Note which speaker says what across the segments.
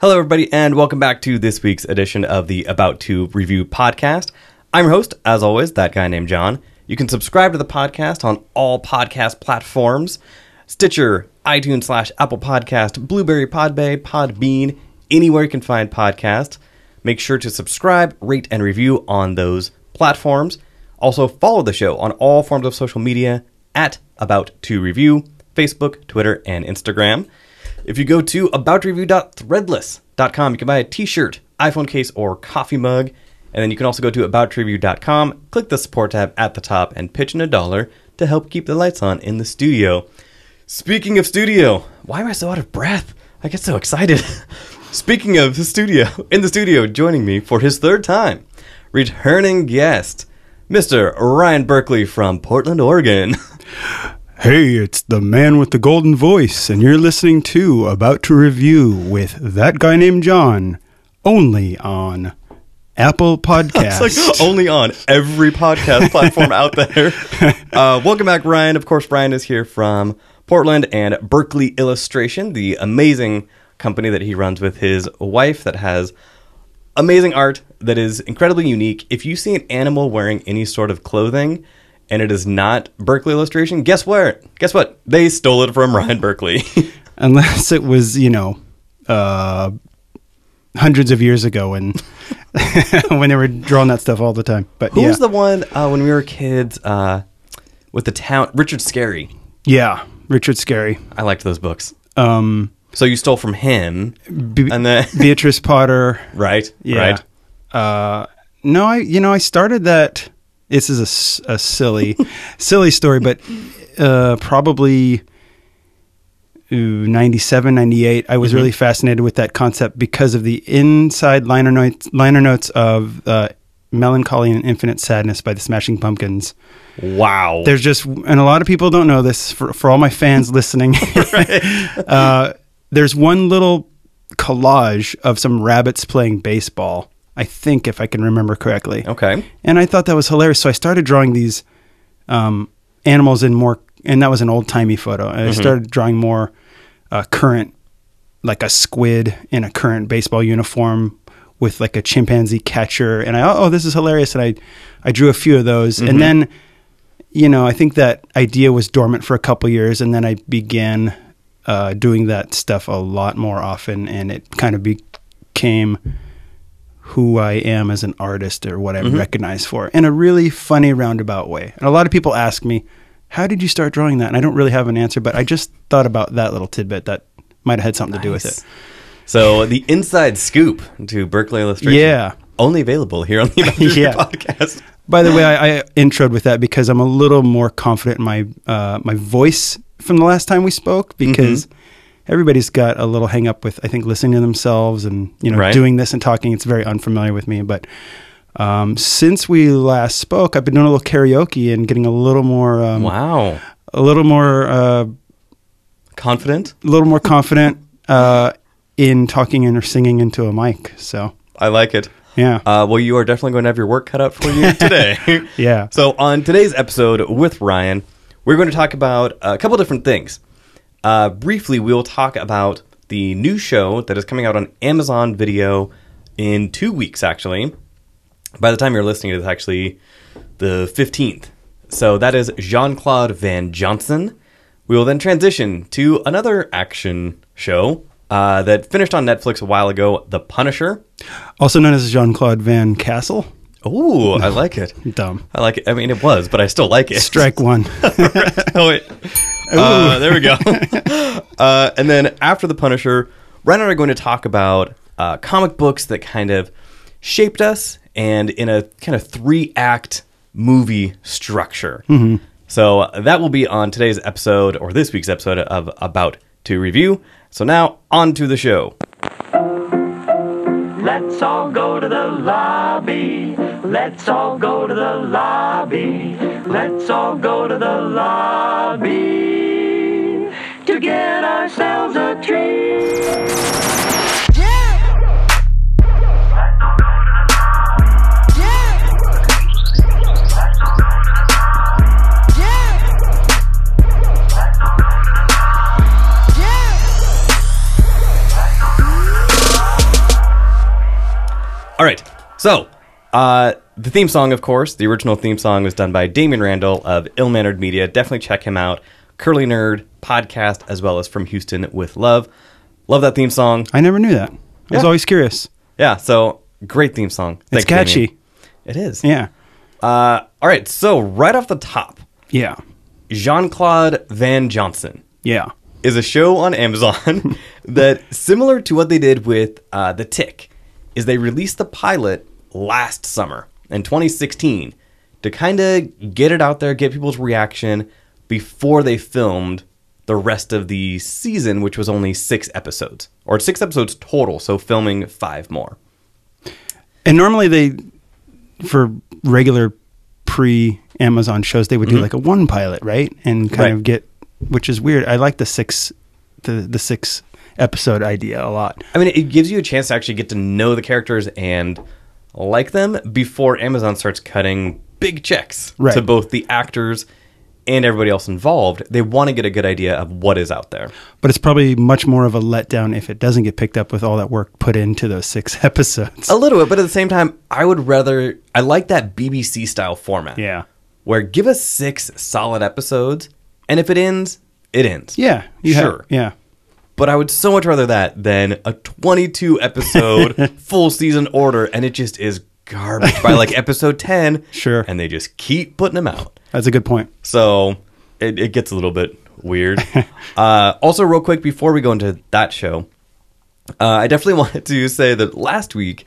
Speaker 1: Hello, everybody, and welcome back to this week's edition of the About to Review podcast. I'm your host, as always, that guy named John. You can subscribe to the podcast on all podcast platforms Stitcher, iTunes slash Apple Podcast, Blueberry Podbay, Podbean, anywhere you can find podcasts. Make sure to subscribe, rate, and review on those platforms. Also, follow the show on all forms of social media at About to Review, Facebook, Twitter, and Instagram. If you go to aboutreview.threadless.com, you can buy a t-shirt, iPhone case, or coffee mug. And then you can also go to aboutreview.com, click the support tab at the top, and pitch in a dollar to help keep the lights on in the studio. Speaking of studio, why am I so out of breath? I get so excited. Speaking of the studio, in the studio, joining me for his third time, returning guest, Mr. Ryan Berkeley from Portland, Oregon.
Speaker 2: Hey, it's the man with the golden voice, and you're listening to About to Review with that guy named John, only on Apple Podcasts.
Speaker 1: It's like only on every podcast platform out there. Uh, welcome back, Ryan. Of course, Ryan is here from Portland and Berkeley Illustration, the amazing company that he runs with his wife that has amazing art that is incredibly unique. If you see an animal wearing any sort of clothing and it is not Berkeley Illustration, guess where? Guess what? They stole it from Ryan Berkeley.
Speaker 2: Unless it was, you know, uh, hundreds of years ago when when they were drawing that stuff all the time. But
Speaker 1: Who
Speaker 2: yeah,
Speaker 1: was the one uh, when we were kids uh, with the town? Richard Scarry.
Speaker 2: yeah, Richard Scarry,
Speaker 1: I liked those books.
Speaker 2: um,
Speaker 1: So you stole from him,
Speaker 2: Be-
Speaker 1: and then
Speaker 2: Beatrice Potter.
Speaker 1: right,
Speaker 2: Yeah.
Speaker 1: right.
Speaker 2: Uh, no, I you know I started that. This is a s- a, silly, silly story, but uh, probably ooh, 97, 98, I was really fascinated with that concept because of the inside liner notes, liner notes of uh, Melancholy and Infinite Sadness by the Smashing Pumpkins.
Speaker 1: Wow.
Speaker 2: There's just, and a lot of people don't know this for, for all my fans listening. uh, there's one little collage of some rabbits playing baseball, I think, if I can remember correctly.
Speaker 1: okay.
Speaker 2: And I thought that was hilarious. So I started drawing these um, animals in more, and that was an old timey photo. And I started drawing more uh, current, like a squid in a current baseball uniform with like a chimpanzee catcher. And I, oh, this is hilarious. And I, I drew a few of those. And then, you know, I think that idea was dormant for a couple years. And then I began uh, doing that stuff a lot more often. And it kind of became who I am as an artist or what I'm recognized for in a really funny roundabout way. And a lot of people ask me, how did you start drawing that? And I don't really have an answer, but I just thought about that little tidbit that might have had something to do with it.
Speaker 1: So the inside scoop to Berkeley Illustration.
Speaker 2: Yeah.
Speaker 1: Only available here on the About to Review
Speaker 2: Yeah.
Speaker 1: podcast.
Speaker 2: By the way, I, I introed with that because I'm a little more confident in my uh, my voice from the last time we spoke
Speaker 1: Mm-hmm.
Speaker 2: because everybody's got a little hang up with I think listening to themselves and you know
Speaker 1: Right.
Speaker 2: doing this and talking. It's very unfamiliar with me, but um, since we last spoke, I've been doing a little karaoke and getting a little more um,
Speaker 1: Wow.
Speaker 2: a little more uh, a
Speaker 1: Confident.
Speaker 2: little more confident uh, in talking and or singing into a mic. So
Speaker 1: I like it.
Speaker 2: yeah,
Speaker 1: Uh, well, you are definitely going to have your work cut out for you today.
Speaker 2: yeah.
Speaker 1: So on today's episode with Ryan, we're going to talk about a couple different things. Uh, briefly, we'll talk about the new show that is coming out on Amazon Video in two weeks, actually. By the time you're listening, it's actually the 15th. So that is Jean Claude Van Johnson. We will then transition to another action show uh, that finished on Netflix a while ago, The Punisher.
Speaker 2: Also known as Jean Claude Van Castle.
Speaker 1: Ooh, I like it.
Speaker 2: Dumb.
Speaker 1: I like it. I mean, it was, but I still like it.
Speaker 2: Strike one.
Speaker 1: oh wait. Uh, there we go. uh, and then after the Punisher, Ryan and I are going to talk about uh, comic books that kind of shaped us, and in a kind of three act movie structure. So that will be on today's episode or this week's episode of About to Review. So now on to the show.
Speaker 3: Let's all go to the lobby. Let's all go to the lobby. Let's all go to the lobby to get ourselves a treat.
Speaker 1: All right. So, uh, the theme song, of course, the original theme song was done by Damien Randall of Ill Mannered Media. Definitely check him out. Curly Nerd podcast, as well as From Houston with Love. Love that theme song.
Speaker 2: I never knew that. I was
Speaker 1: Yeah.
Speaker 2: always curious.
Speaker 1: Yeah. So, great theme song. Thanks,
Speaker 2: It's
Speaker 1: Damien.
Speaker 2: catchy.
Speaker 1: It is.
Speaker 2: Yeah.
Speaker 1: Uh, all right. So, right off the top,
Speaker 2: Yeah.
Speaker 1: Jean Claude Van Johnson
Speaker 2: Yeah.
Speaker 1: is a show on Amazon that, similar to what they did with uh, The Tick, is they released the pilot last summer in 2016 to kind of get it out there, get people's reaction before they filmed the rest of the season, which was only six episodes, or six episodes total, so filming five more.
Speaker 2: And normally they, for regular pre Amazon shows, they would do like a one pilot, right? And kind
Speaker 1: Mm-hmm. Right.
Speaker 2: of get, which is weird. I like the six, the the six episode idea a lot.
Speaker 1: I mean, it gives you a chance to actually get to know the characters and like them before Amazon starts cutting big checks
Speaker 2: Right.
Speaker 1: to both the actors and everybody else involved. They want to get a good idea of what is out there.
Speaker 2: But it's probably much more of a letdown if it doesn't get picked up with all that work put into those six episodes.
Speaker 1: A little bit, but at the same time, I would rather I like that BBC style format.
Speaker 2: Yeah.
Speaker 1: Where give us six solid episodes and if it ends, it ends.
Speaker 2: Yeah. You have-
Speaker 1: Sure.
Speaker 2: yeah.
Speaker 1: But I would so much rather that than a 22 episode full season order, and it just is garbage by like episode 10.
Speaker 2: Sure.
Speaker 1: And they just keep putting them out.
Speaker 2: That's a good point.
Speaker 1: So it, it gets a little bit weird. uh, also, real quick, before we go into that show, uh, I definitely wanted to say that last week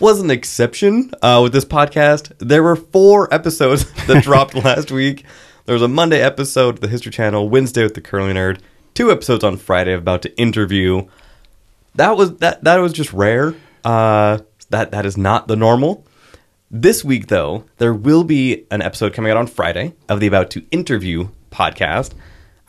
Speaker 1: was an exception uh, with this podcast. There were four episodes that dropped last week. There was a Monday episode of the History Channel, Wednesday with the Curly Nerd, two episodes on Friday about to interview. That was that that was just rare. Uh, that that is not the normal. This week, though, there will be an episode coming out on Friday of the About to Interview podcast.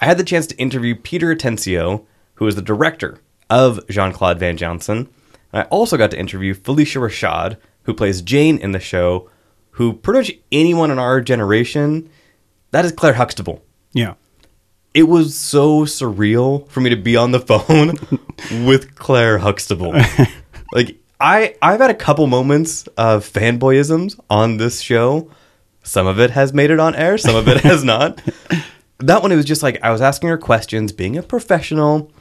Speaker 1: I had the chance to interview Peter Atencio, who is the director of Jean Claude Van Johnson. And I also got to interview Felicia Rashad, who plays Jane in the show, who pretty much anyone in our generation, that is Claire Huxtable
Speaker 2: Yeah.
Speaker 1: it was so surreal for me to be on the phone with Claire Huxtable. like I I've had a couple moments of fanboyisms on this show. Some of it has made it on air, some of it has not. That one it was just like I was asking her questions, being a professional,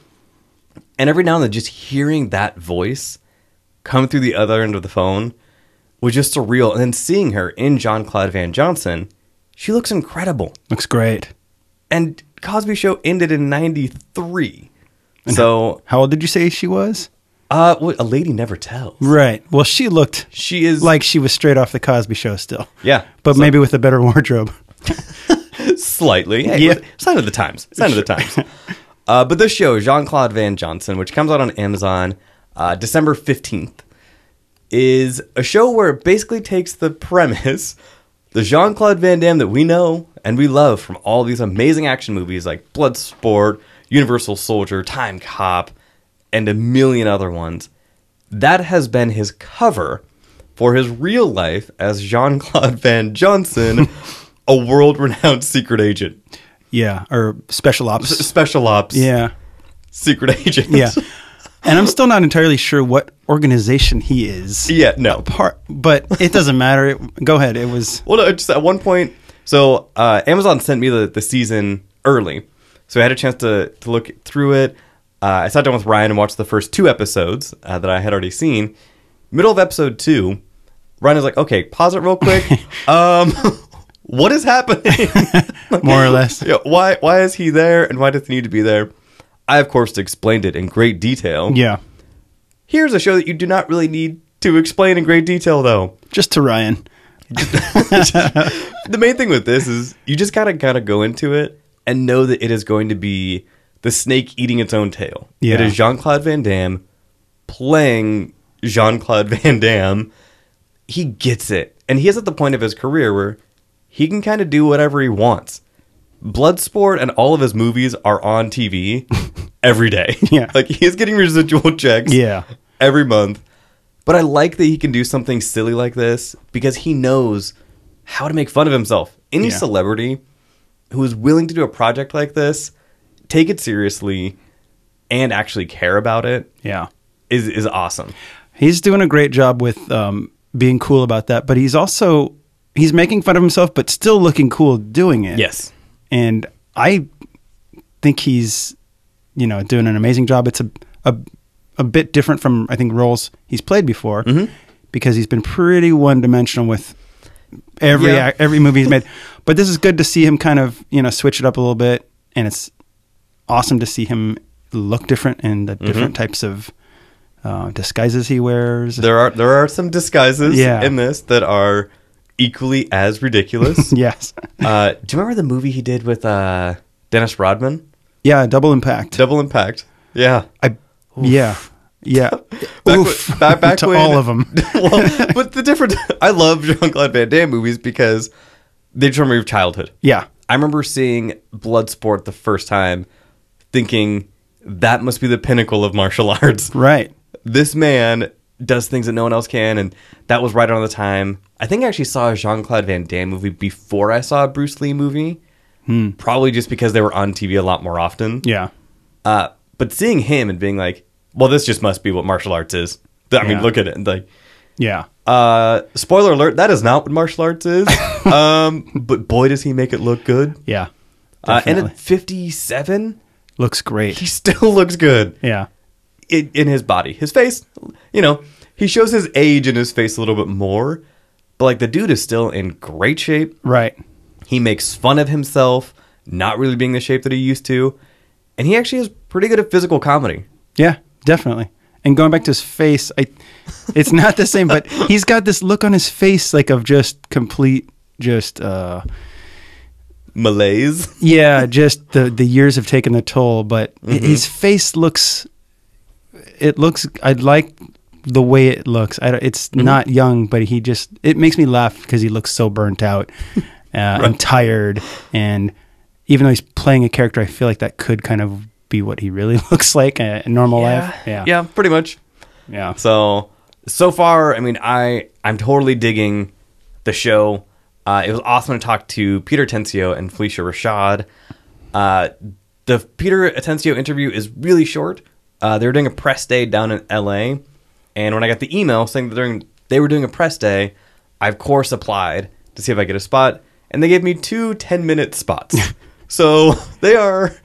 Speaker 1: and every now and then just hearing that voice come through the other end of the phone was just surreal. And then seeing her in John Claude Van Johnson, she looks incredible
Speaker 2: Looks great.
Speaker 1: and Cosby Show ended in '93. So,
Speaker 2: How old did you say she was?
Speaker 1: uh, what a lady never tells.
Speaker 2: Right. Well, she looked
Speaker 1: She is
Speaker 2: like she was straight off the Cosby Show still.
Speaker 1: yeah,
Speaker 2: But maybe with a better wardrobe.
Speaker 1: slightly. Hey,
Speaker 2: Yeah.
Speaker 1: yeah, sign of the times, sign of the times. uh, but this show, Jean Claude Van Johnson, which comes out on Amazon uh, December fifteenth, is a show where it basically takes the premise, the Jean Claude Van Damme that we know and we love from all these amazing action movies like Bloodsport, Universal Soldier, Time Cop, and a million other ones. That has been his cover for his real life as Jean Claude Van Johnson, a world renowned secret agent,
Speaker 2: Yeah. Or special ops.
Speaker 1: special ops
Speaker 2: Yeah.
Speaker 1: secret agent.
Speaker 2: Yeah. And I'm still not entirely sure what organization he is.
Speaker 1: Yeah, no.
Speaker 2: Part, but it doesn't matter. It, go ahead. It was
Speaker 1: Well, no, just at one point. So uh, Amazon sent me the, the season early, so I had a chance to to look through it. Uh, I sat down with Ryan and watched the first two episodes uh, that I had already seen. Middle of episode two, Ryan was like, "Okay, pause it real quick. um, what is happening?
Speaker 2: more or less.
Speaker 1: yeah, why why is he there, and why does he need to be there?" I of course explained it in great detail.
Speaker 2: Yeah.
Speaker 1: Here's a show that you do not really need to explain in great detail, though.
Speaker 2: Just to Ryan.
Speaker 1: the main thing with this is you just gotta kind of go into it and know that it is going to be the snake eating its own tail.
Speaker 2: Yeah.
Speaker 1: It is Jean Claude Van Damme playing Jean Claude Van Damme. He gets it, and he is at the point of his career where he can kind of do whatever he wants. Bloodsport and all of his movies are on TV every day.
Speaker 2: Yeah.
Speaker 1: like he is getting residual checks
Speaker 2: Yeah.
Speaker 1: every month. But I like that he can do something silly like this because he knows how to make fun of himself. Any
Speaker 2: Yeah.
Speaker 1: celebrity who is willing to do a project like this, take it seriously, and actually care about it
Speaker 2: Yeah.
Speaker 1: is is awesome.
Speaker 2: He's doing a great job with um, being cool about that, but he's also he's making fun of himself, but still looking cool doing it.
Speaker 1: Yes.
Speaker 2: and I think he's you know doing an amazing job. It's a a, a bit different from I think roles he's played before
Speaker 1: Mm-hmm.
Speaker 2: because he's been pretty one dimensional with every
Speaker 1: Yeah.
Speaker 2: ac- every movie he's made. But this is good to see him kind of you know switch it up a little bit, and it's awesome to see him look different and
Speaker 1: Mm-hmm.
Speaker 2: the different types of uh, disguises he wears.
Speaker 1: There are there are some disguises
Speaker 2: Yeah.
Speaker 1: in this that are equally as ridiculous.
Speaker 2: yes,
Speaker 1: uh, do you remember the movie he did with uh, Dennis Rodman?
Speaker 2: yeah, double impact.
Speaker 1: Double Impact. Yeah.
Speaker 2: I yeah yeah.
Speaker 1: Back
Speaker 2: Oof.
Speaker 1: when- back- back
Speaker 2: to
Speaker 1: when-
Speaker 2: all of them.
Speaker 1: well, but the different I love Jean Claude Van Damme movies because they just remove childhood.
Speaker 2: Yeah.
Speaker 1: I remember seeing Bloodsport the first time, thinking that must be the pinnacle of martial arts.
Speaker 2: Right.
Speaker 1: This man does things that no one else can, and that was right on the time. I think I actually saw a Jean Claude Van Damme movie before I saw a Bruce Lee movie,
Speaker 2: Hmm.
Speaker 1: probably just because they were on TV a lot more often.
Speaker 2: Yeah.
Speaker 1: Uh, but seeing him and being like, well, this just must be what martial arts is. I mean,
Speaker 2: Yeah.
Speaker 1: look at it. Like,
Speaker 2: Yeah.
Speaker 1: uh, spoiler alert, that is not what martial arts is. um, but boy, does he make it look good.
Speaker 2: Yeah.
Speaker 1: Uh, and
Speaker 2: Definitely.
Speaker 1: at 57,
Speaker 2: looks great.
Speaker 1: he still looks good
Speaker 2: yeah.
Speaker 1: in, in his body. His face, you know, he shows his age in his face a little bit more, but like the dude is still in great shape.
Speaker 2: Right.
Speaker 1: He makes fun of himself, not really being the shape that he used to. And he actually is pretty good at physical comedy.
Speaker 2: Yeah. Definitely. And going back to his face, I it's not the same, but he's got this look on his face like of just complete just uh
Speaker 1: Malaise.
Speaker 2: yeah, just the the years have taken the toll, but i- his face looks it looks I like the way it looks. I don't, it's not young, but he just it makes me laugh because he looks so burnt out uh, and tired and even though he's playing a character, I feel like that could kind of be what he really looks like uh, in normal life. Yeah.
Speaker 1: Yeah, pretty much.
Speaker 2: Yeah.
Speaker 1: So so far, I mean, I I'm totally digging the show. Uh, it was awesome to talk to Peter Tensio and Felicia Rashad. Uh, the Peter Tensio interview is really short. Uh, they were doing a press day down in L.A., and when I got the email saying that during they were doing a press day, I of course applied to see if I get a spot, and they gave me two 10 minute spots. so they are.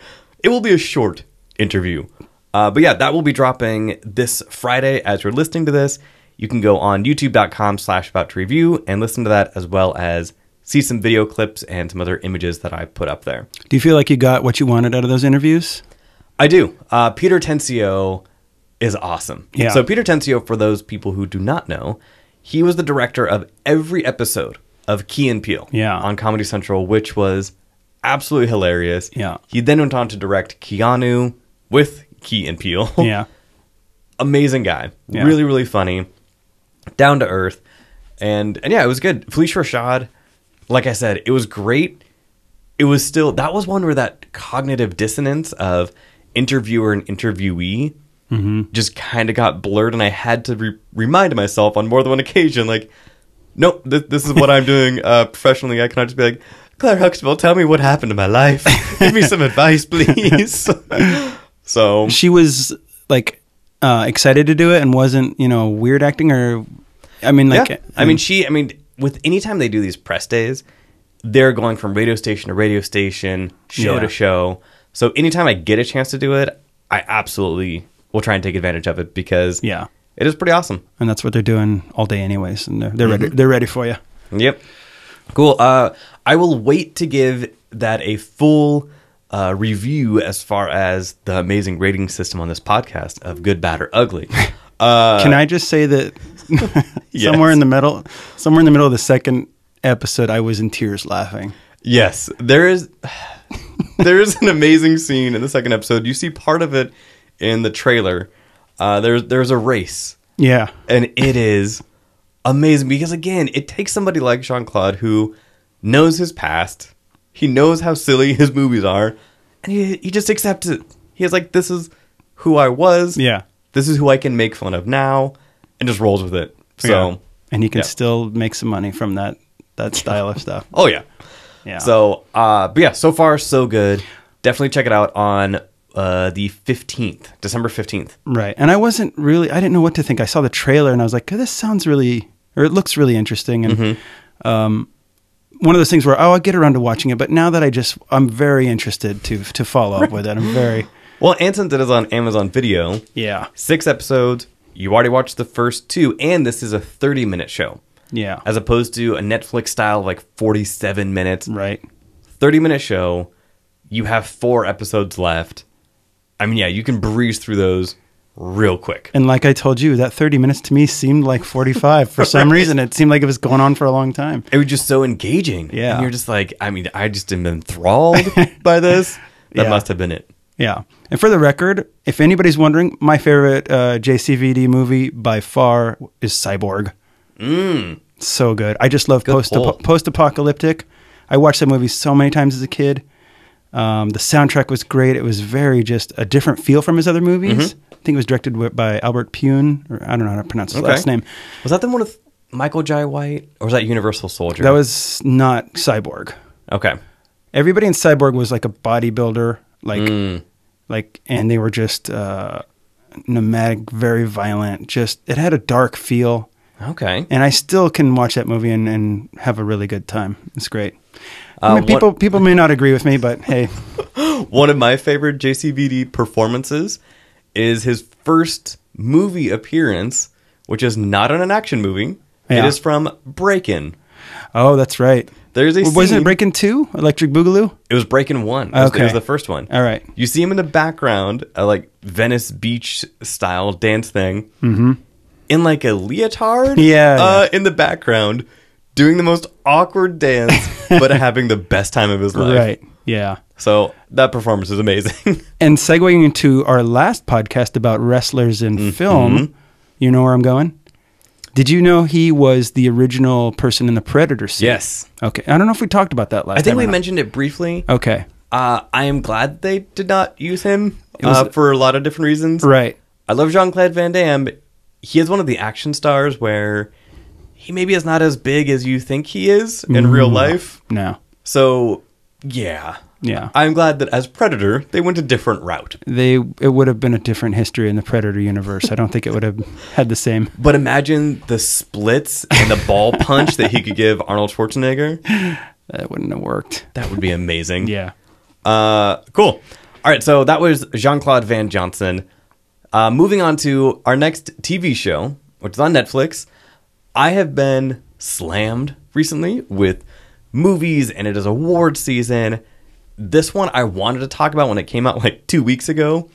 Speaker 1: It will be a short interview. Uh, but yeah, that will be dropping this Friday as you're listening to this. You can go on youtube.com slash about to review and listen to that as well as see some video clips and some other images that I put up there.
Speaker 2: Do you feel like you got what you wanted out of those interviews?
Speaker 1: I do. Uh, Peter Tensio is awesome.
Speaker 2: Yeah.
Speaker 1: So Peter Tensio, for those people who do not know, he was the director of every episode of Key and Peele
Speaker 2: Yeah.
Speaker 1: on Comedy Central, which was absolutely hilarious.
Speaker 2: Yeah.
Speaker 1: He then went on to direct Keanu with Key and Peele.
Speaker 2: Yeah.
Speaker 1: Amazing guy.
Speaker 2: Yeah.
Speaker 1: Really, really funny. Down to earth. And and yeah, it was good. Felicia Rashad, like I said, it was great. It was still that was one where that cognitive dissonance of interviewer and interviewee just kind of got blurred, and I had to re- remind myself on more than one occasion, like, nope, th- this is what I'm doing uh, professionally. I cannot just be like, Claire Huxtable, tell me what happened to my life. Give me some advice, please. so
Speaker 2: She was like uh excited to do it and wasn't, you know, weird acting or I mean like
Speaker 1: yeah. I mean, she, I mean, with any time they do these press days, they're going from radio station to radio station, show
Speaker 2: Yeah.
Speaker 1: to show. So anytime I get a chance to do it, I absolutely will try and take advantage of it because
Speaker 2: Yeah.
Speaker 1: it is pretty awesome.
Speaker 2: and that's what they're doing all day anyways and they're, they're
Speaker 1: Mm-hmm.
Speaker 2: ready they're ready for you
Speaker 1: Yep. Cool. Uh, I will wait to give that a full uh, review as far as the amazing rating system on this podcast of good, bad, or ugly. Uh,
Speaker 2: can i just say that somewhere in the middle somewhere in the middle of the second episode i was in tears laughing
Speaker 1: Yes, there is there is an amazing scene in the second episode. You see part of it in the trailer. Uh, there's there's a race,
Speaker 2: yeah
Speaker 1: and it is amazing because again, it takes somebody like Jean Claude who knows his past, he knows how silly his movies are, and he he just accepts it. He is like, this is who I was.
Speaker 2: Yeah.
Speaker 1: this is who I can make fun of now, and just rolls with it. So,
Speaker 2: Yeah. and he can
Speaker 1: yeah.
Speaker 2: still make some money from that that style of stuff
Speaker 1: oh yeah.
Speaker 2: yeah
Speaker 1: So, uh, but yeah, so far so good. Definitely check it out on uh, uh, the 15th, December 15th.
Speaker 2: Right. And I wasn't really, I didn't know what to think. I saw the trailer and I was like, this sounds really, or it looks really interesting. And um, one of those things where, oh, I'll get around to watching it. But now that I just, I'm very interested to to follow up with it. I'm very,
Speaker 1: Well, and since it is on Amazon Video,
Speaker 2: yeah.
Speaker 1: six episodes, you already watched the first two, and this is a 30 minute show.
Speaker 2: Yeah.
Speaker 1: As opposed to a Netflix style, like 47 minutes,
Speaker 2: right.
Speaker 1: 30 minute show, you have four episodes left. I mean, yeah, you can breeze through those real quick.
Speaker 2: And like I told you, that 30 minutes to me seemed like 45 for some reason. It seemed like it was going on for a long time.
Speaker 1: It was just so engaging.
Speaker 2: Yeah.
Speaker 1: And you're just like, I mean, I just am enthralled by this. That
Speaker 2: Yeah.
Speaker 1: must have been it.
Speaker 2: Yeah. And for the record, if anybody's wondering, my favorite uh, JCVD movie by far is Cyborg. Mm. So good. I just love post
Speaker 1: pull.
Speaker 2: post apocalyptic. I watched that movie so many times as a kid. Um, the soundtrack was great. It was very just a different feel from his other movies. I think it was directed wi- by Albert Pune, or I don't know how to pronounce his
Speaker 1: Okay.
Speaker 2: last name.
Speaker 1: Was that the one with Michael Jai White? Or was that Universal Soldier?
Speaker 2: That was not Cyborg.
Speaker 1: Okay.
Speaker 2: everybody in cyborg was like a bodybuilder like
Speaker 1: Hmm.
Speaker 2: like and they were just uh nomadic very violent just it had a dark feel
Speaker 1: Okay.
Speaker 2: and i still can watch that movie and, and have a really good time it's great
Speaker 1: Uh,
Speaker 2: I mean,
Speaker 1: what-
Speaker 2: people people may not agree with me but hey
Speaker 1: One of my favorite JCVD performances is his first movie appearance, which is not on an action movie. It
Speaker 2: Yeah.
Speaker 1: is from Break In.
Speaker 2: oh that's right
Speaker 1: There's a
Speaker 2: wasn't
Speaker 1: scene-
Speaker 2: it breaking two electric boogaloo
Speaker 1: It was Breaking One. It was, it
Speaker 2: Okay.
Speaker 1: was the first one.
Speaker 2: All right.
Speaker 1: You see him in the background, a like Venice Beach style dance thing, in like a leotard.
Speaker 2: Yeah,
Speaker 1: Uh, in the background, doing the most awkward dance, but having the best time of his life.
Speaker 2: right yeah
Speaker 1: So that performance is amazing.
Speaker 2: and segueing into our last podcast about wrestlers in
Speaker 1: Mm-hmm.
Speaker 2: film, you know where I'm going? Did you know he was the original person in the Predator suit?
Speaker 1: Yes.
Speaker 2: Okay. I don't know if we talked about that last
Speaker 1: I think we
Speaker 2: time or not.
Speaker 1: mentioned it briefly.
Speaker 2: Okay.
Speaker 1: Uh, I am glad they did not use him
Speaker 2: was-
Speaker 1: uh, for a lot of different reasons.
Speaker 2: Right.
Speaker 1: I love Jean Claude Van Damme. But he is one of the action stars where he maybe is not as big as you think he is in real life.
Speaker 2: No.
Speaker 1: So, yeah.
Speaker 2: Yeah.
Speaker 1: I'm glad that as Predator, they went a different route.
Speaker 2: They it would have been a different history in the Predator universe. I don't think it would have had the same.
Speaker 1: But imagine the splits and the ball punch that he could give Arnold Schwarzenegger.
Speaker 2: That wouldn't have worked.
Speaker 1: That would be amazing.
Speaker 2: Yeah.
Speaker 1: Uh, cool. All right, so that was Jean Claude Van Johnson. Uh, moving on to our next TV show, which is on Netflix. I have been slammed recently with movies, and it is award season. This one I wanted to talk about when it came out like two weeks ago,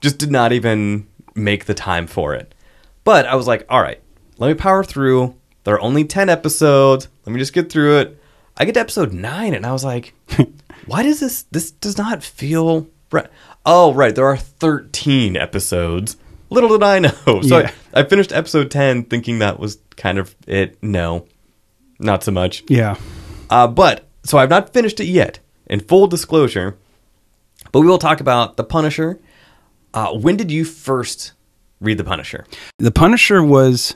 Speaker 1: just did not even make the time for it. But I was like, all right, let me power through. There are only 10 episodes. Let me just get through it. I get to episode nine, and I was like, why does this this does not feel right oh right there are 13 episodes little did i know so
Speaker 2: Yeah.
Speaker 1: I, I finished episode 10 thinking that was kind of it no not so much
Speaker 2: Yeah.
Speaker 1: uh, but so i've not finished it yet in full disclosure but we will talk about the punisher uh, when did you first read the punisher
Speaker 2: The Punisher was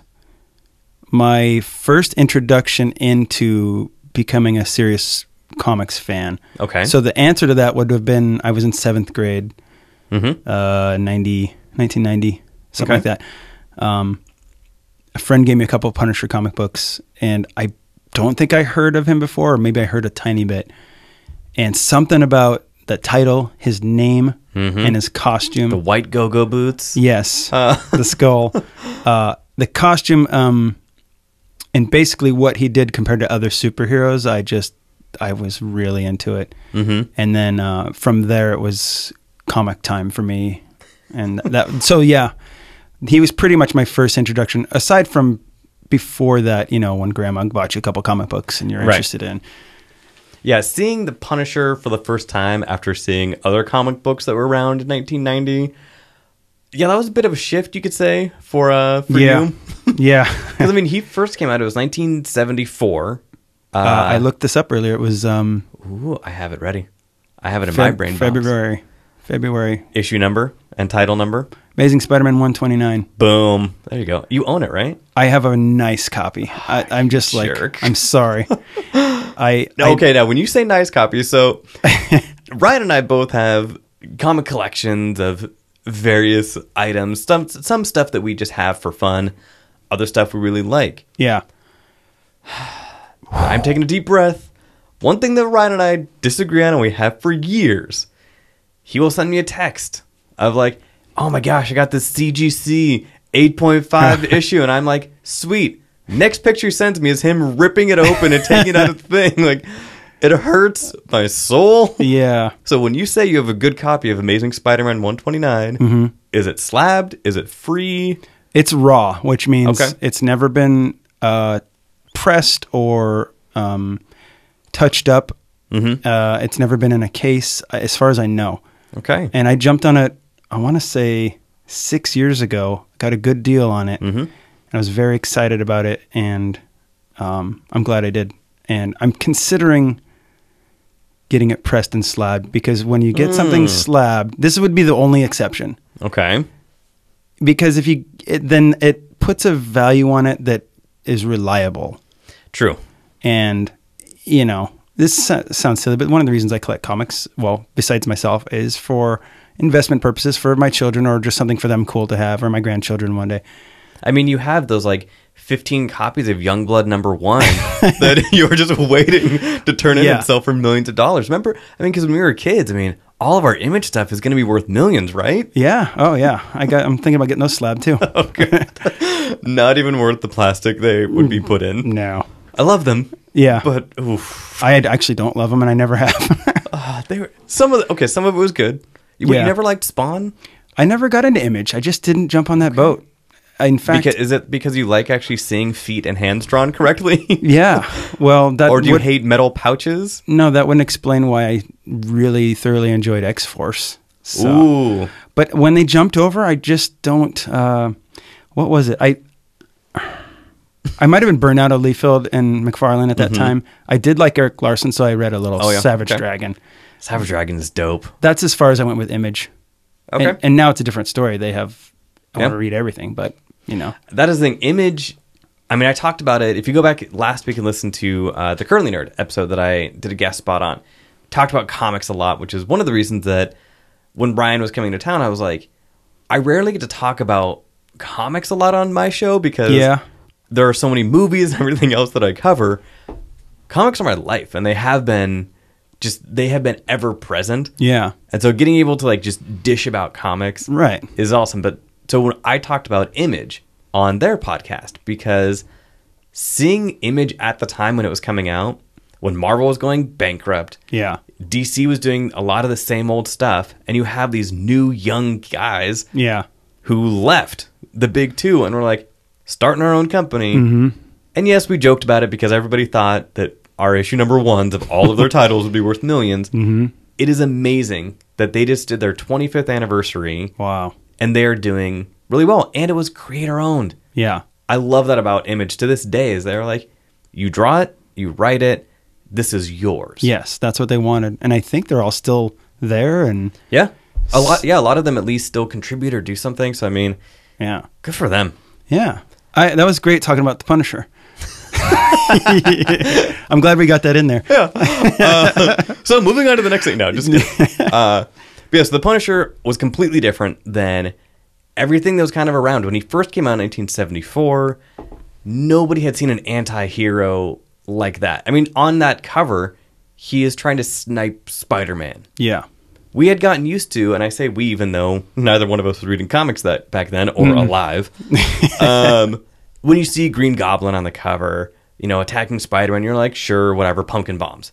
Speaker 2: my first introduction into becoming a serious comics fan.
Speaker 1: Okay.
Speaker 2: So the answer to that would have been I was in seventh grade, uh, 90, 1990, something
Speaker 1: Mm-hmm. Okay.
Speaker 2: like that. Um, a friend gave me a couple of Punisher comic books, and I don't think I heard of him before, or maybe I heard a tiny bit. And something about the title, his name, and his costume.
Speaker 1: Mm-hmm. the white go-go boots
Speaker 2: Yes, the skull, uh, the costume, um, and basically what he did compared to other superheroes. I just I was really into it, mm-hmm. and then uh, from there it was comic time for me, and that. so yeah, he was pretty much my first introduction. Aside from before that, you know, when Grandma bought you a couple comic books and you're
Speaker 1: Right.
Speaker 2: interested in.
Speaker 1: Yeah, seeing the Punisher for the first time after seeing other comic books that were around in 1990. Yeah, that was a bit of a shift, you could say, for uh for
Speaker 2: yeah,
Speaker 1: you.
Speaker 2: yeah.
Speaker 1: Because I mean, he first came out. It was 1974. Uh,
Speaker 2: Uh, I looked this up earlier. It was um,
Speaker 1: ooh, I have it ready. I have it in my
Speaker 2: Feb-
Speaker 1: brain. box.
Speaker 2: February, February.
Speaker 1: issue number and title number.
Speaker 2: Amazing Spider-Man 129.
Speaker 1: Boom. There you go. You own it, right?
Speaker 2: I have a nice copy. I, I'm just like,
Speaker 1: jerk.
Speaker 2: I'm sorry. I I-
Speaker 1: Okay, now when you say nice copy, so Ryan and I both have comic collections of various items. Some some stuff that we just have for fun, other stuff we really like.
Speaker 2: Yeah.
Speaker 1: I'm taking a deep breath. One thing that Ryan and I disagree on and we have for years, he will send me a text of like, oh my gosh, I got this CGC 8.5 issue. And I'm like, sweet. Next picture he sends me is him ripping it open and taking out a thing. Like, it hurts my soul.
Speaker 2: Yeah.
Speaker 1: So when you say you have a good copy of Amazing Spider-Man 129, is it slabbed? Is it free?
Speaker 2: It's raw, which means
Speaker 1: Okay.
Speaker 2: it's never been uh, pressed or um, touched up.
Speaker 1: Mm-hmm.
Speaker 2: Uh, it's never been in a case, uh, as far as I know.
Speaker 1: Okay.
Speaker 2: And I jumped on it, I want to say six years ago, got a good deal on it. Mm-hmm. And I was very excited about it. And um, I'm glad I did. And I'm considering getting it pressed and slabbed because when you get something slabbed, this would be the only exception
Speaker 1: okay.
Speaker 2: because if you it, then it puts a value on it that is reliable
Speaker 1: True.
Speaker 2: and you know this so- sounds silly but one of the reasons i collect comics well besides myself is for investment purposes for my children or just something for them cool to have or my grandchildren one day
Speaker 1: I mean, you have those like 15 copies of Youngblood number one that you were just waiting to turn in
Speaker 2: Yeah.
Speaker 1: and sell for millions of dollars. Remember? I mean, because when we were kids, I mean, all of our image stuff is going to be worth millions, right?
Speaker 2: yeah oh yeah i got i'm thinking about getting those slab too
Speaker 1: Not even worth the plastic they would be put in.
Speaker 2: no
Speaker 1: I love them.
Speaker 2: Yeah.
Speaker 1: But, oof.
Speaker 2: i had- actually don't love them and i never have
Speaker 1: Ah, They were, some of the, okay, some of it was good. You, but you
Speaker 2: Yeah.
Speaker 1: never liked Spawn?
Speaker 2: i never got into image i just didn't jump on that boat in fact
Speaker 1: Because, is it because you like actually seeing feet and hands drawn correctly?
Speaker 2: yeah well that
Speaker 1: or do you
Speaker 2: would-
Speaker 1: hate metal pouches?
Speaker 2: No, that wouldn't explain why I really thoroughly enjoyed X Force. So,
Speaker 1: Ooh.
Speaker 2: but when they jumped over, I just don't. Uh, what was it? I I might have been burned out of Leafield and McFarlane at that time. I did like Eric Larson, so I read a little
Speaker 1: Mm-hmm. Oh, yeah.
Speaker 2: Savage
Speaker 1: Okay.
Speaker 2: Dragon.
Speaker 1: Savage Dragon is dope.
Speaker 2: That's as far as I went with Image.
Speaker 1: Okay.
Speaker 2: and, and now it's a different story. They have. I
Speaker 1: Yeah.
Speaker 2: want to read everything, but you know,
Speaker 1: that is the thing. Image. I mean, I talked about it. If you go back last week and listen to uh, the Curly Nerd episode that I did a guest spot on, talked about comics a lot, which is one of the reasons that when Brian was coming to town, I was like, I rarely get to talk about comics a lot on my show because
Speaker 2: Yeah.
Speaker 1: there are so many movies and everything else that I cover. Comics are my life, and they have been just they have been ever present.
Speaker 2: yeah,
Speaker 1: And so getting able to like just dish about comics
Speaker 2: Right.
Speaker 1: is awesome. But so when I talked about Image on their podcast because seeing Image at the time when it was coming out, when Marvel was going bankrupt,
Speaker 2: yeah,
Speaker 1: DC was doing a lot of the same old stuff, and you have these new young guys
Speaker 2: yeah,
Speaker 1: who left the big two and were like starting our own company. And yes, we joked about it because everybody thought that our issue number ones of all of their titles would be worth 1000000s It is amazing that they just did their 25th anniversary
Speaker 2: wow,
Speaker 1: and they are doing really well. And it was creator owned.
Speaker 2: yeah,
Speaker 1: I love that about Image to this day is they're like, you draw it, you write it, this is yours.
Speaker 2: yes, that's what they wanted, and I think they're all still there, and
Speaker 1: Yeah. A lot yeah, a lot of them at least still contribute or do something. So I mean,
Speaker 2: yeah.
Speaker 1: good for them.
Speaker 2: Yeah. I, that was great talking about the Punisher. I'm glad we got that in there.
Speaker 1: so moving on to the next thing. No, just kidding. uh, but yeah, so the Punisher was completely different than everything that was kind of around when he first came out in 1974. Nobody had seen an anti-hero like that. I mean, on that cover, he is trying to snipe Spider-Man
Speaker 2: Yeah.
Speaker 1: we had gotten used to, and I say we, even though neither one of us was reading comics that back then or
Speaker 2: Mm-hmm.
Speaker 1: alive. um, when you see Green Goblin on the cover, you know, attacking Spider Man, you're like, sure, whatever, pumpkin bombs.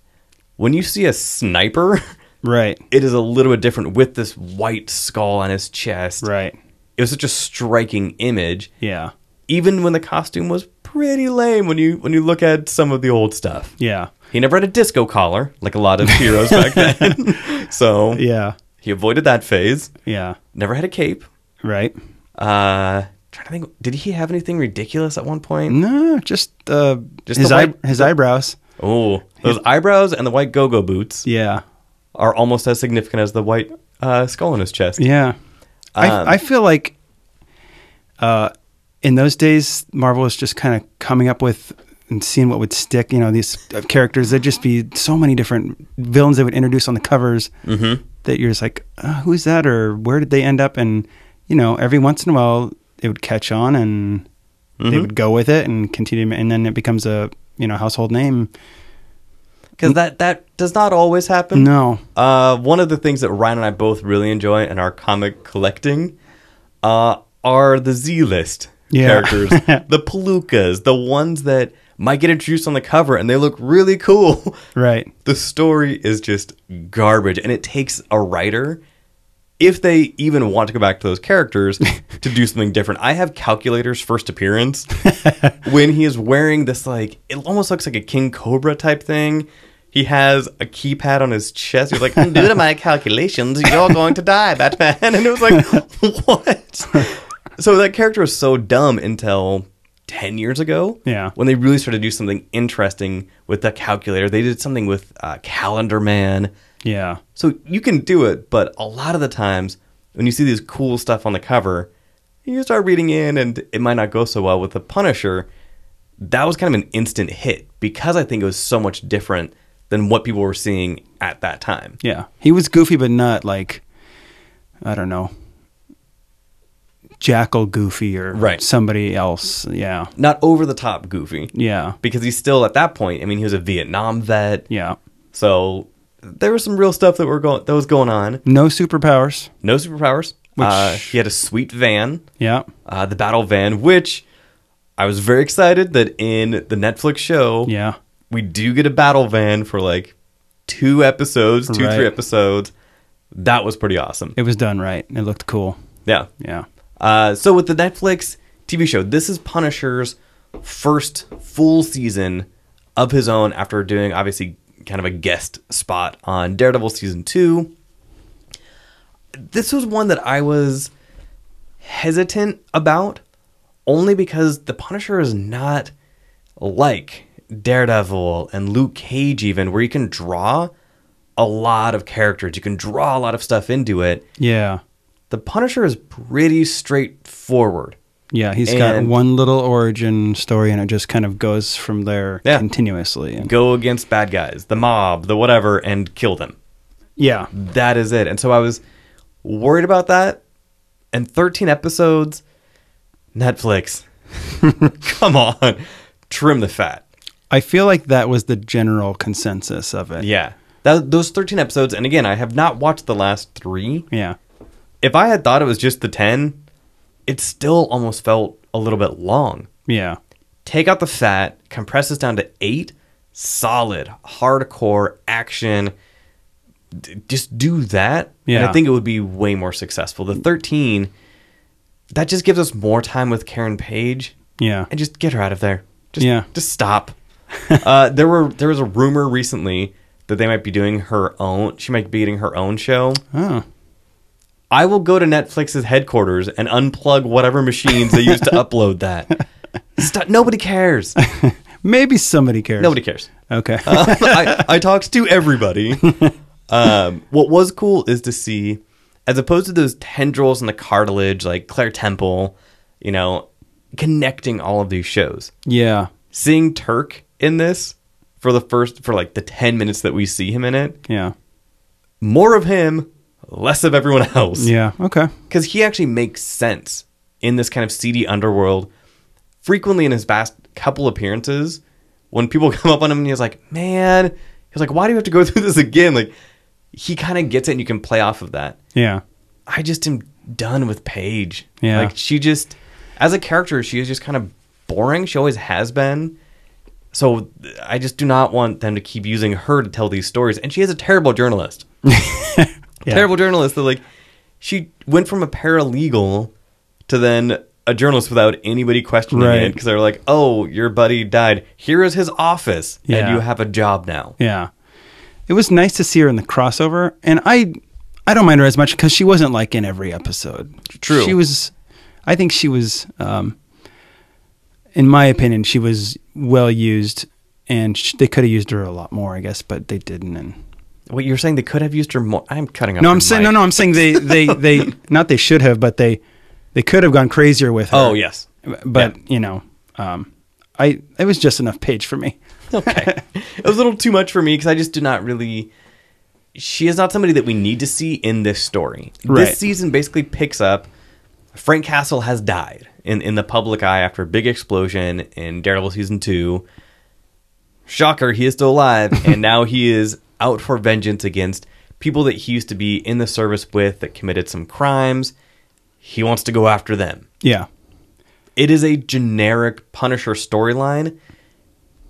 Speaker 1: When you see a sniper,
Speaker 2: Right.
Speaker 1: it is a little bit different with this white skull on his chest.
Speaker 2: Right.
Speaker 1: It was such a striking image,
Speaker 2: Yeah.
Speaker 1: even when the costume was pretty lame. When you when you look at some of the old stuff,
Speaker 2: Yeah.
Speaker 1: he never had a disco collar like a lot of heroes back then. so
Speaker 2: Yeah.
Speaker 1: he avoided that phase
Speaker 2: Yeah.
Speaker 1: never had a cape.
Speaker 2: Right.
Speaker 1: Uh, trying to think, did he have anything ridiculous at one point?
Speaker 2: No, just uh
Speaker 1: Just
Speaker 2: his
Speaker 1: the
Speaker 2: eye,
Speaker 1: white-
Speaker 2: his eyebrows.
Speaker 1: Oh, those eyebrows and the white go-go boots
Speaker 2: Yeah.
Speaker 1: are almost as significant as the white uh, skull on his chest.
Speaker 2: Yeah.
Speaker 1: Um,
Speaker 2: I I feel like uh in those days Marvel was just kind of coming up with and seeing what would uh, stick, you know, these characters. There'd just be so many different villains they would introduce on the covers. Mm-hmm. that you're just like, uh, who's that or where did they end up? And you know, every once in a while it would catch on and they would go with it and continue, and then it becomes a you know household name.
Speaker 1: because that that does not always happen.
Speaker 2: No,
Speaker 1: Uh, one of the things that Ryan and I both really enjoy in our comic collecting uh, are the Z list
Speaker 2: Yeah.
Speaker 1: characters, the palookas, the ones that might get introduced on the cover and they look really cool.
Speaker 2: right?
Speaker 1: the story is just garbage, and it takes a writer. If they even want to go back to those characters to do something different, I have Calculator's first appearance when he is wearing this, like, it almost looks like a King Cobra type thing. He has a keypad on his chest. He's like, "Mm, due to my calculations, you're going to die, Batman. And it was like, what? So that character was so dumb until 10 years ago.
Speaker 2: Yeah.
Speaker 1: When they really started to do something interesting with the calculator. They did something with uh, Calendar Man.
Speaker 2: Yeah,
Speaker 1: So you can do it, but a lot of the times when you see this cool stuff on the cover, you start reading in and it might not go so well with the Punisher. That was kind of an instant hit because I think it was so much different than what people were seeing at that time.
Speaker 2: yeah. He was goofy, but not like I don't know, Jackal Goofy or
Speaker 1: Right.
Speaker 2: somebody else. Yeah,
Speaker 1: Not over the top goofy.
Speaker 2: yeah,
Speaker 1: Because he's still at that point, I mean he was a Vietnam vet.
Speaker 2: yeah.
Speaker 1: So there was some real stuff that were going that was going on.
Speaker 2: No superpowers.
Speaker 1: No superpowers.
Speaker 2: Which-
Speaker 1: Uh, he had a sweet van,
Speaker 2: Yeah,
Speaker 1: uh, the battle van, which I was very excited that in the Netflix show,
Speaker 2: yeah.
Speaker 1: we do get a battle van for like two episodes, two
Speaker 2: Right.
Speaker 1: three episodes. That was pretty awesome.
Speaker 2: It was done right. It looked cool.
Speaker 1: Yeah.
Speaker 2: Yeah.
Speaker 1: Uh, so with the Netflix TV show, this is Punisher's first full season of his own after doing obviously kind of a guest spot on Daredevil season two. This was one that I was hesitant about only because the Punisher is not like Daredevil and Luke Cage even where you can draw a lot of characters, you can draw a lot of stuff into it
Speaker 2: Yeah.
Speaker 1: the Punisher is pretty straightforward.
Speaker 2: Yeah, he's got
Speaker 1: And-
Speaker 2: one little origin story and it just kind of goes from there
Speaker 1: Yeah.
Speaker 2: continuously. And-
Speaker 1: Go against bad guys, the mob, the whatever, and kill them.
Speaker 2: yeah.
Speaker 1: That is it. And so I was worried about that. And 13 episodes, Netflix, come on, trim the fat.
Speaker 2: I feel like that was the general consensus of it.
Speaker 1: Yeah. That, those 13 episodes, and again, I have not watched the last three.
Speaker 2: Yeah.
Speaker 1: If I had thought it was just the 10, it still almost felt a little bit long.
Speaker 2: Yeah.
Speaker 1: take out the fat, compress this down to eight, solid, hardcore action. D- just do that. And
Speaker 2: Yeah.
Speaker 1: I think it would be way more successful. The 13, that just gives us more time with Karen Page
Speaker 2: Yeah.
Speaker 1: and just get her out of there. Just,
Speaker 2: Yeah.
Speaker 1: Just stop. uh, there were there was a rumor recently that they might be doing her own. She might be getting her own show.
Speaker 2: Oh.
Speaker 1: I will go to Netflix's headquarters and unplug whatever machines they use to upload that. Stop, nobody cares.
Speaker 2: Maybe somebody cares.
Speaker 1: Nobody Uh-huh. cares.
Speaker 2: Okay.
Speaker 1: I, I talked to everybody. Um, what was cool is to see, as opposed to those tendrils and the cartilage, like Claire Temple, you know, connecting all of these shows.
Speaker 2: yeah.
Speaker 1: Seeing Turk in this for the first, for like the 10 minutes that we see him in it,
Speaker 2: Yeah.
Speaker 1: more of him, less of everyone else
Speaker 2: Yeah. Okay.
Speaker 1: because he actually makes sense in this kind of seedy underworld. Frequently in his past couple appearances, when people come up on him and he's like, "Man," he's like, "Why do you have to go through this again?" Like, he kind of gets it, and you can play off of that.
Speaker 2: Yeah.
Speaker 1: I just am done with Paige.
Speaker 2: Yeah.
Speaker 1: like she just, as a character, she is just kind of boring. She always has been. So I just do not want them to keep using her to tell these stories. And she is a terrible journalist terrible journalist that like she went from a paralegal to then a journalist without anybody questioning
Speaker 2: Right.
Speaker 1: it because they were like, "Oh, your buddy died. Here is his office, and
Speaker 2: Yeah.
Speaker 1: you have a job now."
Speaker 2: Yeah. It was nice to see her in the crossover and I I don't mind her as much cuz she wasn't like in every episode.
Speaker 1: True.
Speaker 2: She was I think she was um in my opinion she was well used and sh- they could have used her a lot more I guess but they didn't and
Speaker 1: Wait, you're saying they could have used her more? I'm cutting up.
Speaker 2: No, I'm
Speaker 1: your
Speaker 2: saying
Speaker 1: mic.
Speaker 2: no no I'm saying they they they not they should have but they they could have gone crazier with her.
Speaker 1: Oh yes.
Speaker 2: But you know um I it was just enough page for me.
Speaker 1: Okay. it was a little too much for me because I just did not really. she is not somebody that we need to see in this story.
Speaker 2: Right.
Speaker 1: This season basically picks up Frank Castle has died in, in the public eye after a big explosion in Daredevil season two. Shocker, he is still alive, and now he is out for vengeance against people that he used to be in the service with that committed some crimes. He wants to go after them
Speaker 2: Yeah.
Speaker 1: it is a generic Punisher storyline,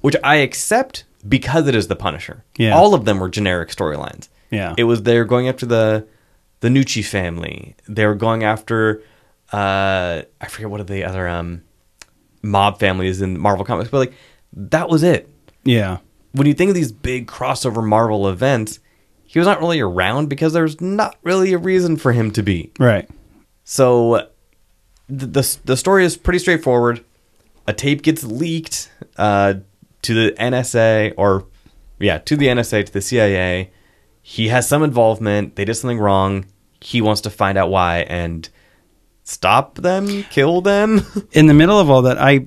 Speaker 1: which I accept because it is the Punisher.
Speaker 2: Yeah.
Speaker 1: All of them were generic storylines.
Speaker 2: Yeah.
Speaker 1: It was they're going after the the Nucci family. They were going after uh I forget what are the other um mob families in Marvel comics, but like that was it.
Speaker 2: Yeah.
Speaker 1: When you think of these big crossover Marvel events, he was not really around because there's not really a reason for him to be.
Speaker 2: Right.
Speaker 1: So the, the the story is pretty straightforward. A tape gets leaked uh, to the NSA or yeah, to the NSA to the CIA. He has some involvement. They did something wrong. He wants to find out why and stop them, kill them.
Speaker 2: in the middle of all that, I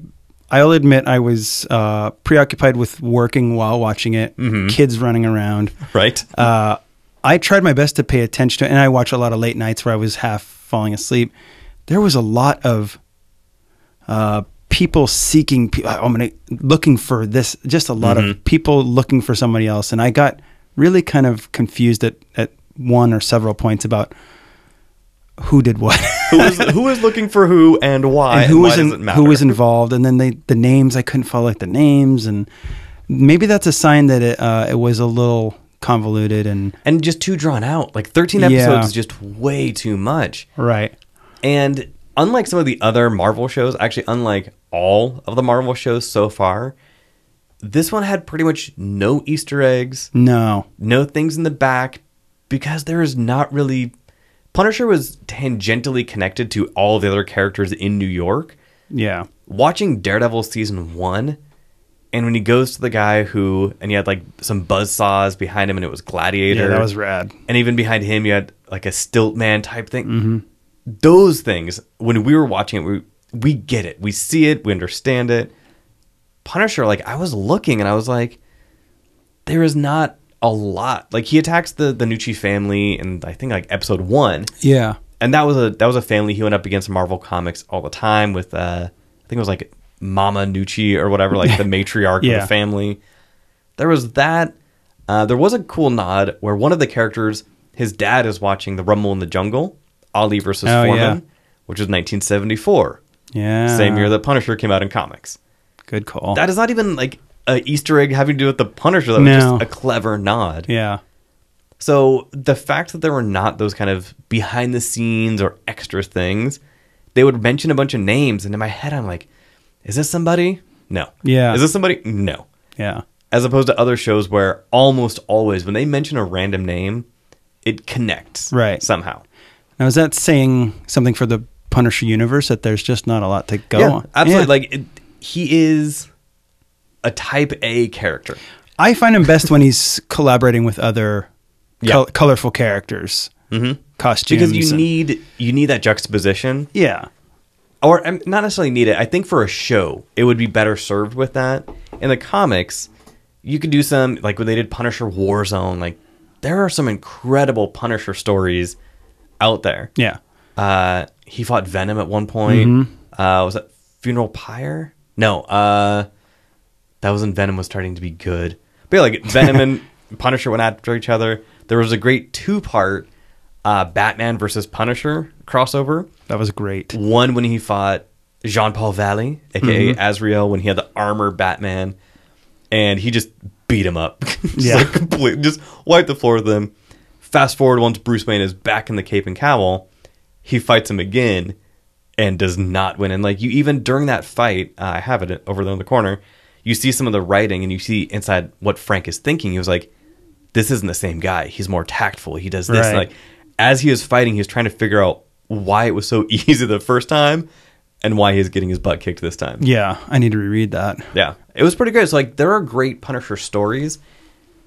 Speaker 2: I'll admit I was uh, preoccupied with working while watching it. Kids running around.
Speaker 1: right?
Speaker 2: Uh, I tried my best to pay attention to, it, and I watch a lot of late nights where I was half falling asleep. There was a lot of uh, people seeking. pe- oh, I'm gonna looking for this. Just a lot of people looking for somebody else, and I got really kind of confused at at one or several points about who did what.
Speaker 1: who, is, who is looking for who and why?
Speaker 2: and who
Speaker 1: why
Speaker 2: was in-
Speaker 1: does it matter?
Speaker 2: who was involved, and then they, the names I couldn't follow like the names, and maybe that's a sign that it uh, it was a little convoluted and
Speaker 1: and just too drawn out. Like thirteen episodes
Speaker 2: Yeah.
Speaker 1: is just way too much.
Speaker 2: right,
Speaker 1: And unlike some of the other Marvel shows, actually, unlike all of the Marvel shows so far, this one had pretty much no Easter eggs,
Speaker 2: no,
Speaker 1: no things in the back, because there is not really. Punisher was tangentially connected to all the other characters in New York.
Speaker 2: yeah,
Speaker 1: Watching Daredevil season one, and when he goes to the guy who, and he had like some buzzsaws behind him, and it was Gladiator
Speaker 2: yeah, that was rad.
Speaker 1: and even behind him you had like a stilt man type thing those things when we were watching it we, we get it we see it we understand it punisher like i was looking and i was like there is not a lot like he attacks the the nucci family in i think like episode one
Speaker 2: Yeah,
Speaker 1: and that was a that was a family he went up against in marvel comics all the time with uh i think it was like mama nucci or whatever like the matriarch of
Speaker 2: Yeah.
Speaker 1: the family there was that uh, there was a cool nod where one of the characters his dad is watching the rumble in the jungle ali versus
Speaker 2: Oh,
Speaker 1: foreman
Speaker 2: yeah.
Speaker 1: which was 1974
Speaker 2: yeah,
Speaker 1: same year that punisher came out in comics
Speaker 2: good call.
Speaker 1: that is not even like a easter egg having to do with the punisher that was
Speaker 2: No.
Speaker 1: just a clever nod
Speaker 2: yeah,
Speaker 1: so the fact that there were not those kind of behind the scenes or extra things, they would mention a bunch of names, and in my head, I'm like, is this somebody? No.
Speaker 2: Yeah.
Speaker 1: Is this somebody? No.
Speaker 2: yeah,
Speaker 1: As opposed to other shows where almost always when they mention a random name, it connects
Speaker 2: Right.
Speaker 1: somehow.
Speaker 2: now is that saying something for the Punisher universe that there's just not a lot to go on?
Speaker 1: absolutely.
Speaker 2: Yeah.
Speaker 1: Like it, he is a type A character.
Speaker 2: I find him best when he's collaborating with other
Speaker 1: Yeah.
Speaker 2: col- colorful characters, mm-hmm. costumes,
Speaker 1: Because you
Speaker 2: and-
Speaker 1: need you need that juxtaposition.
Speaker 2: yeah,
Speaker 1: or um, not necessarily need it. I think for a show, it would be better served with that. In the comics, you could do some like when they did Punisher Warzone. Like there are some incredible Punisher stories out there.
Speaker 2: yeah,
Speaker 1: Uh, he fought Venom at one point. Uh, was that Funeral Pyre? No. Uh, that was when Venom was starting to be good. But yeah, like Venom and Punisher went after each other. There was a great two-part uh, Batman versus Punisher crossover
Speaker 2: that was great.
Speaker 1: one when he fought Jean Paul Valley,
Speaker 2: Mm-hmm.
Speaker 1: aka Azrael, when he had the armor Batman, and he just beat him up. just
Speaker 2: Yeah.
Speaker 1: like complete, just wiped the floor with him. Fast forward once Bruce Wayne is back in the cape and cowl, he fights him again and does not win. And like you, even during that fight, uh, I have it over there in the corner. You see some of the writing, and you see inside what Frank is thinking. He was like, "This isn't the same guy. He's more tactful. He does this."
Speaker 2: Right.
Speaker 1: Like as he was fighting, he was trying to figure out why it was so easy the first time and why he's getting his butt kicked this time.
Speaker 2: Yeah, I need to reread that.
Speaker 1: Yeah. It was pretty good. So like there are great Punisher stories.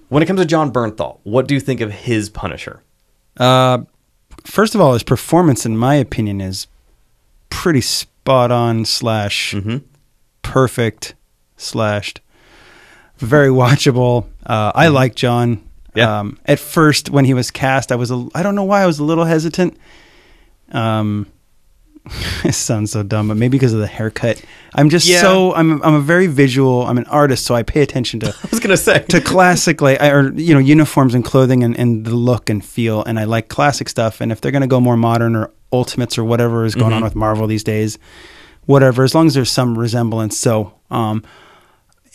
Speaker 1: When it comes to John Bernthal, what do you think of his Punisher?
Speaker 2: Uh, first of all, his performance, in my opinion, is pretty spot on slash
Speaker 1: Mm-hmm.
Speaker 2: perfect slashed, very watchable. Uh, I like John.
Speaker 1: Mm-hmm. Yeah.
Speaker 2: Um, at first, when he was cast, I was a, I don't know why I was a little hesitant. Um, it sounds so dumb, but maybe because of the haircut. I'm just
Speaker 1: Yeah.
Speaker 2: so I'm I'm a very visual. I'm an artist, so I pay attention to
Speaker 1: I was gonna say
Speaker 2: to classic like I- or you know uniforms and clothing and, and the look and feel and i like classic stuff and if they're going to go more modern or ultimates or whatever is going on with marvel these days whatever as long as there's some resemblance so um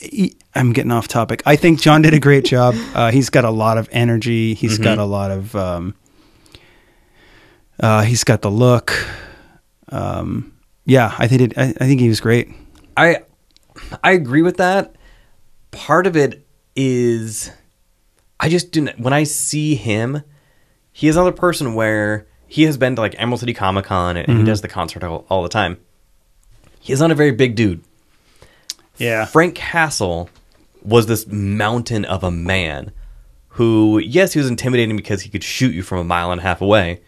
Speaker 2: e- i'm getting off topic i think john did a great job uh, he's got a lot of energy He's got a lot of um uh, he's got the look um yeah i think it, I, I think he was great
Speaker 1: I I agree with that. Part of it is I just didn't when I see him, he is another person where he has been to like Emerald City Comic Con and he does the concert all, all the time. He is not a very big dude.
Speaker 2: yeah
Speaker 1: Frank Castle was this mountain of a man who, yes, he was intimidating because he could shoot you from a mile and a half away.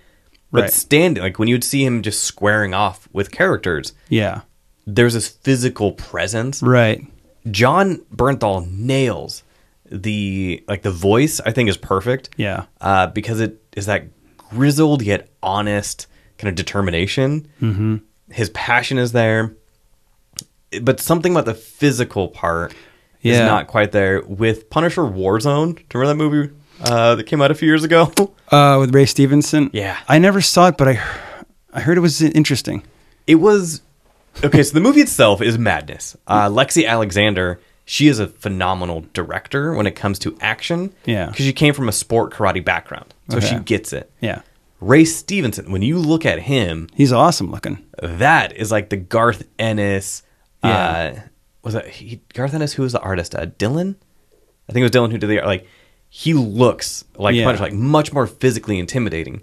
Speaker 1: But
Speaker 2: Right.
Speaker 1: standing, like when you would see him just squaring off with characters,
Speaker 2: yeah
Speaker 1: there's this physical presence.
Speaker 2: right
Speaker 1: John Bernthal nails the like the voice. I think is perfect.
Speaker 2: Yeah.
Speaker 1: uh, because it is that grizzled yet honest kind of determination. Mm-hmm. His passion is there, but something about the physical part is
Speaker 2: Yeah.
Speaker 1: not quite there. With Punisher Warzone, do you remember that movie uh, that came out a few years ago?
Speaker 2: Uh, with Ray Stevenson.
Speaker 1: Yeah.
Speaker 2: I never saw it, but I, he- I heard it was interesting.
Speaker 1: It was okay. So the movie itself is madness. Uh, Lexi Alexander, she is a phenomenal director when it comes to action.
Speaker 2: Yeah.
Speaker 1: because she came from a sport karate background, so
Speaker 2: Okay.
Speaker 1: she gets it.
Speaker 2: Yeah,
Speaker 1: Ray Stevenson, when you look at him,
Speaker 2: he's awesome looking.
Speaker 1: that is like the Garth Ennis. Uh,
Speaker 2: Yeah.
Speaker 1: was that he, Garth Ennis? Who was the artist? Uh, Dylan. I think it was Dylan who did the art. Like he looks like
Speaker 2: Yeah.
Speaker 1: Punisher, like much more physically intimidating.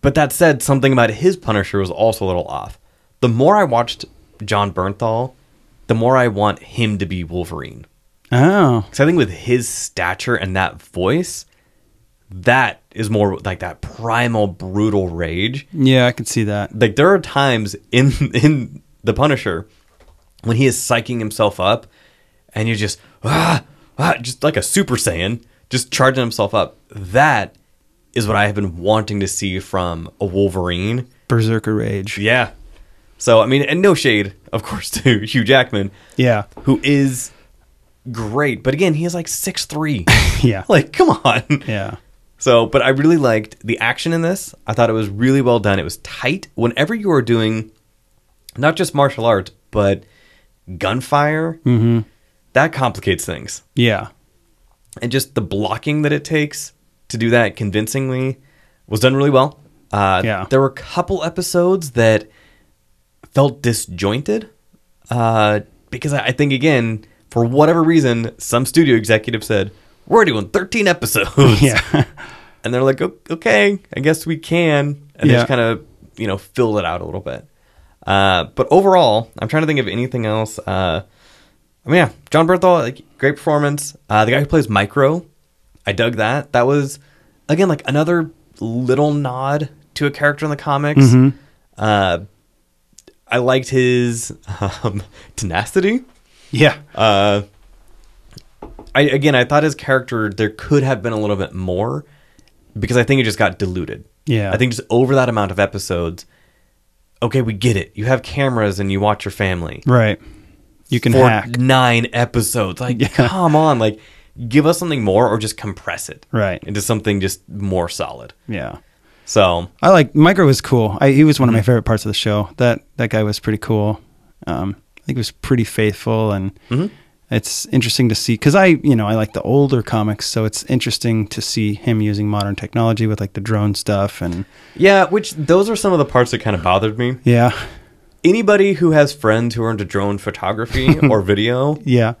Speaker 1: But that said, something about his Punisher was also a little off. The more I watched John Bernthal, the more I want him to be Wolverine.
Speaker 2: Oh,
Speaker 1: Because I think with his stature and that voice, that is more like that primal, brutal rage
Speaker 2: yeah, I could see that.
Speaker 1: like there are times in in the Punisher when he is psyching himself up, and you're just ah, ah just like a Super Saiyan, just charging himself up. That is what I have been wanting to see from a Wolverine.
Speaker 2: Berserker rage.
Speaker 1: Yeah. So I mean, and no shade, of course, to Hugh Jackman,
Speaker 2: Yeah,
Speaker 1: who is great, but again, he is like six three.
Speaker 2: yeah,
Speaker 1: like, come on.
Speaker 2: yeah,
Speaker 1: So, but I really liked the action in this. I thought it was really well done. It was tight. Whenever you are doing not just martial arts, but gunfire,
Speaker 2: Mm-hmm.
Speaker 1: that complicates things.
Speaker 2: yeah,
Speaker 1: And just the blocking that it takes to do that convincingly was done really well. Uh,
Speaker 2: Yeah.
Speaker 1: There were a couple episodes that felt disjointed uh, because I, I think, again, for whatever reason, some studio executive said, we're doing 13 episodes.
Speaker 2: yeah,
Speaker 1: And they're like, "O- okay, I guess we can. And they
Speaker 2: Yeah.
Speaker 1: just kind of, you know, filled it out a little bit. Uh, but overall, I'm trying to think of anything else. Uh, I mean, yeah, John Berthal, like, great performance. Uh, the guy who plays Micro, I dug that. That was, again, like another little nod to a character in the comics. Uh, I liked his um, tenacity.
Speaker 2: yeah.
Speaker 1: Uh, I again, I thought his character there could have been a little bit more because I think it just got diluted.
Speaker 2: Yeah.
Speaker 1: I think just over that amount of episodes. Okay, we get it. You have cameras and you watch your family
Speaker 2: right. You can
Speaker 1: for
Speaker 2: hack.
Speaker 1: nine episodes. Like,
Speaker 2: Yeah.
Speaker 1: come on, like, give us something more or just compress it
Speaker 2: Right.
Speaker 1: into something just more solid.
Speaker 2: Yeah,
Speaker 1: So
Speaker 2: I like Micro was cool. I, he was one of my favorite parts of the show. That that guy was pretty cool. Um, I think he was pretty faithful, and it's interesting to see because I you know I like the older comics, so it's interesting to see him using modern technology with like the drone stuff and
Speaker 1: yeah, which those are some of the parts that kind of bothered me.
Speaker 2: yeah,
Speaker 1: Anybody who has friends who are into drone photography or video,
Speaker 2: yeah,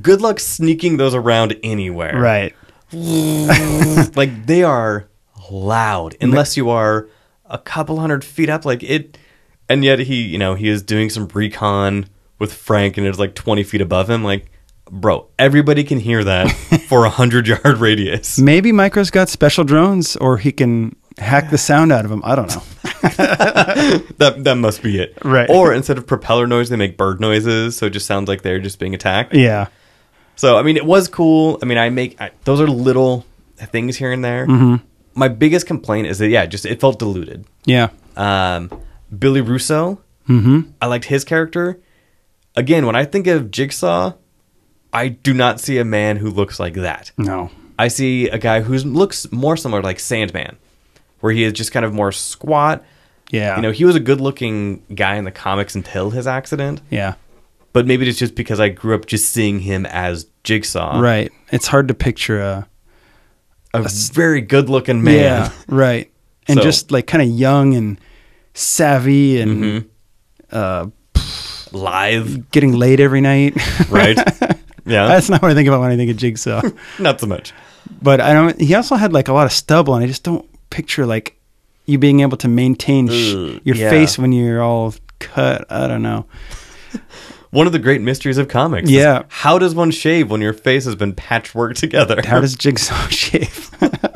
Speaker 1: good luck sneaking those around anywhere.
Speaker 2: right,
Speaker 1: like they are loud unless you are a couple hundred feet up. Like it, and yet he, you know, he is doing some recon with Frank, and it's like twenty feet above him. Like, bro, everybody can hear that for a hundred yard radius.
Speaker 2: Maybe Micro's got special drones, or he can hack the sound out of them. I don't know.
Speaker 1: That that must be it.
Speaker 2: Right.
Speaker 1: Or instead of propeller noise, they make bird noises, so it just sounds like they're just being attacked.
Speaker 2: yeah,
Speaker 1: So I mean, it was cool. I mean, I make I, those are little things here and there. My biggest complaint is that yeah, just it felt diluted.
Speaker 2: Yeah.
Speaker 1: Um, Billy Russo, I liked his character. Again, when I think of Jigsaw, I do not see a man who looks like that.
Speaker 2: No.
Speaker 1: I see a guy who looks more similar to like Sandman, where he is just kind of more squat.
Speaker 2: Yeah.
Speaker 1: You know, he was a good looking guy in the comics until his accident,
Speaker 2: yeah.
Speaker 1: but maybe it's just because I grew up just seeing him as Jigsaw.
Speaker 2: Right. It's hard to picture a
Speaker 1: A very good looking man.
Speaker 2: Yeah, right. And
Speaker 1: So-
Speaker 2: just like kind of young and savvy and
Speaker 1: Live,
Speaker 2: getting laid every night.
Speaker 1: right? yeah.
Speaker 2: That's not what I think about when I think of Jigsaw.
Speaker 1: not so much.
Speaker 2: but I don't. He also had like a lot of stubble, and I just don't picture like you being able to maintain sh-
Speaker 1: Ugh,
Speaker 2: your
Speaker 1: yeah.
Speaker 2: face when you're all cut. I don't know.
Speaker 1: One of the great mysteries of comics. is
Speaker 2: Yeah.
Speaker 1: how does one shave when your face has been patchworked together?
Speaker 2: How does Jigsaw shave?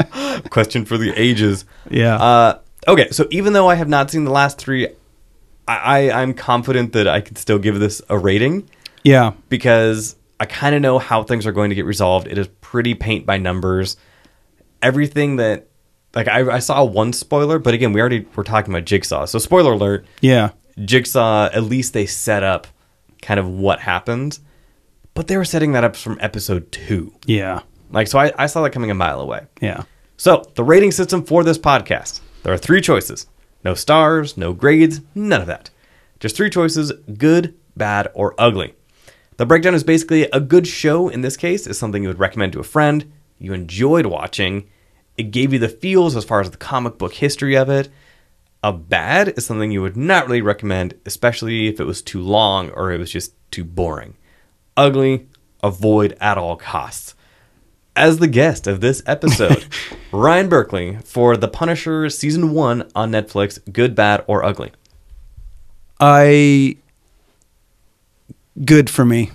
Speaker 1: Question for the ages.
Speaker 2: yeah.
Speaker 1: Uh, okay, so even though I have not seen the last three, I, I I'm confident that I could still give this a rating
Speaker 2: yeah.
Speaker 1: because I kind of know how things are going to get resolved. It is pretty paint by numbers. Everything that like I, I saw one spoiler, but again, we already were talking about Jigsaw, so spoiler alert.
Speaker 2: Yeah.
Speaker 1: Jigsaw, at least they set up kind of what happened, but they were setting that up from episode two.
Speaker 2: Yeah.
Speaker 1: Like, so I, I saw that coming a mile away.
Speaker 2: Yeah.
Speaker 1: So, the rating system for this podcast there are three choices no stars, no grades, none of that. Just three choices good, bad, or ugly. The breakdown is basically a good show in this case is something you would recommend to a friend, you enjoyed watching, it gave you the feels as far as the comic book history of it. A bad is something you would not really recommend, especially if it was too long or it was just too boring. Ugly, avoid at all costs as the guest of this episode, Ryan Berkeley for The Punisher season one on Netflix, good, bad, or ugly.
Speaker 2: I. Good for me.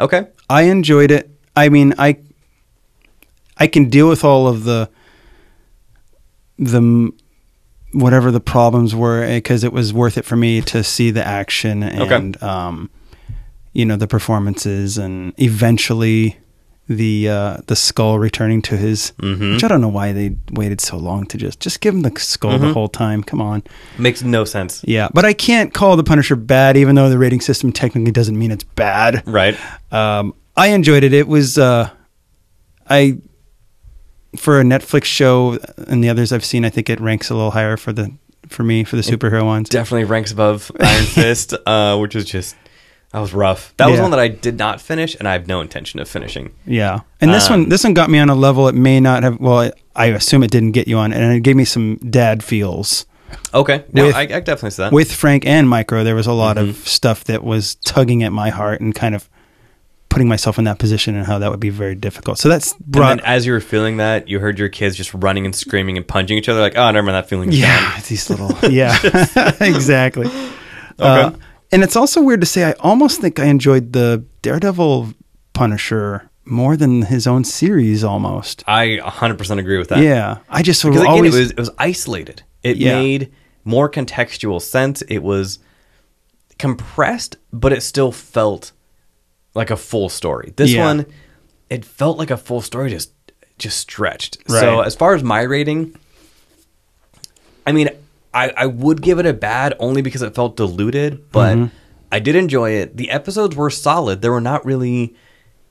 Speaker 1: Okay.
Speaker 2: I enjoyed it. I mean, I I can deal with all of the the m- whatever the problems were because it was worth it for me to see the action and um you know the performances and eventually the uh the skull returning to his which I don't know why they waited so long to just just give him the skull the whole time. Come on.
Speaker 1: Makes no sense.
Speaker 2: Yeah, but I can't call the Punisher bad even though the rating system technically doesn't mean it's bad
Speaker 1: Right.
Speaker 2: um, I enjoyed it. It was uh, I for a Netflix show and the others I've seen. I think it ranks a little higher for the for me for the superhero ones.
Speaker 1: Definitely ranks above Iron Fist, uh, which is just, that was rough. That was
Speaker 2: Yeah.
Speaker 1: one that I did not finish, and I have no intention of finishing.
Speaker 2: yeah, and this
Speaker 1: um,
Speaker 2: one this one got me on a level it may not have. Well, I, I assume it didn't get you on, and it gave me some dad feels.
Speaker 1: Okay. No,
Speaker 2: With-
Speaker 1: I, I definitely see that.
Speaker 2: With Frank and Micro, there was a lot
Speaker 1: Mm-hmm.
Speaker 2: of stuff that was tugging at my heart and kind of putting myself in that position and how that would be very difficult. So that's
Speaker 1: and
Speaker 2: brought
Speaker 1: then as you were feeling that, you heard your kids just running and screaming and punching each other, like, oh, never mind, that feeling. is
Speaker 2: Yeah, these little. Yeah, exactly. Uh, and it's also weird to say. I almost think I enjoyed the Daredevil Punisher more than his own series. Almost.
Speaker 1: I 100% agree with that.
Speaker 2: Yeah, I just
Speaker 1: Uh, Because again,
Speaker 2: always.
Speaker 1: it was it was isolated. It
Speaker 2: Yeah.
Speaker 1: made more contextual sense. It was compressed, but it still felt like a full story. This
Speaker 2: Yeah.
Speaker 1: one, it felt like a full story, just just stretched. So
Speaker 2: Right.
Speaker 1: as far as my rating, I mean, I I would give it a bad only because it felt diluted, but I did enjoy it. The episodes were solid. There were not really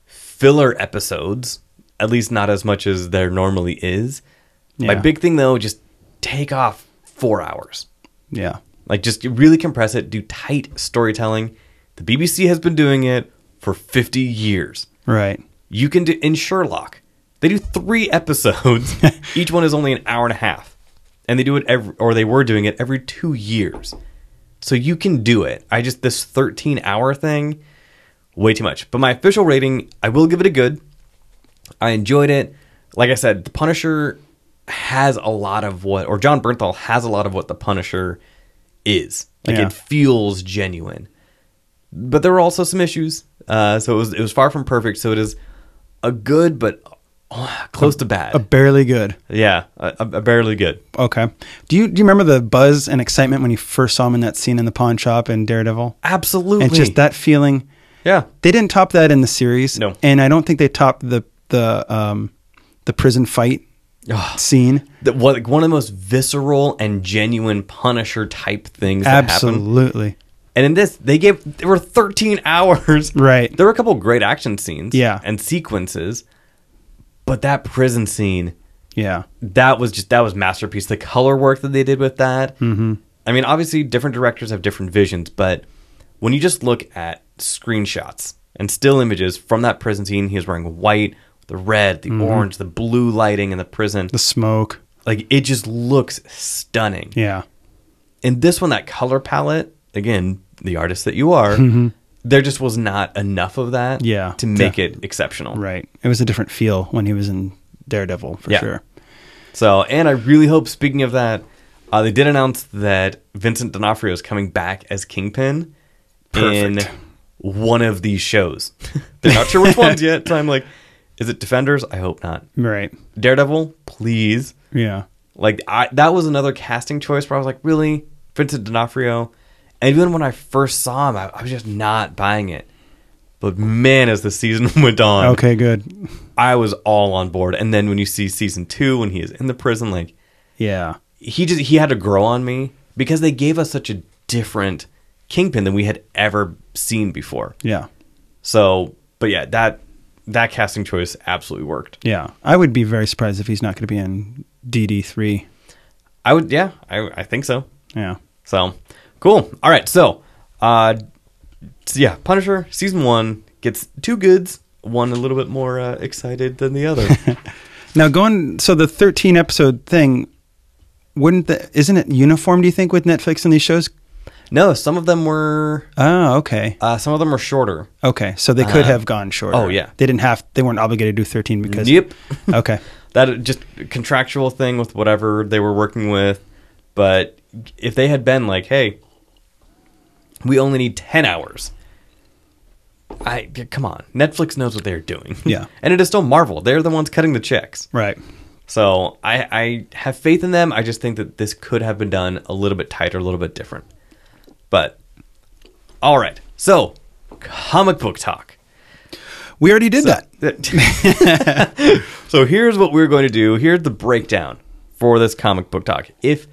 Speaker 1: filler episodes, at least not as much as there normally is. My
Speaker 2: Yeah.
Speaker 1: big thing though, just take off four hours.
Speaker 2: yeah,
Speaker 1: Like just really compress it, do tight storytelling. The BBC has been doing it for 50 years.
Speaker 2: right.
Speaker 1: You can do in Sherlock. They do three episodes. Each one is only an hour and a half. And they do it every or they were doing it every two years. So you can do it. I just this 13 hour thing, way too much. But my official rating, I will give it a good. I enjoyed it. Like I said, The Punisher has a lot of what, or John Bernthal has a lot of what The Punisher is. Like
Speaker 2: Yeah.
Speaker 1: it feels genuine, but there were also some issues. Uh, so it was it was far from perfect. So it is a good, but uh, close to bad.
Speaker 2: Barely good.
Speaker 1: yeah, a, a barely good.
Speaker 2: Okay. Do you do you remember the buzz and excitement when you first saw him in that scene in the pawn shop in Daredevil?
Speaker 1: Absolutely.
Speaker 2: And just that feeling.
Speaker 1: Yeah.
Speaker 2: They didn't top that in the series.
Speaker 1: No.
Speaker 2: And I don't think they topped the the um the prison fight scene.
Speaker 1: That what like, one of the most visceral and genuine Punisher type things that happened.
Speaker 2: Absolutely.
Speaker 1: And in this, they gave there were 13 hours.
Speaker 2: Right.
Speaker 1: There were a couple great action scenes.
Speaker 2: Yeah.
Speaker 1: And sequences, but that prison scene
Speaker 2: Yeah.
Speaker 1: that was just that was masterpiece. The color work that they did with that. Mm-hmm. I mean, obviously, different directors have different visions, but when you just look at screenshots and still images from that prison scene, he was wearing white, the red,
Speaker 2: Mm-hmm.
Speaker 1: the orange, the blue lighting in the prison.
Speaker 2: The smoke.
Speaker 1: Like it just looks stunning.
Speaker 2: Yeah.
Speaker 1: In this one, that color palette again, the artist that you are. There just was not enough of that
Speaker 2: Mm-hmm. Yeah,
Speaker 1: to make
Speaker 2: def-
Speaker 1: it exceptional.
Speaker 2: Right. It was a different feel when he was in Daredevil for
Speaker 1: Yeah.
Speaker 2: sure.
Speaker 1: So, and I really hope, speaking of that, uh, they did announce that Vincent D'Onofrio is coming back as Kingpin in
Speaker 2: Perfect.
Speaker 1: one of these shows. They're not sure which ones yet. So I'm like, is it Defenders? I hope not.
Speaker 2: Right.
Speaker 1: Daredevil, please.
Speaker 2: Yeah.
Speaker 1: Like I, that was another casting choice where I was like, really, Vincent D'Onofrio. And even when I first saw him, I, I was just not buying it. But man, as the season went on,
Speaker 2: Okay, good.
Speaker 1: I was all on board. And then when you see season two, when he is in the prison, like
Speaker 2: Yeah.
Speaker 1: he just he had to grow on me because they gave us such a different kingpin than we had ever seen before.
Speaker 2: Yeah.
Speaker 1: So, but yeah, that that casting choice absolutely worked.
Speaker 2: Yeah. I would be very surprised if he's not going to be in DD3.
Speaker 1: I would, yeah, I I think so.
Speaker 2: Yeah.
Speaker 1: So, cool. All right, so, uh, so yeah, Punisher season one gets two goods, one a little bit more uh, excited than the other.
Speaker 2: Now going so the 13 episode thing wouldn't the isn't it uniform do you think with Netflix and these shows?
Speaker 1: no, some of them were
Speaker 2: Oh, okay.
Speaker 1: uh, some of them were shorter.
Speaker 2: Okay. So they could have gone shorter.
Speaker 1: oh, yeah.
Speaker 2: They didn't have they weren't obligated to do 13 because
Speaker 1: Yep.
Speaker 2: Okay.
Speaker 1: that just contractual thing with whatever they were working with. But if they had been like, "Hey, we only need ten hours," I come on, Netflix knows what they're doing.
Speaker 2: Yeah.
Speaker 1: and it is still Marvel; they're the ones cutting the checks.
Speaker 2: Right.
Speaker 1: So I, I have faith in them. I just think that this could have been done a little bit tighter, a little bit different. But all right, so comic book talk.
Speaker 2: We already did that.
Speaker 1: so here's what we're going to do. Here's the breakdown for this comic book talk. If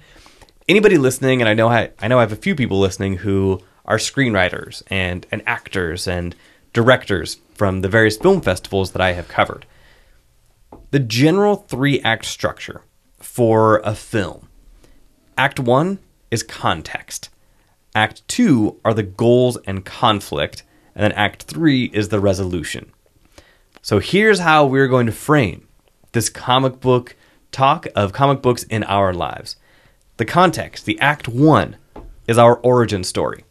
Speaker 1: anybody listening, and I know I, I know I have a few people listening who are screenwriters and and actors and directors from the various film festivals that I have covered. The general three act structure for a film. Act one is context. Act two are the goals and conflict, and then act three is the resolution. So here's how we're going to frame this comic book talk of comic books in our lives. The context, the act one, is our origin story.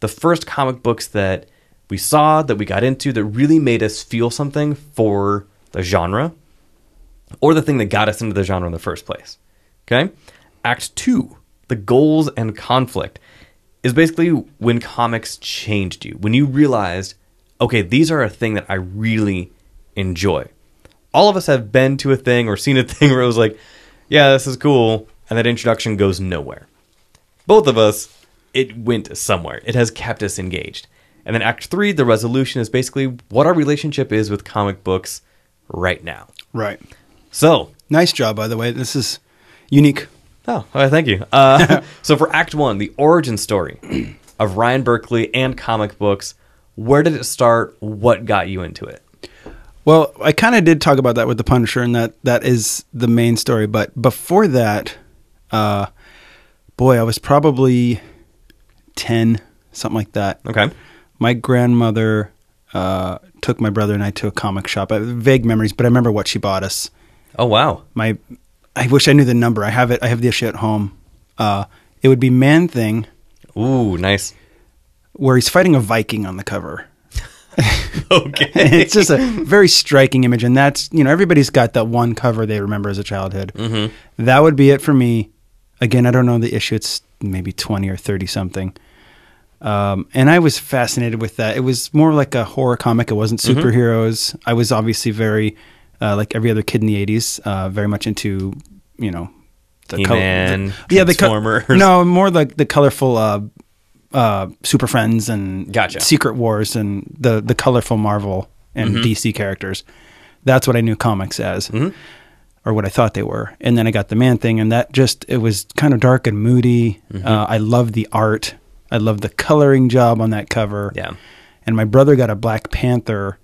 Speaker 1: The first comic books that we saw, that we got into, that really made us feel something for the genre or the thing that got us into the genre in the first place. Okay? Act two, the goals and conflict, is basically when comics changed you, when you realized, okay, these are a thing that I really enjoy. All of us have been to a thing or seen a thing where it was like, yeah, this is cool, and that introduction goes nowhere both of us, it went somewhere. It has kept us engaged. And then Act Three, the resolution is basically what our relationship is with comic books right now.
Speaker 2: Right.
Speaker 1: So,
Speaker 2: Nice job by the way. This is unique.
Speaker 1: oh, all right, thank you. Uh, so for Act One, the origin story of Ryan Berkeley and comic books, where did it start? What got you into it?
Speaker 2: Well, I kind of did talk about that with the Punisher, and that that is the main story. But before that, uh, boy, I was probably ten, something like that.
Speaker 1: Okay.
Speaker 2: My grandmother uh, took my brother and I to a comic shop. I have vague memories, but I remember what she bought us.
Speaker 1: Oh wow.
Speaker 2: My, I wish I knew the number. I have it. I have the issue at home. Uh, it would be Man Thing,
Speaker 1: Ooh, nice.
Speaker 2: where he's fighting a Viking on the cover.
Speaker 1: Okay.
Speaker 2: it's just a very striking image, and that's you know everybody's got that one cover they remember as a childhood.
Speaker 1: Mm-hmm.
Speaker 2: That would be it for me. Again, I don't know the issue. It's maybe twenty or thirty something. Um, and I was fascinated with that. It was more like a horror comic. It wasn't
Speaker 1: Mm-hmm.
Speaker 2: superheroes. I was obviously very, uh, like every other kid in the '80s, uh, very much into you know the col-
Speaker 1: He-Man,
Speaker 2: the- the co-
Speaker 1: Transformers.
Speaker 2: no, more like the colorful uh, uh, Super Friends and
Speaker 1: Gotcha.
Speaker 2: Secret Wars and the
Speaker 1: Mm-hmm.
Speaker 2: the colorful Marvel and DC characters. That's what I knew comics as. or what I thought they were. And then I got the man thing, and that just it was kind of dark and moody.
Speaker 1: Mm-hmm.
Speaker 2: Uh, I loved the art. I loved the coloring job on that cover.
Speaker 1: Yeah.
Speaker 2: And my brother got a Black Panther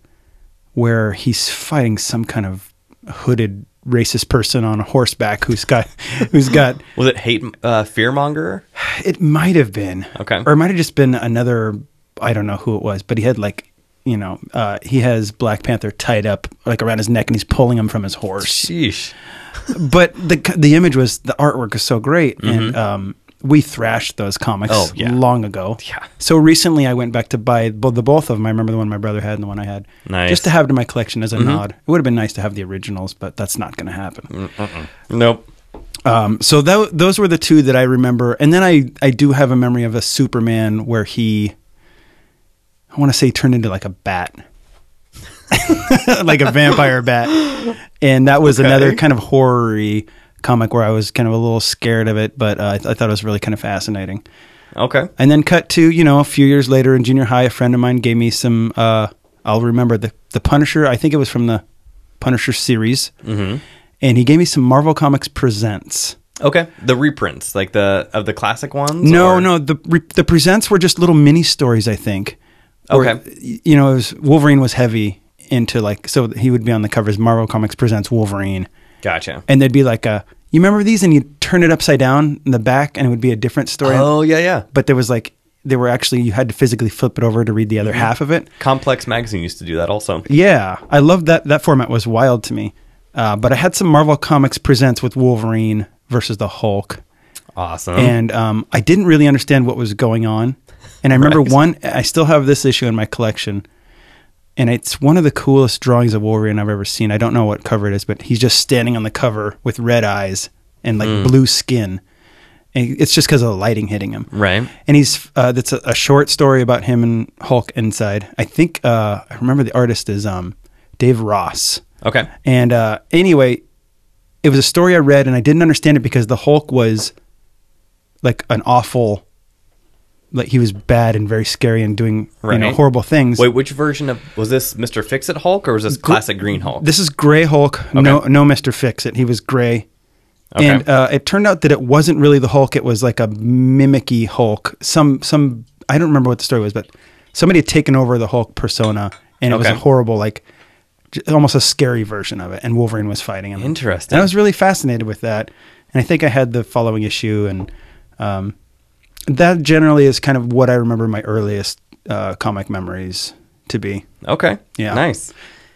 Speaker 2: where he's fighting some kind of hooded racist person on horseback who's got who's got
Speaker 1: Was it hate uh, fearmonger?
Speaker 2: it might have been
Speaker 1: Okay.
Speaker 2: or it might have just been another i don't know who it was but he had like you know uh, he has black panther tied up like around his neck and he's pulling him from his horse
Speaker 1: Sheesh.
Speaker 2: but the the image was the artwork is so great and um we thrashed those comics
Speaker 1: Mm-hmm. Oh, yeah.
Speaker 2: long ago.
Speaker 1: Yeah.
Speaker 2: So recently, I went back to buy bo- the both of them. I remember the one my brother had and the one I had,
Speaker 1: Nice. Mm-hmm.
Speaker 2: just to have to my collection as a nod. It would have been nice to have the originals, but that's not going to happen.
Speaker 1: Mm. Nope.
Speaker 2: So tho- those were the two that I remember, and then I I do have a memory of a Superman where he, I want to say, turned into like a bat, like a vampire bat, and that was another kind of horror-y comic where I was kind of a little scared of it, but uh, I, th- I thought it was really kind of fascinating.
Speaker 1: Okay.
Speaker 2: And then cut to you know a few years later in junior high, a friend of mine gave me some. Uh, I'll remember the the Punisher. I think it was from the Punisher series, mm-hmm. and he gave me some Marvel Comics Presents.
Speaker 1: Okay. The reprints, like the of the classic ones.
Speaker 2: No,
Speaker 1: or-
Speaker 2: no. The re- the presents were just little mini stories. I think. Or,
Speaker 1: Okay.
Speaker 2: y- you know, it was, Wolverine was heavy into like so he would be on the covers. Marvel Comics presents Wolverine,
Speaker 1: Gotcha.
Speaker 2: and there'd be like a you remember these, and you'd turn it upside down in the back, and it would be a different story.
Speaker 1: Oh yeah, yeah.
Speaker 2: But there was like they were actually you had to physically flip it over to read the other
Speaker 1: Mm-hmm.
Speaker 2: half of it.
Speaker 1: Complex magazine used to do that also.
Speaker 2: Yeah, I loved that. That format was wild to me. Uh, but I had some Marvel Comics presents with Wolverine versus the Hulk.
Speaker 1: Awesome.
Speaker 2: and um, I didn't really understand what was going on. And I remember
Speaker 1: Right.
Speaker 2: one, I still have this issue in my collection, and it's one of the coolest drawings of Wolverine I've ever seen. I don't know what cover it is, but he's just standing on the cover with red eyes and like blue skin. And it's just because of the lighting hitting him.
Speaker 1: Right.
Speaker 2: And he's, uh, that's a, a short story about him and Hulk inside. I think, uh, I remember the artist is um, Dave Ross.
Speaker 1: okay.
Speaker 2: And uh, anyway, it was a story I read and I didn't understand it because the Hulk was like an awful, like he was bad and very scary and doing you know
Speaker 1: Right.
Speaker 2: horrible things.
Speaker 1: Wait, which version of was this Mr. Fix It Hulk or was this classic Green Hulk?
Speaker 2: This is Gray Hulk. No, no, Mister Fix It. He was gray,
Speaker 1: Okay.
Speaker 2: and uh, it turned out that it wasn't really the Hulk. It was like a mimicky Hulk. Some, some. I don't remember what the story was, but somebody had taken over the Hulk persona, and it was
Speaker 1: Okay.
Speaker 2: a horrible, like j- almost a scary version of it. And Wolverine was fighting him.
Speaker 1: Interesting.
Speaker 2: And I was really fascinated with that, and I think I had the following issue, and um, that generally is kind of what I remember my earliest uh, comic memories to be.
Speaker 1: Okay.
Speaker 2: Yeah.
Speaker 1: Nice.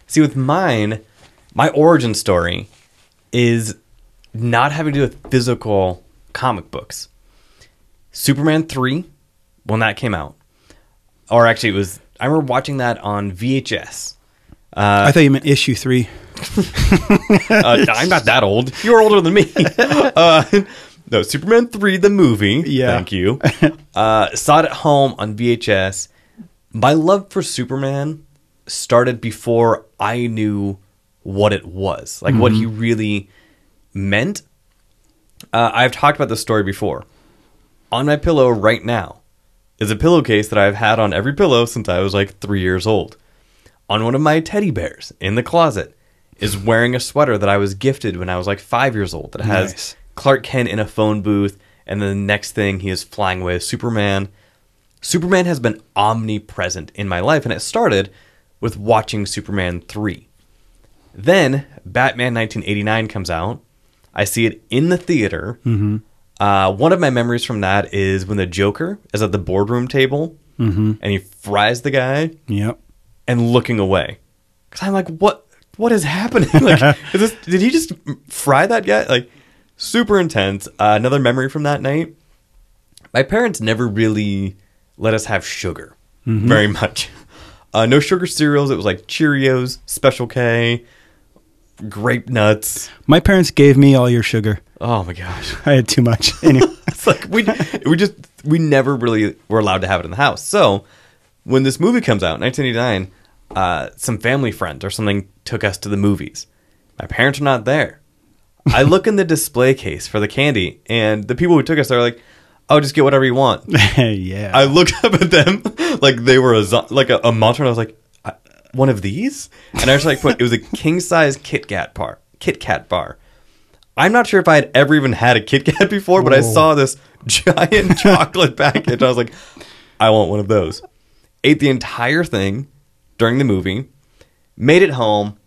Speaker 1: See, with mine, my origin story is not having to do with physical comic books. Superman 3, when that came out, or actually, it was, I remember watching that on VHS.
Speaker 2: I thought you meant issue three.
Speaker 1: Uh, I'm not that old. You're older than me. Uh, no, Superman 3, the movie.
Speaker 2: Yeah.
Speaker 1: Thank you. Uh, saw it at home on VHS. My love for Superman started before I knew what it was, like what he really meant. Uh, I've talked about this story before. On my pillow right now is a pillowcase that I've had on every pillow since I was like three years old. On one of my teddy bears in the closet is wearing a sweater that I was gifted when I was like five years old that has
Speaker 2: Nice.
Speaker 1: Clark Kent in a phone booth, and then the next thing he is flying away as Superman. Superman has been omnipresent in my life, and it started with watching Superman 3. Then Batman 1989 comes out. I see it in the theater. Mm-hmm. Uh, one of my memories from that is when the Joker is at the boardroom table and he fries the guy
Speaker 2: Yep.
Speaker 1: and looking away. Because I'm like, what? What is happening? like, is this, did he just fry that guy? Like, super intense. Uh, another memory from that night. My parents never really let us have sugar very much. Uh, no sugar cereals. It was like Cheerios, Special K, grape nuts.
Speaker 2: My parents gave me all your sugar.
Speaker 1: Oh my gosh.
Speaker 2: I had too much. Anyway,
Speaker 1: it's like we we just we never really were allowed to have it in the house. So when this movie comes out, 1989, uh, some family friend or something took us to the movies. My parents are not there. I look in the display case for the candy, and the people who took us are like, "Oh, just get whatever you want."
Speaker 2: yeah.
Speaker 1: I looked up at them like they were a zo- like a, a monster, and I was like, I, "One of these?" And I was like, "What?" It was a king size Kit Kat bar. Kit Kat bar I'm not sure if I had ever even had a Kit Kat before, but I saw this giant chocolate package. I was like, I want one of those. Ate the entire thing during the movie, made it home,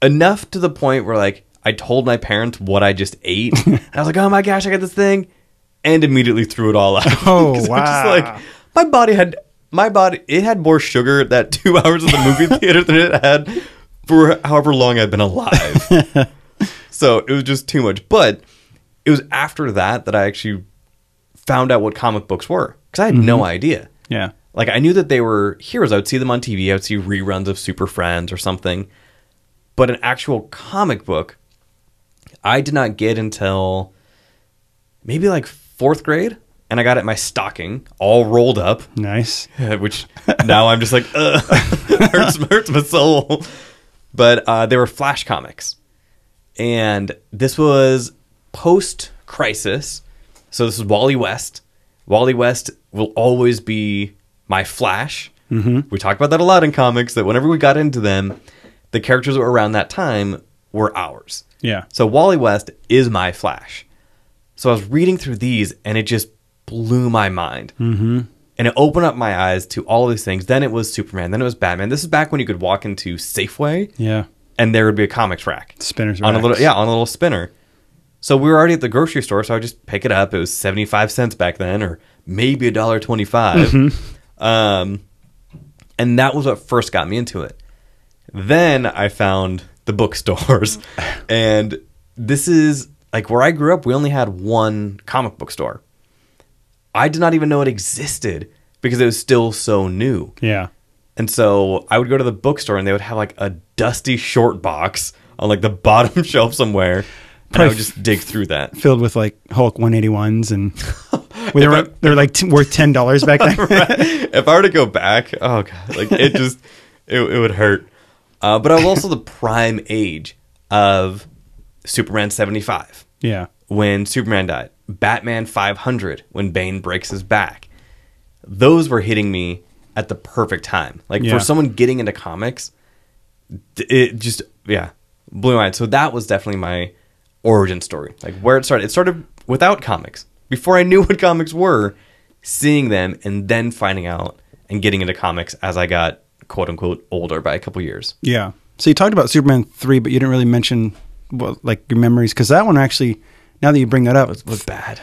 Speaker 1: enough to the point where like I told my parents what I just ate. and I was like, oh my gosh, I got this thing, and immediately threw it all out.
Speaker 2: Oh,
Speaker 1: 'Cause
Speaker 2: wow.
Speaker 1: I'm just like my body had my body it had more sugar that two hours of the movie theater than it had for however long I've been alive. so it was just too much. But it was after that that I actually found out what comic books were because I had
Speaker 2: Mm-hmm.
Speaker 1: no idea.
Speaker 2: Yeah.
Speaker 1: Like I knew that they were heroes. I would see them on TV. I would see reruns of Super Friends or something. But an actual comic book, I did not get until maybe like fourth grade, and I got it in my stocking, all rolled up,
Speaker 2: Nice.
Speaker 1: which now I'm just like, Ugh, hurts, hurts my soul. But uh, they were Flash comics, and this was post crisis. So this is Wally West. Wally West will always be my Flash. Mm-hmm. We talked about that a lot in comics. That whenever we got into them, the characters that were around that time were ours.
Speaker 2: Yeah.
Speaker 1: So Wally West is my Flash. So I was reading through these and it just blew my mind. Mm-hmm. And it opened up my eyes to all these things. Then it was Superman. Then it was Batman. This is back when you could walk into Safeway
Speaker 2: Yeah.
Speaker 1: and there would be a comics rack.
Speaker 2: Spinners
Speaker 1: on a
Speaker 2: racks.
Speaker 1: little yeah, on a little spinner. So we were already at the grocery store, so I would just pick it up. It was seventy five cents back then, or maybe a dollar twenty
Speaker 2: Mm-hmm.
Speaker 1: Um, and that was what first got me into it. Then I found the bookstores, and this is like where I grew up. We only had one comic book store. I did not even know it existed because it was still so new.
Speaker 2: Yeah.
Speaker 1: And so I would go to the bookstore and they would have like a dusty short box on like the bottom shelf somewhere. And I would just dig through that.
Speaker 2: Filled with like Hulk 181s and they were, they were like t- worth ten dollars back then.
Speaker 1: if I were to go back, oh god, like it just it, it would hurt. Uh, but I was also the prime age of Superman 75
Speaker 2: Yeah.
Speaker 1: when Superman died, Batman 500 when Bane breaks his back. Those were hitting me at the perfect time. Like
Speaker 2: Yeah.
Speaker 1: for someone getting into comics, d- it just yeah blew my mind. So that was definitely my origin story, like where it started. It started without comics before I knew what comics were, seeing them and then finding out and getting into comics as I got quote unquote older by a couple years.
Speaker 2: Yeah. So you talked about Superman three, but you didn't really mention well, like your memories because that one actually. Now that you bring that up,
Speaker 1: It was bad.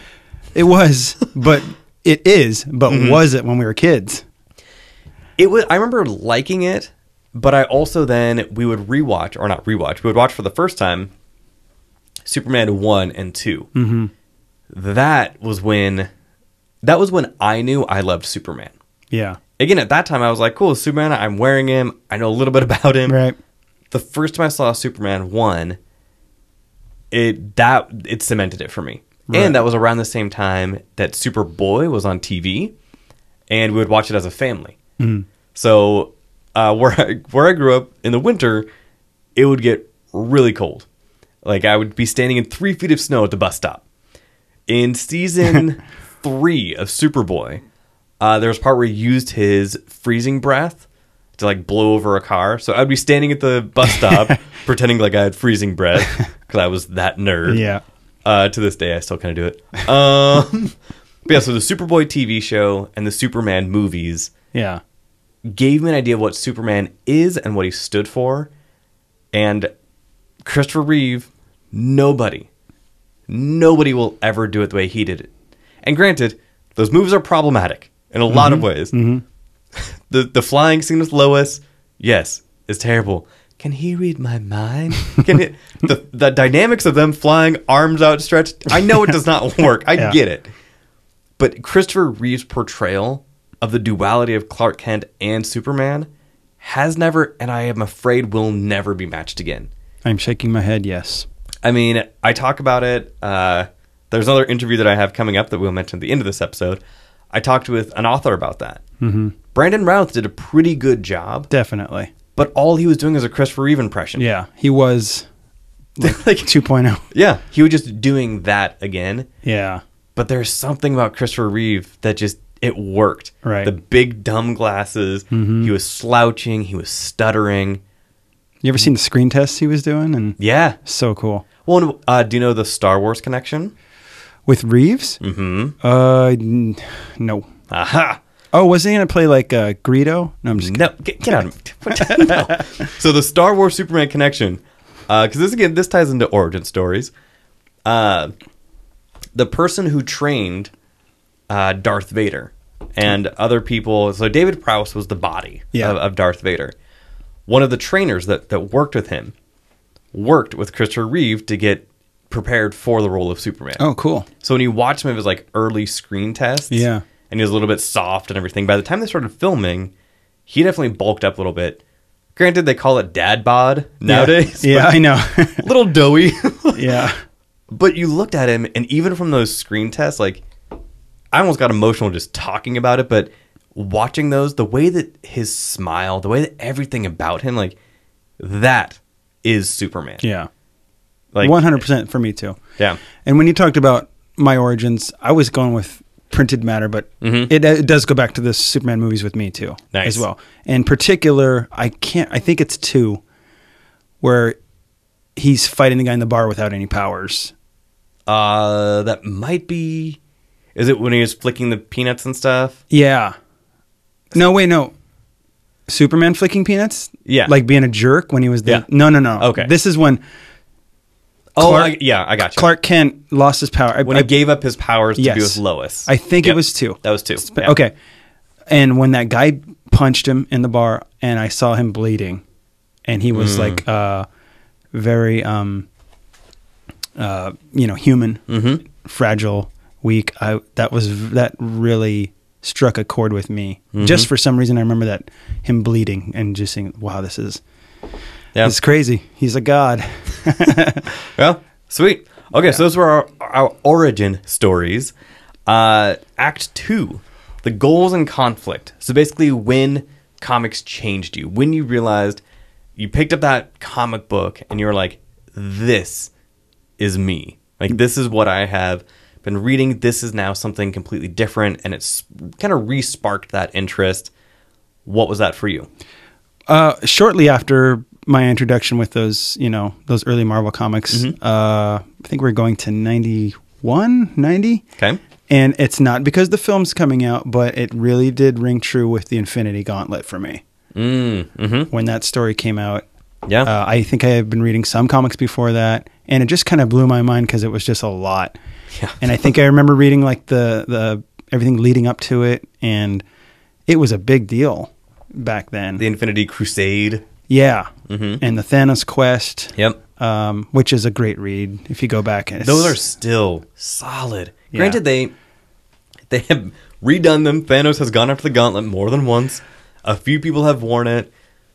Speaker 2: it was, but it is, but
Speaker 1: Mm-hmm.
Speaker 2: was it when we were kids?
Speaker 1: it was i remember liking it but i also then we would rewatch or not rewatch we would watch for the first time superman 1 and 2 mm-hmm. that was when that was when i knew i loved superman
Speaker 2: Yeah.
Speaker 1: again at that time i was like cool superman i'm wearing him i know a little bit about him
Speaker 2: Right.
Speaker 1: the first time i saw superman 1 it that it cemented it for me and that was around the same time that superboy was on tv and we would watch it as a family so uh, where I, where I grew up in the winter, it would get really cold. Like I would be standing in three feet of snow at the bus stop. In season three of Superboy, uh, there was a part where he used his freezing breath to like blow over a car. So I'd be standing at the bus stop pretending like I had freezing breath because I was that nerd.
Speaker 2: Yeah.
Speaker 1: Uh, to this day, I still kind of do it. Um, but yeah, so the Superboy TV show and the Superman movies
Speaker 2: Yeah.
Speaker 1: gave me an idea of what Superman is and what he stood for. And Christopher Reeve, nobody, nobody will ever do it the way he did it. And granted, those moves are problematic in a lot of ways. The the flying scene with Lois, yes, is terrible. Can he read my mind? Can he, the the dynamics of them flying, arms outstretched? I know it does not work. I
Speaker 2: Yeah.
Speaker 1: get it. But Christopher Reeve's portrayal of the duality of Clark Kent and Superman has never, and I am afraid will never be matched again.
Speaker 2: I'm shaking my head. Yes.
Speaker 1: I mean, I talk about it. Uh, there's another interview that I have coming up that we'll mention at the end of this episode. I talked with an author about that. Mm-hmm. Brandon Routh did a pretty good job,
Speaker 2: Definitely.
Speaker 1: but all he was doing was a Christopher Reeve impression.
Speaker 2: Yeah. He was oh.
Speaker 1: like,
Speaker 2: 2.0.
Speaker 1: yeah, he was just doing that again.
Speaker 2: Yeah.
Speaker 1: but there's something about Christopher Reeve that just it worked.
Speaker 2: Right.
Speaker 1: The big dumb glasses. He was slouching. He was stuttering.
Speaker 2: You ever seen the screen tests he was doing? And
Speaker 1: Yeah.
Speaker 2: so cool.
Speaker 1: Well, and, uh, do you know the Star Wars connection?
Speaker 2: with Reeves. Mm-hmm. Uh, n- no.
Speaker 1: Aha!
Speaker 2: Oh, wasn't he gonna play like uh, Greedo? No, I'm just kidding.
Speaker 1: No, get, get out of what- no. So the Star Wars Superman connection, because this again, this ties into origin stories. Uh, the person who trained uh, Darth Vader and other people, so David Prowse was the body
Speaker 2: Yeah.
Speaker 1: of, of Darth Vader. One of the trainers that that worked with him worked with Christopher Reeve to get prepared for the role of Superman.
Speaker 2: Oh, cool.
Speaker 1: So when you watch some of his like early screen tests,
Speaker 2: Yeah.
Speaker 1: and he was a little bit soft and everything. By the time they started filming, he definitely bulked up a little bit. Granted, they call it dad bod nowadays.
Speaker 2: Yeah, I know.
Speaker 1: but little doughy.
Speaker 2: yeah,
Speaker 1: but you looked at him, and even from those screen tests, like I almost got emotional just talking about it. But watching those, the way that his smile, the way that everything about him, like that is Superman.
Speaker 2: yeah.
Speaker 1: like
Speaker 2: One hundred percent for me too.
Speaker 1: Yeah,
Speaker 2: And when you talked about my origins, I was going with printed matter, but it, it does go back to the Superman movies with me too,
Speaker 1: Mm-hmm. Nice.
Speaker 2: as well. In particular, I can't. I think it's two, where he's fighting the guy in the bar without any powers.
Speaker 1: uh, that might be. Is it when he was flicking the peanuts and stuff?
Speaker 2: Yeah. No, wait, no. Superman flicking peanuts?
Speaker 1: Yeah.
Speaker 2: Like being a jerk when he was the
Speaker 1: Yeah.
Speaker 2: No, no, no.
Speaker 1: Okay.
Speaker 2: This is when
Speaker 1: Oh,
Speaker 2: Clark-
Speaker 1: I, yeah, I got you.
Speaker 2: Clark Kent lost his power. I,
Speaker 1: when
Speaker 2: I,
Speaker 1: he gave up his powers to
Speaker 2: Yes.
Speaker 1: be with Lois.
Speaker 2: I think
Speaker 1: Yep.
Speaker 2: it was two.
Speaker 1: That was two.
Speaker 2: Sp-
Speaker 1: Yeah.
Speaker 2: Okay. And when that guy punched him in the bar and I saw him bleeding and he was like uh very um uh you know human, fragile, weak. I that was v- that really struck a chord with me. Just for some reason I remember that him bleeding and just saying, "Wow, this is
Speaker 1: Yeah.
Speaker 2: It's crazy. He's a god.
Speaker 1: Well, sweet. Okay, so those were our, our origin stories. Uh, act two, the goals and conflict. So basically, when comics changed you, when you realized you picked up that comic book and you were like, this is me. Like, this is what I have been reading. This is now something completely different. And it's kind of re sparked that interest. What was that for you?
Speaker 2: Uh, shortly after my introduction with those, you know, those early Marvel comics,
Speaker 1: Mm-hmm.
Speaker 2: uh, I think we're going to 91, 90.
Speaker 1: Okay.
Speaker 2: And it's not because the film's coming out, but it really did ring true with the Infinity Gauntlet for me. Mm, hmm When that story came out,
Speaker 1: mm-hmm. Yeah.
Speaker 2: uh, I think I had been reading some comics before that, and it just kind of blew my mind because it was just a lot.
Speaker 1: Yeah.
Speaker 2: And I think I remember reading like the the everything leading up to it, and it was a big deal back then.
Speaker 1: the Infinity Crusade.
Speaker 2: yeah, mm-hmm. and the Thanos quest.
Speaker 1: Yep.
Speaker 2: Um, which is a great read if you go back. and it's-
Speaker 1: Those are still solid.
Speaker 2: Yeah.
Speaker 1: Granted, they they have redone them. Thanos has gone after the gauntlet more than once. A few people have worn it.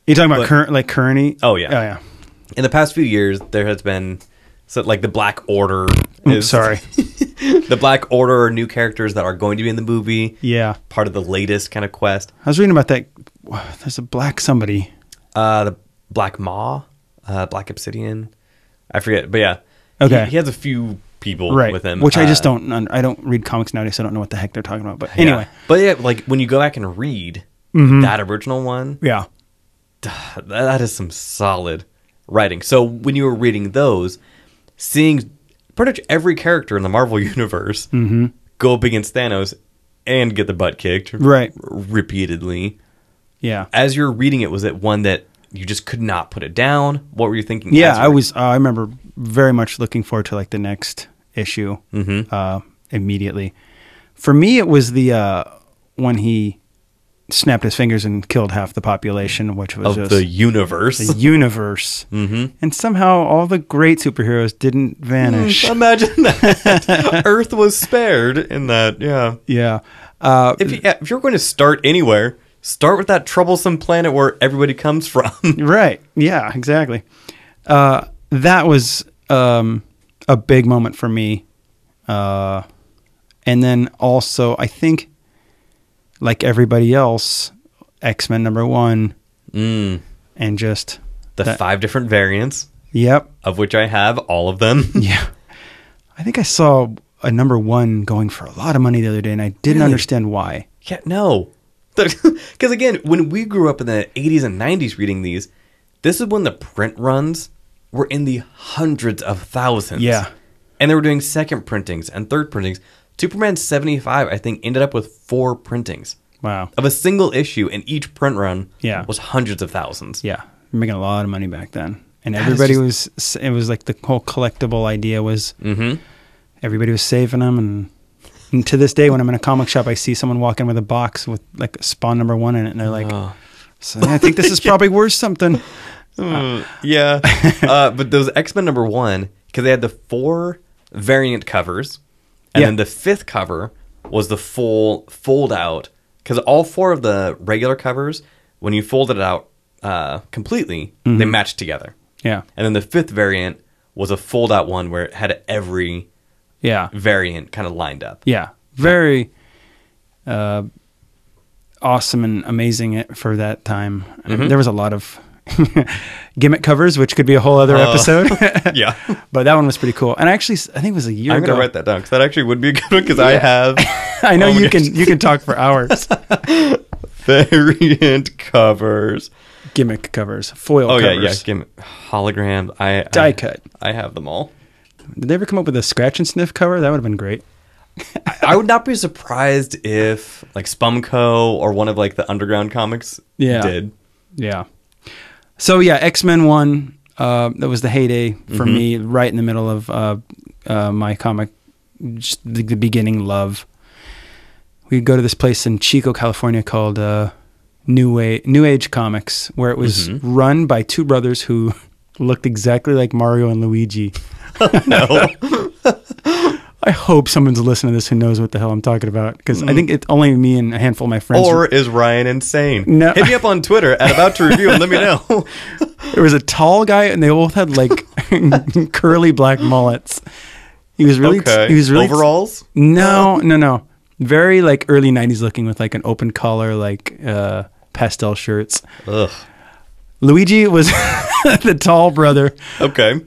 Speaker 2: you talking about
Speaker 1: but-
Speaker 2: current like Kearney?
Speaker 1: Oh, yeah.
Speaker 2: oh yeah.
Speaker 1: In the past few years, there has been so like the Black Order. Is,
Speaker 2: Sorry.
Speaker 1: the Black Order are new characters that are going to be in the movie.
Speaker 2: yeah,
Speaker 1: Part of the latest kind of quest.
Speaker 2: I was reading about that. There's a black somebody.
Speaker 1: Uh, the Black Maw, uh, Black Obsidian. I forget, but yeah.
Speaker 2: Okay.
Speaker 1: He, he has a few people
Speaker 2: right
Speaker 1: with him,
Speaker 2: which i just
Speaker 1: uh,
Speaker 2: don't un- i don't read comics nowadays so i don't know what the heck they're talking about but
Speaker 1: yeah.
Speaker 2: anyway Mm-hmm.
Speaker 1: But yeah, like when you go back and read that original one,
Speaker 2: yeah
Speaker 1: Th- that is some solid writing. So when you were reading those, seeing pretty much every character in the Marvel universe
Speaker 2: Mm-hmm.
Speaker 1: go up against Thanos and get the butt kicked
Speaker 2: Right.
Speaker 1: repeatedly.
Speaker 2: yeah
Speaker 1: As you're reading it, was it one that you just could not put it down? What were you thinking? as
Speaker 2: yeah
Speaker 1: you
Speaker 2: i
Speaker 1: were-
Speaker 2: was uh, i remember very much looking forward to like the next issue
Speaker 1: Mm-hmm.
Speaker 2: uh, immediately for me it was the uh, when he snapped his fingers and killed half the population which was
Speaker 1: of
Speaker 2: just
Speaker 1: the universe.
Speaker 2: the universe mm-hmm. and somehow all the great superheroes didn't vanish
Speaker 1: Imagine that Earth was spared in that. Yeah.
Speaker 2: yeah uh,
Speaker 1: If you, yeah, if you're going to start anywhere, start with that troublesome planet where everybody comes from.
Speaker 2: Right. Yeah, exactly. Uh, that was um, a big moment for me. Uh, and then also, I think, like everybody else, X Men number one, Mm. and just,
Speaker 1: the
Speaker 2: That-
Speaker 1: five different variants.
Speaker 2: yep.
Speaker 1: of which I have all of them.
Speaker 2: Yeah. I think I saw a number one going for a lot of money the other day, and I didn't understand why.
Speaker 1: yeah, no. Because again, when we grew up in the 80s and 90s reading these, this is when the print runs were in the hundreds of thousands.
Speaker 2: Yeah.
Speaker 1: And they were doing second printings and third printings. Superman 75, I think, ended up with four printings
Speaker 2: Wow.
Speaker 1: of a single issue, and each print run
Speaker 2: Yeah.
Speaker 1: was hundreds of thousands.
Speaker 2: Yeah, We're making a lot of money back then, and
Speaker 1: is
Speaker 2: everybody was. It was like the whole collectible idea was.
Speaker 1: Mhm.
Speaker 2: Everybody was saving them, and, and to this day, when I'm in a comic shop, I see someone walk in with a box with like Spawn number one in it, and they're like,
Speaker 1: Oh.
Speaker 2: "So I think this is probably worth something."
Speaker 1: yeah. uh, but those X Men number one, because they had the four variant covers, and
Speaker 2: Yeah.
Speaker 1: then the fifth cover was the full fold out. Because all four of the regular covers, when you folded it out uh, completely,
Speaker 2: Mm-hmm.
Speaker 1: they matched together.
Speaker 2: Yeah,
Speaker 1: And then the fifth variant was a fold out one where it had every
Speaker 2: yeah,
Speaker 1: variant kind of lined up.
Speaker 2: yeah. Very uh, awesome and amazing it- for that time. I
Speaker 1: Mm-hmm.
Speaker 2: mean, there was a lot of gimmick covers, which could be a whole other
Speaker 1: Oh.
Speaker 2: episode.
Speaker 1: Yeah.
Speaker 2: But that one was pretty cool. And I actually, s- I think it was a year
Speaker 1: I'm
Speaker 2: ago.
Speaker 1: gonna write that down because that actually would be a good one because I
Speaker 2: Yeah.
Speaker 1: have
Speaker 2: I know
Speaker 1: Oh my
Speaker 2: you
Speaker 1: gosh.
Speaker 2: can you can talk for hours.
Speaker 1: variant covers.
Speaker 2: Gimmick covers, foil
Speaker 1: Oh
Speaker 2: covers.
Speaker 1: yeah, yeah. Give me holograms. I I-
Speaker 2: Die cut.
Speaker 1: I have them all.
Speaker 2: Did they ever come up with a scratch and sniff cover? That would have been great.
Speaker 1: I would not be surprised if like Spumco or one of like the underground comics
Speaker 2: Yeah.
Speaker 1: did.
Speaker 2: Yeah. So yeah, X Men One. Uh, that was the heyday for
Speaker 1: Mm-hmm.
Speaker 2: me, right in the middle of uh, uh, my comic, just the, the beginning love. We'd go to this place in Chico, California, called uh, New Age New Age Comics, where it was
Speaker 1: Mm-hmm.
Speaker 2: run by two brothers who looked exactly like Mario and Luigi.
Speaker 1: No,
Speaker 2: I hope someone's listening to this who knows what the hell I'm talking about because I think it's only me and a handful of my friends.
Speaker 1: Mm. or is Ryan insane?
Speaker 2: No.
Speaker 1: Hit me up on Twitter at about to review and let me know.
Speaker 2: there was a tall guy and they both had like curly black mullets. He was really,
Speaker 1: okay.
Speaker 2: he was really
Speaker 1: Overalls.
Speaker 2: no, no, no, very like early '90s looking with like an open collar like uh, pastel shirts.
Speaker 1: Ugh.
Speaker 2: Luigi was the tall brother.
Speaker 1: Okay.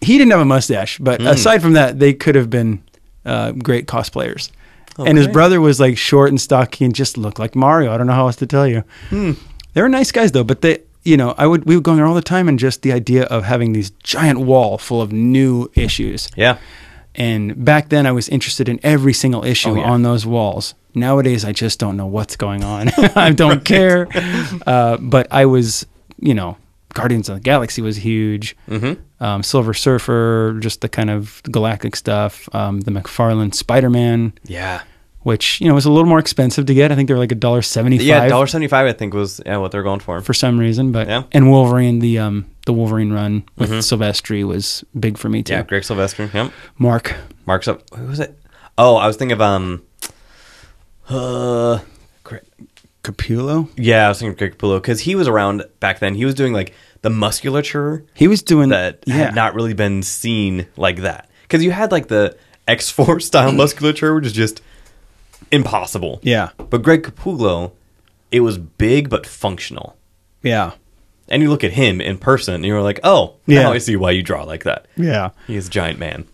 Speaker 2: He didn't have a mustache, but
Speaker 1: Hmm.
Speaker 2: aside from that, they could have been uh, great cosplayers. And his
Speaker 1: Okay.
Speaker 2: brother was like short and stocky and just looked like Mario. I don't know how else to tell you.
Speaker 1: Hmm.
Speaker 2: They were nice guys though, but they, you know, I would we would go in there all the time, and just the idea of having these giant wall full of new issues.
Speaker 1: Yeah.
Speaker 2: And back then, I was interested in every single issue
Speaker 1: Oh, yeah.
Speaker 2: on those walls. Nowadays, I just don't know what's going on. I don't care. Uh, but I was, you know, Guardians of the Galaxy was huge. Mm-hmm. Um, Silver Surfer, just the kind of galactic stuff. Um, the McFarlane Spider Man,
Speaker 1: Yeah.
Speaker 2: which you know was a little more expensive to get. I think they were like a dollar seventy five.
Speaker 1: Yeah. Dollar seventy five, I think, was yeah what they're going for.
Speaker 2: for some reason. But
Speaker 1: Yeah. Mm-hmm.
Speaker 2: and Wolverine, the um the Wolverine run with Silvestri was big for me too.
Speaker 1: yeah, Greg Sylvester. Yep.
Speaker 2: Mark,
Speaker 1: Mark's up. Who was it? Oh, I was thinking of um. Uh, Gre-
Speaker 2: Capullo.
Speaker 1: yeah, I was thinking of Greg Capullo because he was around back then. He was doing like the musculature
Speaker 2: He was doing
Speaker 1: that
Speaker 2: yeah.
Speaker 1: had not really been seen like that. Because you had like the X Force style musculature, which is just impossible.
Speaker 2: Yeah.
Speaker 1: But Greg Capullo, it was big but functional.
Speaker 2: Yeah.
Speaker 1: And you look at him in person, and you're like, oh,
Speaker 2: Yeah.
Speaker 1: now I see why you draw like that.
Speaker 2: Yeah.
Speaker 1: He is a giant man.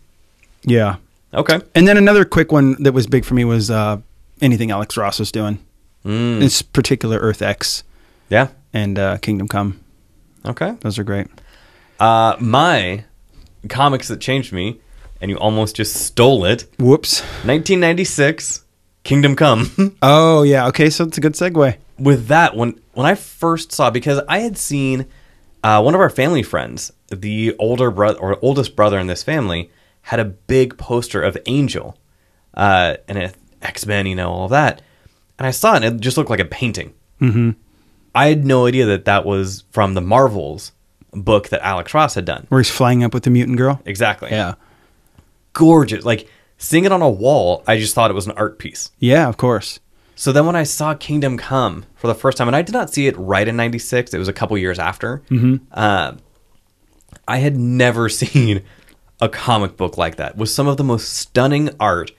Speaker 2: Yeah.
Speaker 1: Okay.
Speaker 2: And then another quick one that was big for me was uh, anything Alex Ross was doing. Mm. In s- particular, Earth X
Speaker 1: Yeah.
Speaker 2: and uh, Kingdom Come.
Speaker 1: Okay.
Speaker 2: Those are great.
Speaker 1: Uh, my comics that changed me, and you almost just stole it.
Speaker 2: Whoops.
Speaker 1: 1996, Kingdom Come.
Speaker 2: Oh yeah. Okay. So it's a good segue.
Speaker 1: With that, when when I first saw, because I had seen uh, one of our family friends, the older brother or oldest brother in this family, had a big poster of Angel, uh, and X Men, you know, all that, and I saw it, and it just looked like a painting. I had no idea that that was from the Marvels book that Alex Ross had done.
Speaker 2: Where he's flying up with the mutant girl.
Speaker 1: Exactly.
Speaker 2: Yeah.
Speaker 1: gorgeous. Like seeing it on a wall, I just thought it was an art piece.
Speaker 2: Yeah. Of course.
Speaker 1: So then when I saw Kingdom Come for the first time, and I did not see it right in '96, it was a couple years after. Mm-hmm. Uh, I had never seen a comic book like that with some of the most stunning art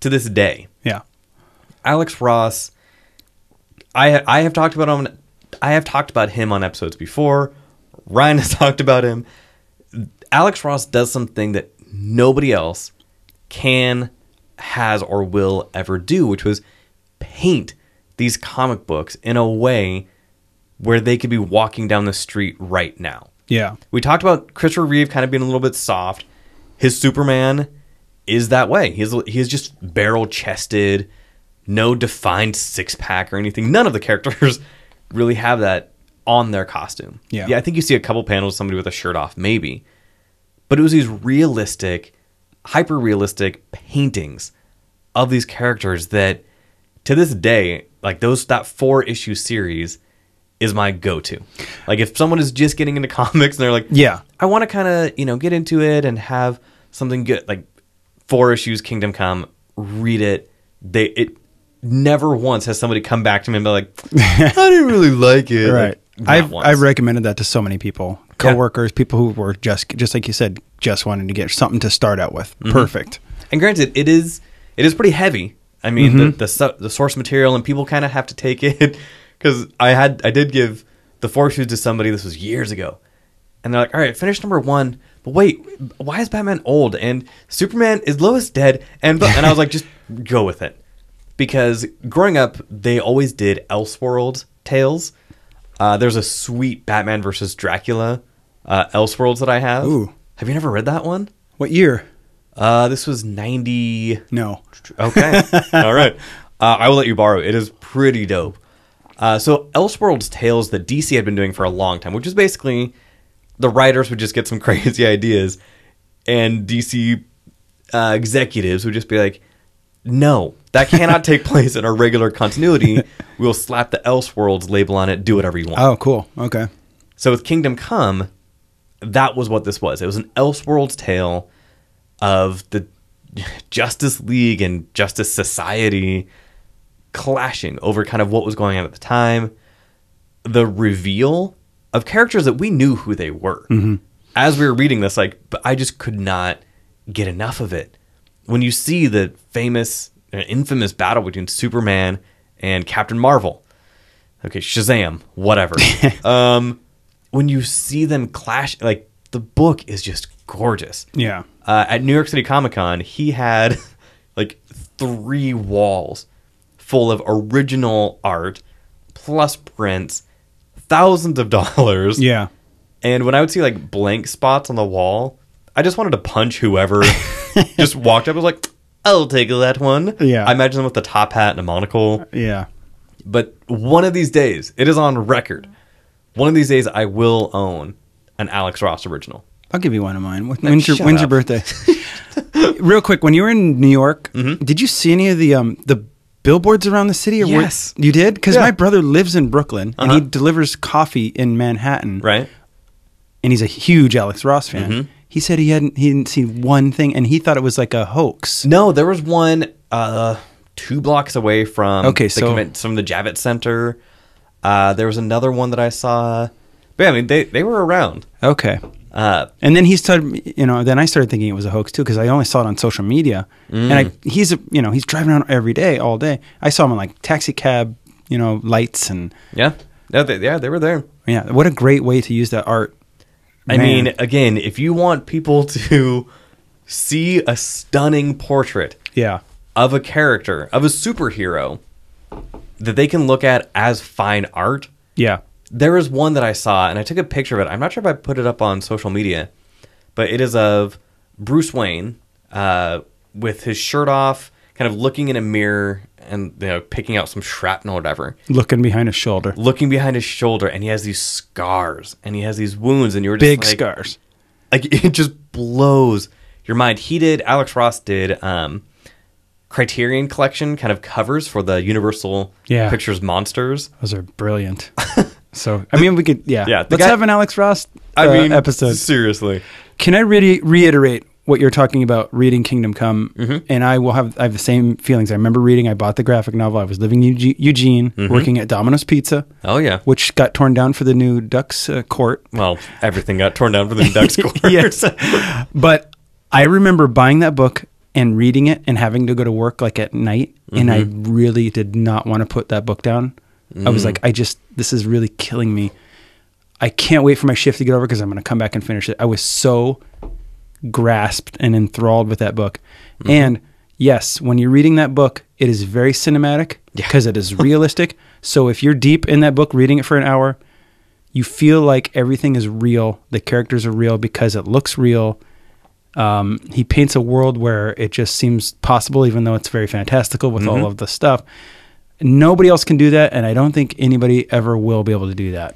Speaker 1: to this day.
Speaker 2: Yeah.
Speaker 1: Alex Ross, I I have talked about him. I have talked about him on episodes before. Ryan has talked about him. Alex Ross does something that nobody else can, has, or will ever do, which was paint these comic books in a way where they could be walking down the street right now.
Speaker 2: Yeah.
Speaker 1: We talked about Christopher Reeve kind of being a little bit soft. His Superman is that way. He's he's just barrel chested, no defined six pack or anything. None of the characters really have that on their costume.
Speaker 2: Yeah.
Speaker 1: yeah. I think you see a couple panels of somebody with a shirt off, maybe, but it was these realistic, hyper realistic paintings of these characters that, to this day, like those that four issue series is my go to. Like if someone is just getting into comics and they're like,
Speaker 2: Yeah.
Speaker 1: I want to kind of you know get into it and have something good like four issues Kingdom Come. Read it. They it never once has somebody come back to me and be like, I didn't really like it.
Speaker 2: Right.
Speaker 1: Like, not
Speaker 2: I've
Speaker 1: once.
Speaker 2: I've recommended that to so many people, coworkers, people who were just just like you said, just wanting to get something to start out with. Perfect.
Speaker 1: and granted, it is it is pretty heavy. I mean, the the, su- the source material and people kind of have to take it because I had I did give the four issues to somebody. This was years ago, and they're like, "All right, finish number one." But wait, why is Batman old and Superman is Lois dead? And and I was like, just go with it because growing up, they always did Elseworlds tales. Uh, there's a sweet Batman versus Dracula uh, Elseworlds that I have.
Speaker 2: Ooh.
Speaker 1: Have you never read that one?
Speaker 2: What year?
Speaker 1: Uh, this was 90.
Speaker 2: No.
Speaker 1: Okay. All right. Uh, I will let you borrow it. It is pretty dope. Uh, so, Elseworlds Tales that DC had been doing for a long time, which is basically the writers would just get some crazy ideas, and DC uh, executives would just be like, no, that cannot take place in our regular continuity. We'll slap the Elseworlds label on it, do whatever you want.
Speaker 2: Oh, cool. Okay.
Speaker 1: So with Kingdom Come, that was what this was. It was an Elseworlds tale of the Justice League and Justice Society clashing over kind of what was going on at the time. The reveal of characters that we knew who they were. As we were reading this, like but I just could not get enough of it. When you see the famous, uh, infamous battle between Superman and Captain Marvel, okay, Shazam, whatever. um, when you see them clash, like the book is just gorgeous.
Speaker 2: Yeah.
Speaker 1: Uh, at New York City Comic Con, he had like three walls full of original art, plus prints, thousands of dollars.
Speaker 2: Yeah.
Speaker 1: And when I would see like blank spots on the wall, I just wanted to punch whoever just walked up. I was like, I'll take that one.
Speaker 2: Yeah.
Speaker 1: I imagine them with the top hat and a monocle
Speaker 2: Yeah.
Speaker 1: but one of these days, it is on record. One of these days, I will own an Alex Ross original.
Speaker 2: I'll give you one of mine. When- When's your,
Speaker 1: shut
Speaker 2: when's your
Speaker 1: up.
Speaker 2: birthday? Real quick, when you were in New York, did you see any of the um, the billboards around the city? Or were-
Speaker 1: Yes.
Speaker 2: you did. Because
Speaker 1: Yeah.
Speaker 2: my brother lives in Brooklyn and he
Speaker 1: Uh-huh.
Speaker 2: delivers coffee in Manhattan.
Speaker 1: Right?
Speaker 2: and he's a huge Alex Ross fan. He said he hadn't he didn't see one thing, and he thought it was like a hoax.
Speaker 1: No, there was one uh, two blocks away from
Speaker 2: Okay,
Speaker 1: the
Speaker 2: so-
Speaker 1: conven- from the Javits Center. Uh, there was another one that I saw. But yeah, I mean, they, they were around.
Speaker 2: Okay,
Speaker 1: Uh,
Speaker 2: and then he started, you know, then I started thinking it was a hoax too because I only saw it on social media, and I he's a, you know he's driving around every day, all day. I saw him in like taxi cab, you know, lights and
Speaker 1: yeah. No, they, yeah, they were there.
Speaker 2: yeah. What a great way to use that art.
Speaker 1: I
Speaker 2: Man.
Speaker 1: mean, again, if you want people to see a stunning portrait
Speaker 2: yeah,
Speaker 1: of a character, of a superhero that they can look at as fine art.
Speaker 2: yeah,
Speaker 1: There is one that I saw and I took a picture of it. I'm not sure if I put it up on social media, but it is of Bruce Wayne uh, with his shirt off, kind of looking in a mirror and you know picking out some shrapnel or whatever,
Speaker 2: looking behind his shoulder,
Speaker 1: looking behind his shoulder, and he has these scars and he has these wounds, and you're just
Speaker 2: big
Speaker 1: like,
Speaker 2: scars.
Speaker 1: like it just blows your mind. He did. Alex Ross did. Um, Criterion Collection kind of covers for the Universal
Speaker 2: Yeah.
Speaker 1: Pictures monsters.
Speaker 2: Those are brilliant. so I mean, we could yeah
Speaker 1: Yeah, the
Speaker 2: Let's
Speaker 1: guy-
Speaker 2: have an Alex Ross.
Speaker 1: I
Speaker 2: uh,
Speaker 1: mean,
Speaker 2: episode.
Speaker 1: seriously.
Speaker 2: Can I re- reiterate what you're talking about reading Kingdom Come? And I will have I have the same feelings. I remember reading. I bought the graphic novel. I was living in Eug- Eugene, working at Domino's Pizza,
Speaker 1: Oh yeah.
Speaker 2: which got torn down for the new Ducks uh, Court.
Speaker 1: Well, everything got torn down for the duck score.
Speaker 2: yes, but I remember buying that book and reading it and having to go to work like at night, and I really did not want to put that book down. I was like, I just this is really killing me. I can't wait for my shift to get over because I'm going to come back and finish it. I was so grasped and enthralled with that book. And yes, when you're reading that book, it is very cinematic because it is realistic. so if you're deep in that book reading it for an hour, you feel like everything is real. The characters are real because it looks real. Um, he paints a world where it just seems possible, even though it's very fantastical with all of the stuff. Nobody else can do that, and I don't think anybody ever will be able to do that.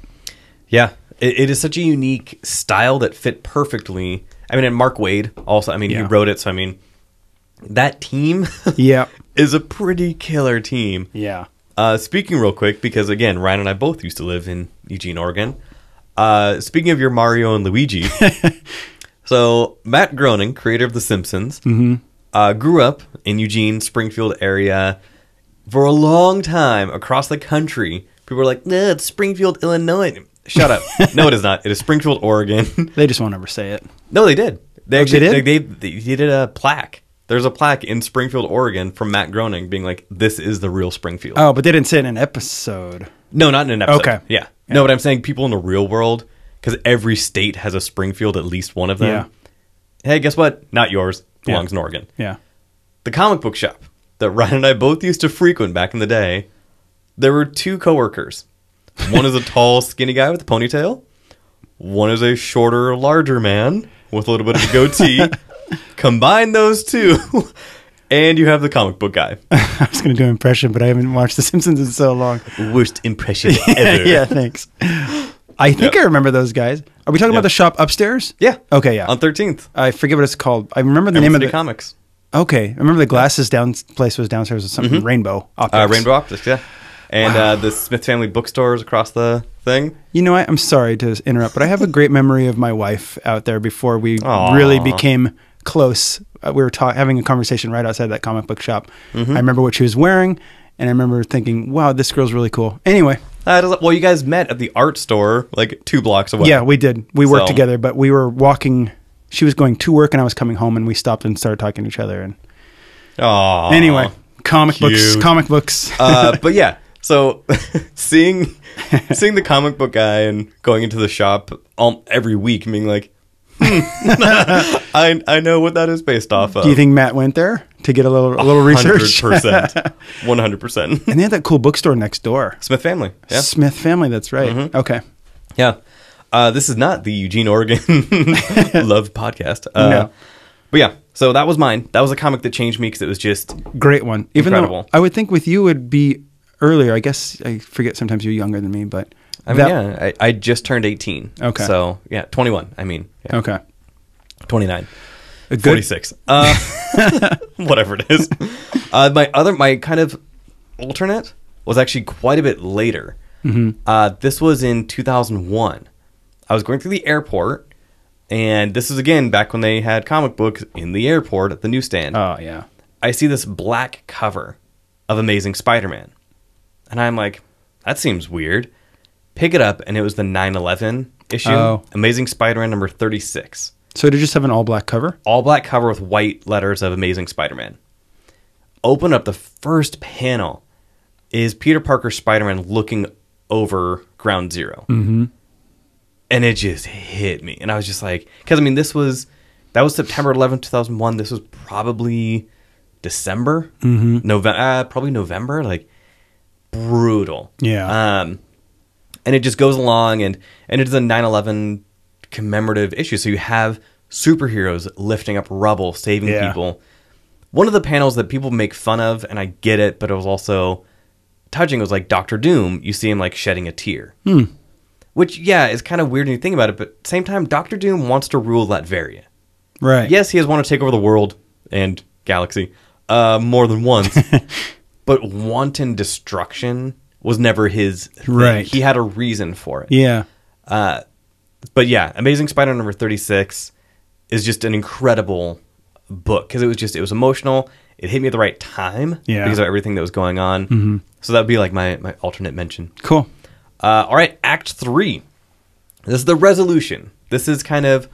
Speaker 1: Yeah, it, it is such a unique style that fit perfectly. I mean, and Mark Wade also. I mean, he
Speaker 2: Yeah.
Speaker 1: wrote it, so I mean, that team
Speaker 2: Yeah,
Speaker 1: is a pretty killer team.
Speaker 2: yeah.
Speaker 1: Uh, speaking real quick, because again, Ryan and I both used to live in Eugene, Oregon. Uh, speaking of your Mario and Luigi, so Matt Groening, creator of The Simpsons, uh, grew up in Eugene, Springfield area for a long time across the country. People were like, "No, it's Springfield, Illinois." Shut up! no, it is not. It is Springfield, Oregon.
Speaker 2: They just won't ever say it.
Speaker 1: no, they did. They
Speaker 2: they
Speaker 1: actually
Speaker 2: did?
Speaker 1: They, they they did a plaque. There's a plaque in Springfield, Oregon, from Matt Groening, being like, "This is the real Springfield."
Speaker 2: Oh, but they didn't say it in an episode.
Speaker 1: No, not in an episode.
Speaker 2: Okay.
Speaker 1: Yeah. No, but I'm saying people in the real world, because every state has a Springfield, at least one of them. Hey, guess what? Not yours. Belongs in Oregon.
Speaker 2: Yeah.
Speaker 1: The comic book shop that Ryan and I both used to frequent back in the day, there were two coworkers. One is a tall, skinny guy with a ponytail. One is a shorter, larger man with a little bit of a goatee. Combine those two, and you have the comic book guy.
Speaker 2: I was going to do an impression, but I haven't watched The Simpsons in so long.
Speaker 1: Worst impression ever.
Speaker 2: yeah, thanks. I think I remember those guys. Are we talking
Speaker 1: Yeah.
Speaker 2: about the shop upstairs?
Speaker 1: Yeah.
Speaker 2: Okay, yeah.
Speaker 1: On 13th.
Speaker 2: I forget what it's called. I remember the
Speaker 1: Name
Speaker 2: name of the
Speaker 1: comics.
Speaker 2: Okay, I remember the glasses down place was downstairs with something rainbow.
Speaker 1: Uh,
Speaker 2: Optics.
Speaker 1: Rainbow Optics, yeah. And uh, the Smith Family bookstores across the thing.
Speaker 2: You know, I, I'm sorry to interrupt, but I have a great memory of my wife out there before we
Speaker 1: Aw.
Speaker 2: really became close. Uh, we were ta- having a conversation right outside that comic book shop.
Speaker 1: Mm-hmm.
Speaker 2: I remember what she was wearing, and I remember thinking, "Wow, this girl's really cool." Anyway,
Speaker 1: Uh, does- well, you guys met at the art store like two blocks away.
Speaker 2: yeah, we did. We worked
Speaker 1: So-
Speaker 2: together, but we were walking. She was going to work, and I was coming home, and we stopped and started talking to each other. And
Speaker 1: Aw.
Speaker 2: anyway, comic books,
Speaker 1: cute.
Speaker 2: comic books.
Speaker 1: uh, but yeah, so seeing seeing the comic book guy and going into the shop um, every week, and being like, hmm, I I know what that is based off of.
Speaker 2: Do you think Matt went there to get a little a little research?
Speaker 1: percent, one hundred percent.
Speaker 2: And they had that cool bookstore next door.
Speaker 1: Smith Family, yeah, Mm-hmm.
Speaker 2: Smith family, that's right. Okay.
Speaker 1: Yeah. Uh, this is not the Eugene, Oregon Love podcast. Uh,
Speaker 2: No.
Speaker 1: But yeah, so that was mine. That was a comic that changed me because it was just.
Speaker 2: Great one. Even
Speaker 1: Incredible.
Speaker 2: though I would think with you would be earlier. I guess I forget sometimes you're younger than me, but
Speaker 1: I mean,
Speaker 2: that-
Speaker 1: yeah, I, I just turned 18.
Speaker 2: Okay.
Speaker 1: So, yeah, 21. I mean, yeah,
Speaker 2: Okay.
Speaker 1: 29.
Speaker 2: A good
Speaker 1: 46. Uh, whatever it is. Uh, my other, my kind of alternate was actually quite a bit later.
Speaker 2: Mm-hmm.
Speaker 1: Uh, this was in 2001. I was going through the airport, and this is again back when they had comic books in the airport at the newsstand.
Speaker 2: Oh yeah.
Speaker 1: I see this black cover of Amazing Spider Man. And I'm like, that seems weird. Pick it up, and it was the 9 11 issue
Speaker 2: Oh.
Speaker 1: Amazing Spider Man number 36.
Speaker 2: So did you just have an all black cover?
Speaker 1: All black cover with white letters of Amazing Spider Man. Open up the first panel is Peter Parker Spider Man looking over Ground 0 Mm-hmm. And it just hit me. And I was just like, because I mean, this was, that was September 11th, 2001. This was probably December, mm-hmm. November, uh, probably November. Like, brutal.
Speaker 2: Yeah.
Speaker 1: Um, and it just goes along and and it is a 9/11 commemorative issue. So you have superheroes lifting up rubble, saving
Speaker 2: Yeah.
Speaker 1: people. One of the panels that people make fun of, and I get it, but it was also touching. It was like Doctor Doom. You see him like shedding a tear, which yeah is kind of weird when you think about it. But same time, Doctor Doom wants to rule Latveria.
Speaker 2: Right.
Speaker 1: Yes, he has wanted to take over the world and galaxy uh, more than once, but wanton destruction was never his. thing.
Speaker 2: Right.
Speaker 1: He had a reason for it.
Speaker 2: Yeah.
Speaker 1: But yeah, Amazing Spider number 36 is just an incredible book because it was just, it was emotional. It hit me at the right time
Speaker 2: Yeah.
Speaker 1: because of everything that was going on. Mm-hmm. So that would be like my, my alternate mention.
Speaker 2: Cool.
Speaker 1: Uh, all right, Act Three. This is the resolution. This is kind of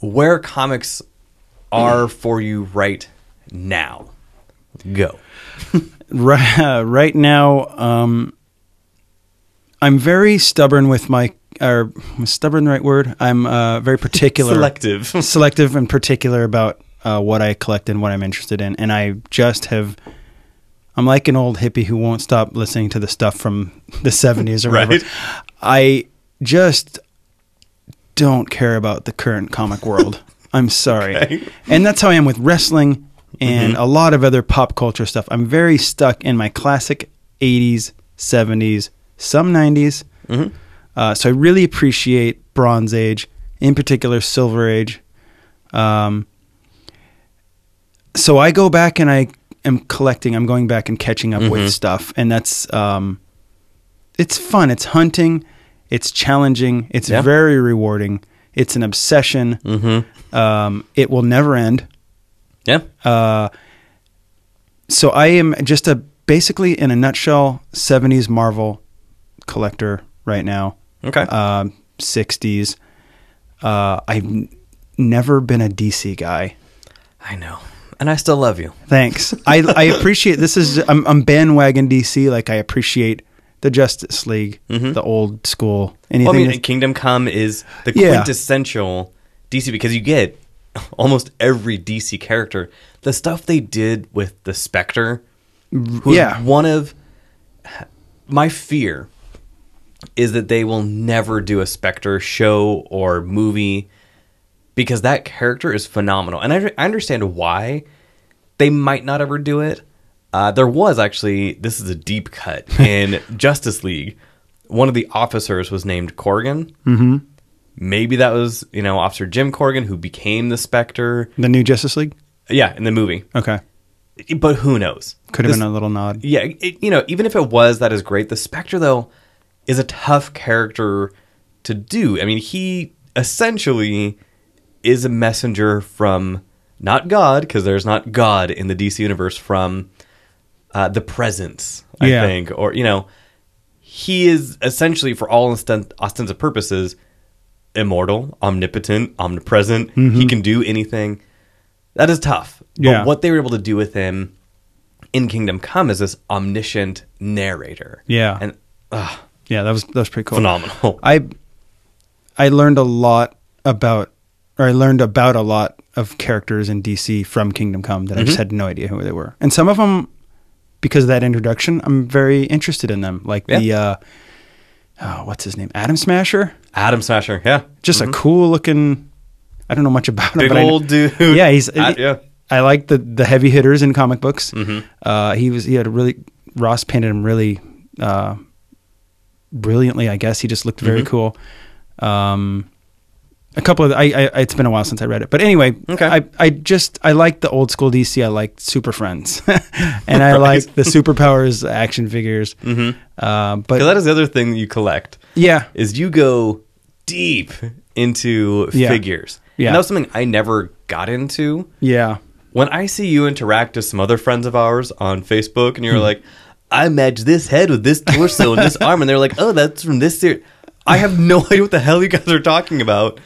Speaker 1: where comics are for you right now. Go.
Speaker 2: Right, right now, um, I'm very stubborn with my or stubborn. Right word. I'm uh, very particular.
Speaker 1: Selective.
Speaker 2: selective and particular about uh, what I collect and what I'm interested in. And I just have, I'm like an old hippie who won't stop listening to the stuff from the 70s or
Speaker 1: Right.
Speaker 2: whatever. I just don't care about the current comic world. I'm sorry. And that's how I am with wrestling and a lot of other pop culture stuff. I'm very stuck in my classic 80s, 70s, some 90s. Uh, so I really appreciate Bronze Age, in particular Silver Age. Um, so I go back and I am collecting. I'm going back and catching up with stuff, and that's um, it's fun. It's hunting. It's challenging. It's
Speaker 1: Yeah. Mm.
Speaker 2: very rewarding. It's an obsession.
Speaker 1: Mm-hmm.
Speaker 2: Um, it will never end.
Speaker 1: Yeah.
Speaker 2: So I am just a basically in a nutshell '70s Marvel collector right now.
Speaker 1: okay.
Speaker 2: Um, '60s. Uh, I've n- never been a DC guy.
Speaker 1: I know. And I still love you.
Speaker 2: Thanks. I, I appreciate this is I'm, I'm bandwagon DC. Like I appreciate the Justice League, the old school. Anything.
Speaker 1: Mm-hmm. Well, I mean,
Speaker 2: that's-
Speaker 1: Kingdom Come is the
Speaker 2: Yeah.
Speaker 1: quintessential DC because you get almost every DC character. The stuff they did with the Spectre, who is
Speaker 2: yeah.
Speaker 1: one of my fear is that they will never do a Spectre show or movie because that character is phenomenal, and I, I understand why they might not ever do it. Uh, there was actually this is a deep cut in Justice League. One of the officers was named Corgan. Mm-hmm. Maybe that was you know Officer Jim Corgan who became the Spectre.
Speaker 2: the new Justice League.
Speaker 1: Yeah, in the movie,
Speaker 2: Okay,
Speaker 1: but who knows?
Speaker 2: could have
Speaker 1: This-
Speaker 2: been a little nod.
Speaker 1: yeah, it, you know, even if it was, that is great. The Spectre, though, is a tough character to do. I mean, he essentially is a messenger from not God, because there's not God in the DC universe, from uh, the presence, I
Speaker 2: Yeah.
Speaker 1: think, or you know, he is essentially, for all instant, ostents purposes, immortal, omnipotent, omnipresent. He can do anything. That is tough.
Speaker 2: Mm-hmm. Yeah.
Speaker 1: But what they were able to do with him in Kingdom Come is this omniscient narrator.
Speaker 2: Yeah.
Speaker 1: And ugh,
Speaker 2: Yeah, that was that was pretty cool.
Speaker 1: phenomenal.
Speaker 2: I I learned a lot about, or I learned about a lot of characters in DC from Kingdom Come that I just had no idea who they were, and some of them because of that introduction, I'm very interested in them. Like the
Speaker 1: Yeah.
Speaker 2: uh, oh, what's his name, Adam Smasher,
Speaker 1: Adam Smasher. Yeah.
Speaker 2: just a cool looking. I don't know much about
Speaker 1: Mm-hmm.
Speaker 2: him.
Speaker 1: Big
Speaker 2: but I kn-
Speaker 1: old dude.
Speaker 2: Yeah, he's.
Speaker 1: Uh, yeah. Mm-hmm.
Speaker 2: I like the the heavy hitters in comic books. Uh, he was he had a really Ross painted him really uh, brilliantly. I guess he just looked
Speaker 1: Mm-hmm.
Speaker 2: very cool. Um, a couple of the- I, I it's been a while since I read it, but anyway,
Speaker 1: Okay.
Speaker 2: I I just I like the old school DC. I like Super Friends, and I like the superpowers action figures. Mm-hmm. Uh, but
Speaker 1: 'Cause that is the other thing you collect.
Speaker 2: yeah,
Speaker 1: is you go deep into
Speaker 2: Yeah.
Speaker 1: figures.
Speaker 2: Yeah.
Speaker 1: And that was something I never got into.
Speaker 2: yeah,
Speaker 1: When I see you interact with some other friends of ours on Facebook
Speaker 2: Hmm.
Speaker 1: and you're like, I match this head with this torso and this arm, and they're like, oh, that's from this series. I have no idea what the hell you guys are talking about,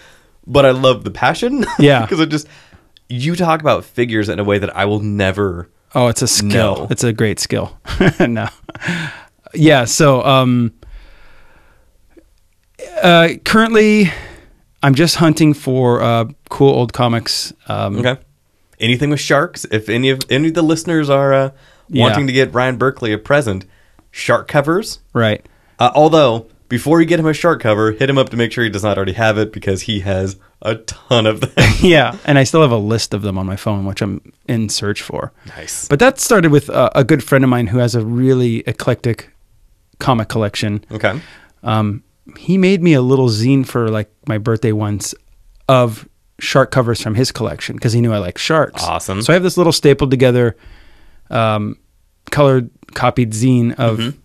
Speaker 1: but I love the passion.
Speaker 2: Yeah.
Speaker 1: Because it just, you talk about figures in a way that I will never.
Speaker 2: Oh, it's a skill.
Speaker 1: No.
Speaker 2: It's a great skill. no. Yeah, so um uh currently I'm just hunting for uh cool old comics. Um
Speaker 1: Okay. Anything with sharks? If any of any of the listeners are uh,
Speaker 2: Yeah.
Speaker 1: wanting to get Ryan Berkeley a present, shark covers.
Speaker 2: right.
Speaker 1: Uh, although, before you get him a shark cover, hit him up to make sure he does not already have it because he has a ton of them.
Speaker 2: Yeah, and I still have a list of them on my phone which I'm in search for.
Speaker 1: Nice.
Speaker 2: But that started with uh, a good friend of mine who has a really eclectic comic collection.
Speaker 1: okay.
Speaker 2: Um, he made me a little zine for like my birthday once of shark covers from his collection because he knew I like sharks.
Speaker 1: Awesome.
Speaker 2: So I have this little stapled together, um, colored copied zine of,
Speaker 1: Mm-hmm.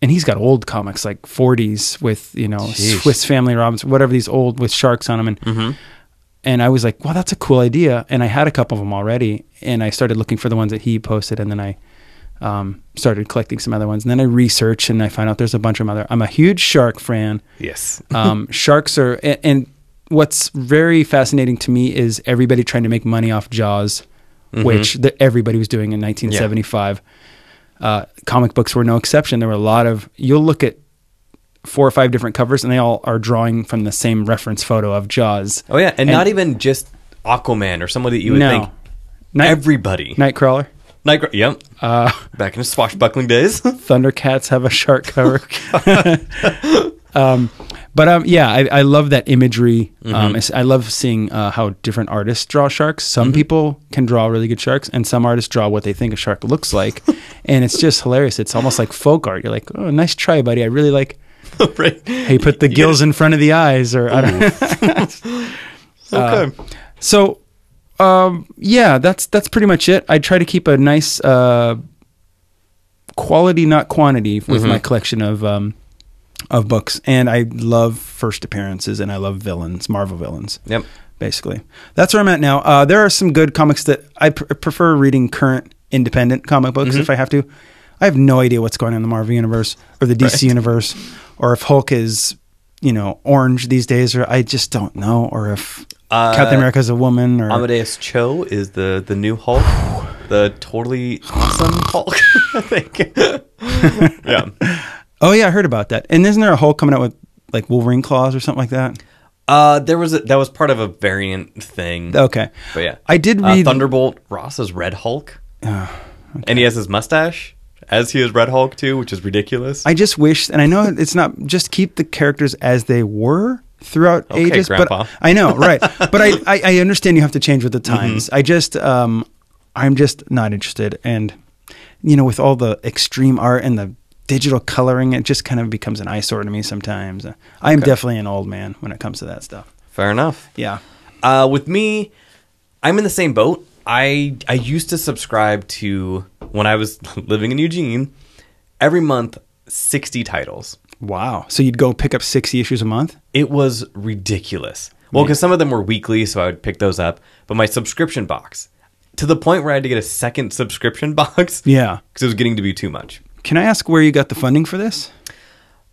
Speaker 2: and he's got old comics like 40s with you know
Speaker 1: Jeez. Mm-hmm.
Speaker 2: Swiss Family Robinson, whatever these old with sharks on them, and and I was like, wow, that's a cool idea, and I had a couple of them already, and I started looking for the ones that he posted, and then I um, started collecting some other ones. And then I research and I find out there's a bunch of other. I'm a huge shark fan.
Speaker 1: Yes.
Speaker 2: Um, sharks are, and, and what's very fascinating to me is everybody trying to make money off Jaws,
Speaker 1: Mm-hmm.
Speaker 2: which the, everybody was doing in 1975. Uh, comic books were no exception. There were a lot of, you'll look at four or five different covers and they all are drawing from the same reference photo of Jaws.
Speaker 1: Oh, yeah. And, not even just Aquaman or somebody that you would
Speaker 2: No.
Speaker 1: think.
Speaker 2: Night,
Speaker 1: Everybody.
Speaker 2: Nightcrawler.
Speaker 1: Night- yep. Back in his swashbuckling days.
Speaker 2: Thundercats have a shark cover. um, but um, yeah, I, I love that imagery. Um, it's- I love seeing uh, how different artists draw sharks. Some people can draw really good sharks, and some artists draw what they think a shark looks like, and it's just hilarious. It's almost like folk art. You're like, oh, nice try, buddy. I really like
Speaker 1: right.
Speaker 2: how you put the gills in front of the eyes, or I don't.
Speaker 1: Okay.
Speaker 2: So, um, yeah, that's that's pretty much it. I try to keep a nice uh, quality, not quantity, with
Speaker 1: Mm-hmm.
Speaker 2: my collection of um, of books. And I love first appearances, and I love villains, Marvel villains.
Speaker 1: Yep.
Speaker 2: Basically, that's where I'm at now. Uh, there are some good comics that I pr- prefer reading current independent comic books
Speaker 1: Mm-hmm.
Speaker 2: if I have to. I have no idea what's going on in the Marvel universe or the DC universe, or if Hulk is, you know, orange these days, or I just don't know, or if
Speaker 1: Uh,
Speaker 2: Captain America's a woman, or
Speaker 1: Amadeus Cho is the the new Hulk, the totally awesome Hulk. I think. yeah.
Speaker 2: oh yeah, I heard about that. And isn't there a Hulk coming out with like Wolverine claws or something like that?
Speaker 1: Uh, there was a, that was part of a variant thing.
Speaker 2: Okay,
Speaker 1: But yeah,
Speaker 2: I did
Speaker 1: Uh,
Speaker 2: read-
Speaker 1: Thunderbolt Ross is Red Hulk, and he has his mustache as he is Red Hulk too, which is ridiculous.
Speaker 2: I just wish, and I know it's not just keep the characters as they were throughout
Speaker 1: Okay,
Speaker 2: ages,
Speaker 1: Grandpa. Mm-hmm.
Speaker 2: but I know, right? but I, I, I understand you have to change with the times. I just, um, I'm just not interested, and you know, with all the extreme art and the digital coloring, it just kind of becomes an eyesore to me sometimes. I'm definitely an old man when it comes to that stuff.
Speaker 1: Fair enough.
Speaker 2: Yeah.
Speaker 1: Uh, with me, I'm in the same boat. I I used to subscribe to when I was living in Eugene. Every month, sixty titles.
Speaker 2: Wow. So you'd go pick up 60 issues a month?
Speaker 1: It was ridiculous. Well, because some of them were weekly, so I would pick those up. But my subscription box, to the point where I had to get a second subscription box,
Speaker 2: Yeah.
Speaker 1: because it was getting to be too much.
Speaker 2: Can I ask where you got the funding for this?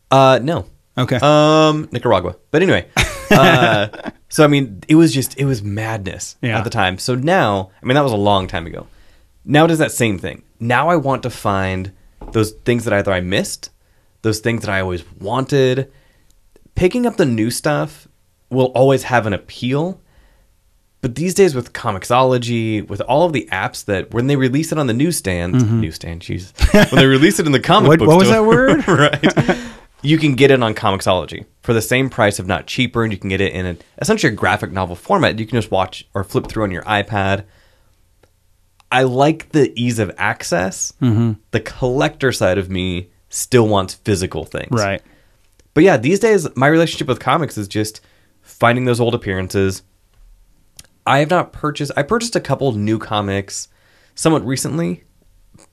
Speaker 1: Uh, no.
Speaker 2: Okay.
Speaker 1: Um, Nicaragua. But anyway, uh, so I mean, it was just it was madness
Speaker 2: Yeah.
Speaker 1: at the time. So now, I mean, that was a long time ago. Now it is that same thing. Now I want to find those things that either I missed, those things that I always wanted. Picking up the new stuff will always have an appeal. But these days with Comixology, with all of the apps that when they release it on the newsstand, newsstand, Jesus, when they release it in the comic
Speaker 2: Mm-hmm. What-
Speaker 1: book
Speaker 2: what was
Speaker 1: store-
Speaker 2: that word?
Speaker 1: right. you can get it on Comixology for the same price, if not cheaper, and you can get it in an, essentially a graphic novel format. You can just watch or flip through on your iPad. I like the ease of access. The collector side of me still wants physical things.
Speaker 2: Right.
Speaker 1: But yeah, these days my relationship with comics is just finding those old appearances. I have not purchased I purchased a couple new comics somewhat recently,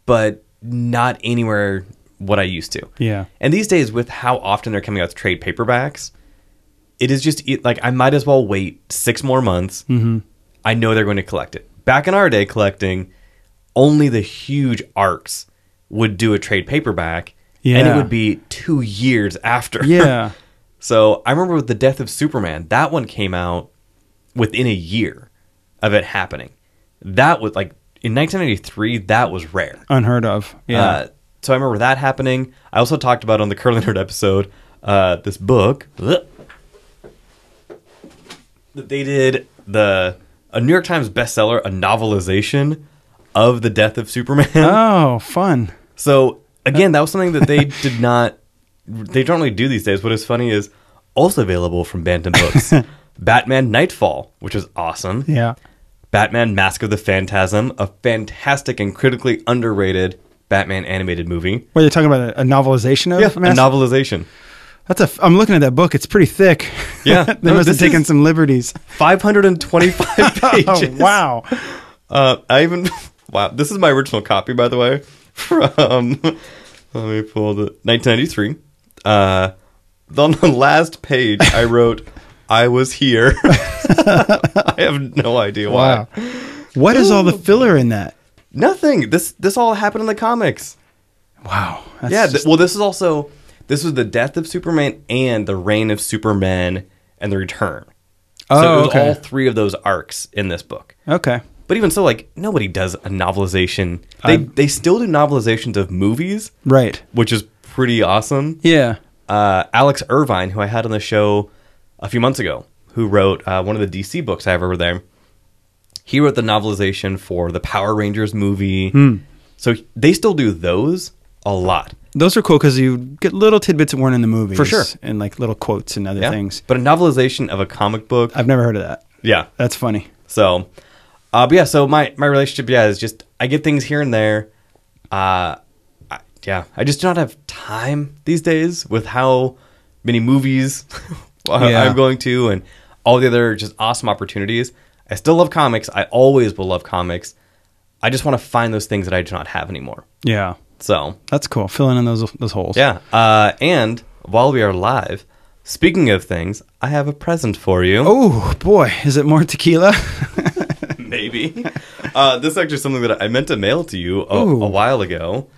Speaker 1: but not anywhere what I used to.
Speaker 2: Yeah.
Speaker 1: And these days with how often they're coming out with trade paperbacks, it is just it, like I might as well wait 6 more months. Mm-hmm. I know they're going to collect it. Back in our day collecting, only the huge arcs would do a trade paperback and it
Speaker 2: Yeah.
Speaker 1: would be 2 years after.
Speaker 2: Yeah.
Speaker 1: So I remember with the death of Superman, that one came out within a year of it happening. That was like in 1993. That was rare.
Speaker 2: Unheard of. Yeah.
Speaker 1: Uh, so I remember that happening. I also talked about on the Curly Nerd episode uh, this book bleh, that they did the a New York Times bestseller, a novelization of the death of Superman.
Speaker 2: oh, fun.
Speaker 1: So again, that was something that they did not. They don't really do these days. What is funny is also available from Bantam Books. Batman Nightfall, which is awesome.
Speaker 2: Yeah.
Speaker 1: Batman Mask of the Phantasm, a fantastic and critically underrated Batman animated movie.
Speaker 2: What are you talking about? A, a novelization of
Speaker 1: Yeah, a
Speaker 2: Mass-
Speaker 1: novelization.
Speaker 2: That's a. f- I'm looking at that book. It's pretty thick.
Speaker 1: Yeah.
Speaker 2: they
Speaker 1: No,
Speaker 2: must
Speaker 1: this
Speaker 2: have taken
Speaker 1: is-
Speaker 2: some liberties.
Speaker 1: 525 pages.
Speaker 2: Oh wow.
Speaker 1: Uh, I even wow. This is my original copy, by the way. From let me pull the 1993. Uh, on the last page, I wrote, "I was here." I have no idea why.
Speaker 2: Wow. What is all the filler in that?
Speaker 1: Nothing. This this all happened in the comics.
Speaker 2: Wow. That's
Speaker 1: yeah. th-
Speaker 2: just-
Speaker 1: well, this is also this was the death of Superman and the reign of Superman and the return. so
Speaker 2: Oh,
Speaker 1: it was
Speaker 2: okay.
Speaker 1: all three of those arcs in this book.
Speaker 2: okay.
Speaker 1: But even so, like nobody does a novelization. They they still do novelizations of movies,
Speaker 2: Right.
Speaker 1: which is pretty awesome.
Speaker 2: Yeah.
Speaker 1: Uh, Alex Irvine, who I had on the show a few months ago, who wrote uh, one of the DC books I have over there, he wrote the
Speaker 2: Hmm.
Speaker 1: novelization for the Power Rangers movie. So they still do those a lot.
Speaker 2: those are cool because you get little tidbits that weren't in the movies
Speaker 1: For sure.
Speaker 2: and like little quotes and other
Speaker 1: Yeah.
Speaker 2: things.
Speaker 1: But a novelization of a comic book.
Speaker 2: I've never heard of that.
Speaker 1: yeah.
Speaker 2: That's funny.
Speaker 1: So, uh, but yeah, so my, my relationship, yeah, is just I get things here and there. Uh, I, yeah, I just do not have time these days with how many movies I-
Speaker 2: Yeah.
Speaker 1: I'm going to and all the other just awesome opportunities. I still love comics. I always will love comics. I just want to find those things that I do not have anymore.
Speaker 2: Yeah,
Speaker 1: So,
Speaker 2: that's cool. Filling in those those holes.
Speaker 1: yeah. Uh, and while we are live, speaking of things, I have a present for you.
Speaker 2: Oh boy, is it more tequila?
Speaker 1: maybe. Uh, this is actually something that I meant to mail to you a,
Speaker 2: Ooh.
Speaker 1: a while ago.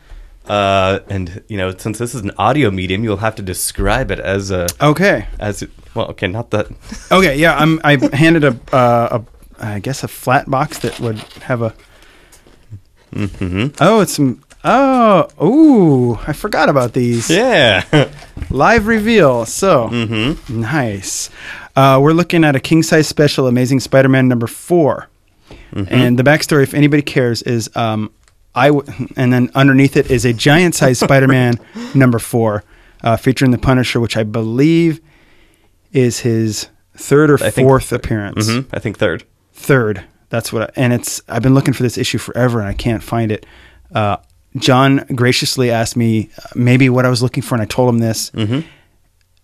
Speaker 1: Uh, and you know, since this is an audio medium, you'll have to describe it as a
Speaker 2: okay.
Speaker 1: as well. Okay, not that.
Speaker 2: Okay, yeah, I'm. I handed a, uh, a, I guess a flat box that would have a. Oh, it's some. Oh, ooh! I forgot about these.
Speaker 1: Yeah,
Speaker 2: Live reveal. So
Speaker 1: Mm-hmm.
Speaker 2: nice. Uh, we're looking at a king size special, Amazing Spider Man number 4
Speaker 1: Mm-hmm.
Speaker 2: And the backstory, if anybody cares, is um, I w- and then underneath it is a giant size Spider Man number four, uh, featuring the Punisher, which I believe is his third or
Speaker 1: I think-
Speaker 2: fourth appearance.
Speaker 1: Mhm, I think third.
Speaker 2: Third. That's what. I, and it's. I've been looking for this issue forever, and I can't find it. Uh, John graciously asked me uh, maybe what I was looking for, and I told him this.
Speaker 1: Mm-hmm.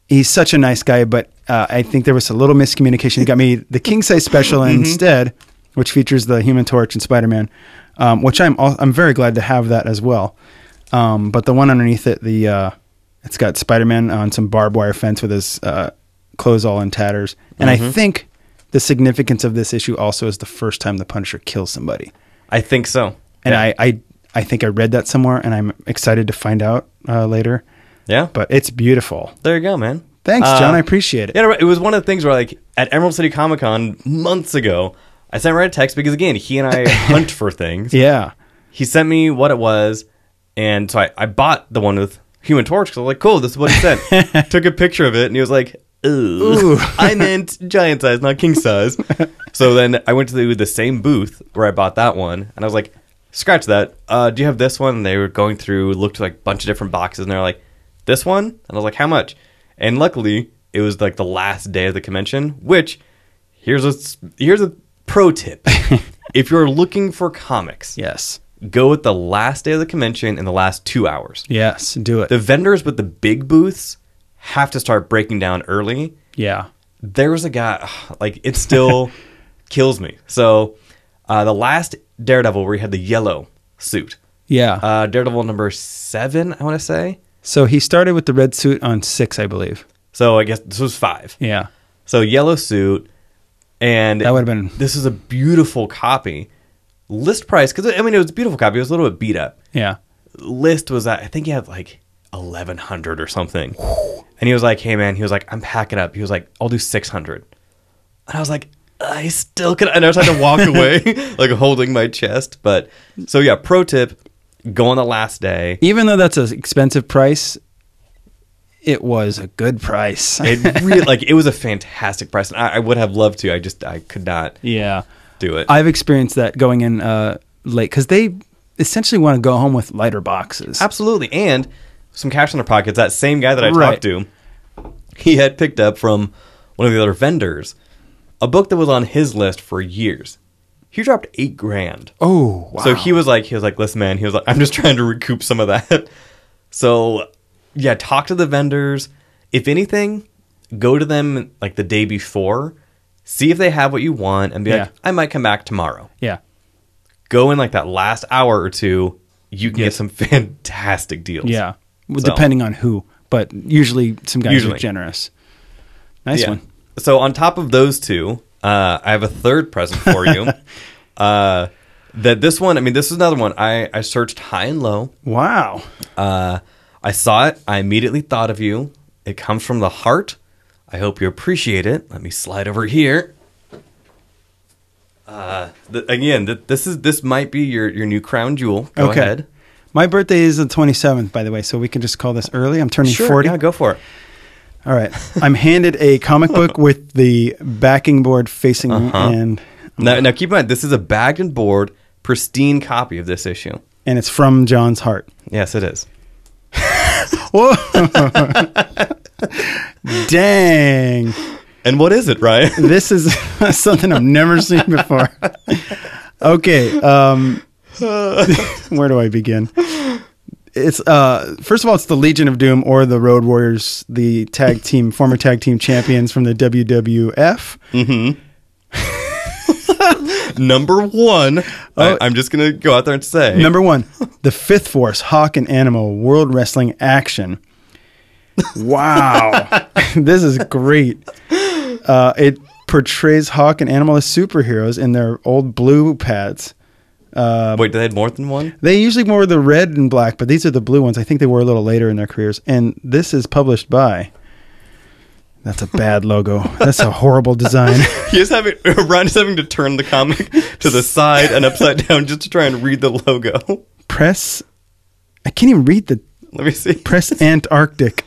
Speaker 2: He's such a nice guy, but uh, I think there was a little miscommunication. He got me the king size special
Speaker 1: Mm-hmm.
Speaker 2: instead, which features the Human Torch and Spider Man, um, which I'm al- I'm very glad to have that as well. Um, but the one underneath it, the uh, it's got Spider Man on some barbed wire fence with his uh, clothes all in tatters, and
Speaker 1: Mm-hmm.
Speaker 2: I think the significance of this issue also is the first time the Punisher kills somebody
Speaker 1: I think so.
Speaker 2: and
Speaker 1: yeah.
Speaker 2: I, I I think I read that somewhere, and I'm excited to find out uh, later.
Speaker 1: yeah. But
Speaker 2: But it's beautiful.
Speaker 1: there you go, man.
Speaker 2: Thanks, John.
Speaker 1: Uh,
Speaker 2: I appreciate it.
Speaker 1: Yeah, no, it was one of the things where, like, at Emerald City Comic Con months ago, I sent Red a text because, again, he and I hunt for things.
Speaker 2: Yeah,
Speaker 1: he sent me what it was, and so I, I bought the one with Human Torch because I was like, cool, this is what he sent. Took a picture of it, and he was like, ooh, I meant giant size, not king size. so then I went to the, the same booth where I bought that one, and I was like, scratch that. Uh, do you have this one? And they were going through, looked like a bunch of different boxes, and they're like, this one? And I was like, how much? And luckily, it was like the last day of the convention, which here's a s- here's a pro tip. if you're looking for comics,
Speaker 2: Yes.
Speaker 1: go at the last day of the convention in the last two hours.
Speaker 2: Yes. Do it.
Speaker 1: The vendors with the big booths have to start breaking down early.
Speaker 2: yeah.
Speaker 1: There was a guy, like, it still kills me. So, uh, the last Daredevil where he had the yellow suit,
Speaker 2: Yeah.
Speaker 1: uh, Daredevil number seven, I want to say.
Speaker 2: so he started with the red suit on six, I believe.
Speaker 1: So, I guess this was five.
Speaker 2: Yeah.
Speaker 1: So, yellow suit. And
Speaker 2: That would've been-
Speaker 1: This is a beautiful copy. List price, because I mean, it was a beautiful copy. It was a little bit beat up.
Speaker 2: Yeah.
Speaker 1: list was that I think he had like eleven hundred or something. And he was like, "Hey man," he was like, "I'm packing up." He was like, "I'll do 600. and I was like, "I still could." And I tried to walk away, like holding my chest. But so yeah, pro tip: go on the last day.
Speaker 2: Even though that's an expensive price, it was a good price.
Speaker 1: It really like it was a fantastic price, and I, I would have loved to. I just I could not
Speaker 2: yeah.
Speaker 1: do it.
Speaker 2: I've experienced that going in uh, late because they essentially want to go home with lighter boxes.
Speaker 1: Absolutely. And some cash in their pockets. That same guy that I
Speaker 2: Right.
Speaker 1: talked to, he had picked up from one of the other vendors a book that was on his list for years. He dropped eight grand.
Speaker 2: Oh, wow.
Speaker 1: So he was like, he was like, listen, man, he was like, I'm just trying to recoup some of that. So yeah, talk to the vendors. If anything, go to them like the day before, see if they have what you want, and be
Speaker 2: Yeah.
Speaker 1: like, I might come back tomorrow
Speaker 2: yeah.
Speaker 1: go in like that last hour or two, you can get some fantastic deals.
Speaker 2: Yeah, Well,
Speaker 1: So-
Speaker 2: depending on who, but usually some guys
Speaker 1: Usually.
Speaker 2: are generous. Nice
Speaker 1: Yeah.
Speaker 2: one.
Speaker 1: So on top of those two, uh, I have a third present for you. uh, that this one, I mean, this is another one. I, I searched high and low.
Speaker 2: Wow.
Speaker 1: Uh, I saw it. I immediately thought of you. It comes from the heart. I hope you appreciate it. Let me slide over here. Uh, th- again, th- this is this might be your your new crown jewel. Go
Speaker 2: okay.
Speaker 1: ahead.
Speaker 2: My birthday is the 27th, by the way, so we can just call this early. I'm turning 40.
Speaker 1: Yeah, go for it.
Speaker 2: All right. I'm handed a comic book with the backing board facing
Speaker 1: Uh-huh.
Speaker 2: me, and
Speaker 1: Now, now keep in mind, this is a bagged and board, pristine copy of this issue.
Speaker 2: and it's from John's heart.
Speaker 1: Yes, it is.
Speaker 2: Whoa. Dang.
Speaker 1: And what is it, Ryan?
Speaker 2: This is something I've never seen before. Okay. Um, where do I begin? It's uh, first of all, it's the Legion of Doom or the Road Warriors, the tag team, former tag team champions from the WWF.
Speaker 1: Number one,
Speaker 2: Oh.
Speaker 1: I, am just gonna go out there and say
Speaker 2: Number one, the Fifth Force, Hawk and Animal, World Wrestling Action. Wow, this is great. Uh, it portrays Hawk and Animal as superheroes in their old blue pads.
Speaker 1: Wait, they had more than one?
Speaker 2: They usually wore the red and black, but these are the blue ones. I think they were a little later in their careers. And this is published by. That's a bad logo. That's a horrible design.
Speaker 1: He is having Ryan is having to turn the comic to the side and upside down just to try and read the logo.
Speaker 2: Press. I can't even read the
Speaker 1: Let me see.
Speaker 2: Press Antarctic.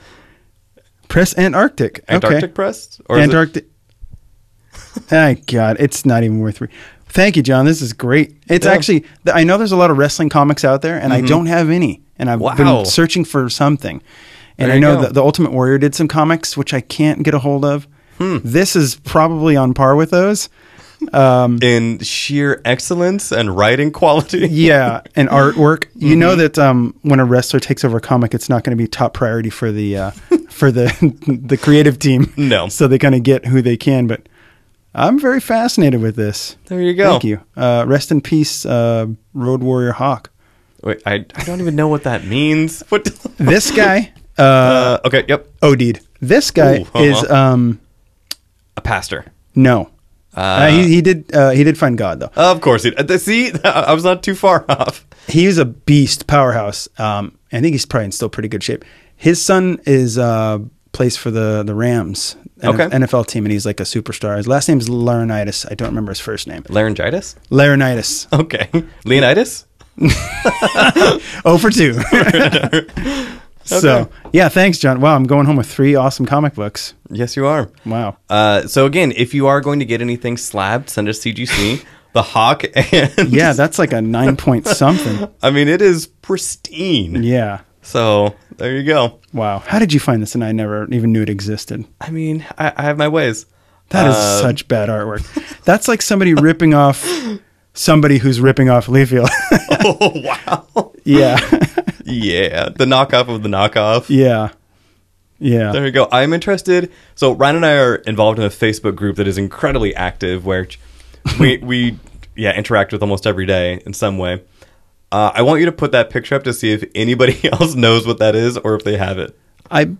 Speaker 2: Press Antarctic.
Speaker 1: Antarctic
Speaker 2: okay.
Speaker 1: Press or is it-
Speaker 2: Antarctic. My God, it's not even worth. Re- Thank you, John. This is great. It's
Speaker 1: Yeah. Mm-hmm.
Speaker 2: actually th- I know there's a lot of wrestling comics out there, and I don't have any, and I've
Speaker 1: Wow.
Speaker 2: been searching for something. And
Speaker 1: There
Speaker 2: I
Speaker 1: you
Speaker 2: know
Speaker 1: go.
Speaker 2: that the Ultimate Warrior did some comics, which I can't get a hold of.
Speaker 1: Hmm.
Speaker 2: This is probably on par with those.
Speaker 1: in sheer excellence and writing quality.
Speaker 2: Yeah, and artwork. You
Speaker 1: Mm-hmm.
Speaker 2: know that um, when a wrestler takes over a comic, it's not going to be top priority for the uh, for the the creative team.
Speaker 1: No.
Speaker 2: so they kind of get who they can. But I'm very fascinated with this.
Speaker 1: There you go.
Speaker 2: Thank you. Uh, rest in peace, uh, Road Warrior Hawk.
Speaker 1: Wait, I, I don't even know what that means. What?
Speaker 2: This guy uh,
Speaker 1: uh, okay, yep,
Speaker 2: OD'd. This guy
Speaker 1: Ooh, uh-huh. huh,
Speaker 2: is
Speaker 1: huh.
Speaker 2: um,
Speaker 1: a pastor.
Speaker 2: no. Uh, he, he did uh, he did find God though.
Speaker 1: Of course, it, uh, see, I was not too far off.
Speaker 2: he's a beast powerhouse. Um, I think he's probably in still pretty good shape. His son is uh, plays for the the Rams, N-
Speaker 1: Okay.
Speaker 2: NFL team, and he's like a superstar. His last name's Laurinaitis. I don't remember his first name.
Speaker 1: Laryngitis.
Speaker 2: Laurinaitis.
Speaker 1: Okay, Leonidas.
Speaker 2: Oh for two. So
Speaker 1: Okay.
Speaker 2: yeah, thanks, John. Wow, I'm going home with three awesome comic books.
Speaker 1: Yes, you are.
Speaker 2: Wow.
Speaker 1: Uh, so again, if you are going to get anything slabbed, send us CGC, the Hawk, and
Speaker 2: Yeah, that's like a nine point something.
Speaker 1: I mean it is pristine.
Speaker 2: Yeah.
Speaker 1: So there you go.
Speaker 2: Wow. How did you find this? And I never even knew it existed.
Speaker 1: I mean, I, I have my ways.
Speaker 2: That is
Speaker 1: Uh,
Speaker 2: such bad artwork. That's like somebody ripping off somebody who's ripping off Leafield.
Speaker 1: Oh wow.
Speaker 2: yeah.
Speaker 1: yeah, the knockoff of the knockoff.
Speaker 2: Yeah. Yeah.
Speaker 1: There you go. I'm interested. So Ryan and I are involved in a Facebook group that is incredibly active, where we we yeah interact with almost every day in some way. Uh, I want you to put that picture up to see if anybody else knows what that is or if they have it.
Speaker 2: I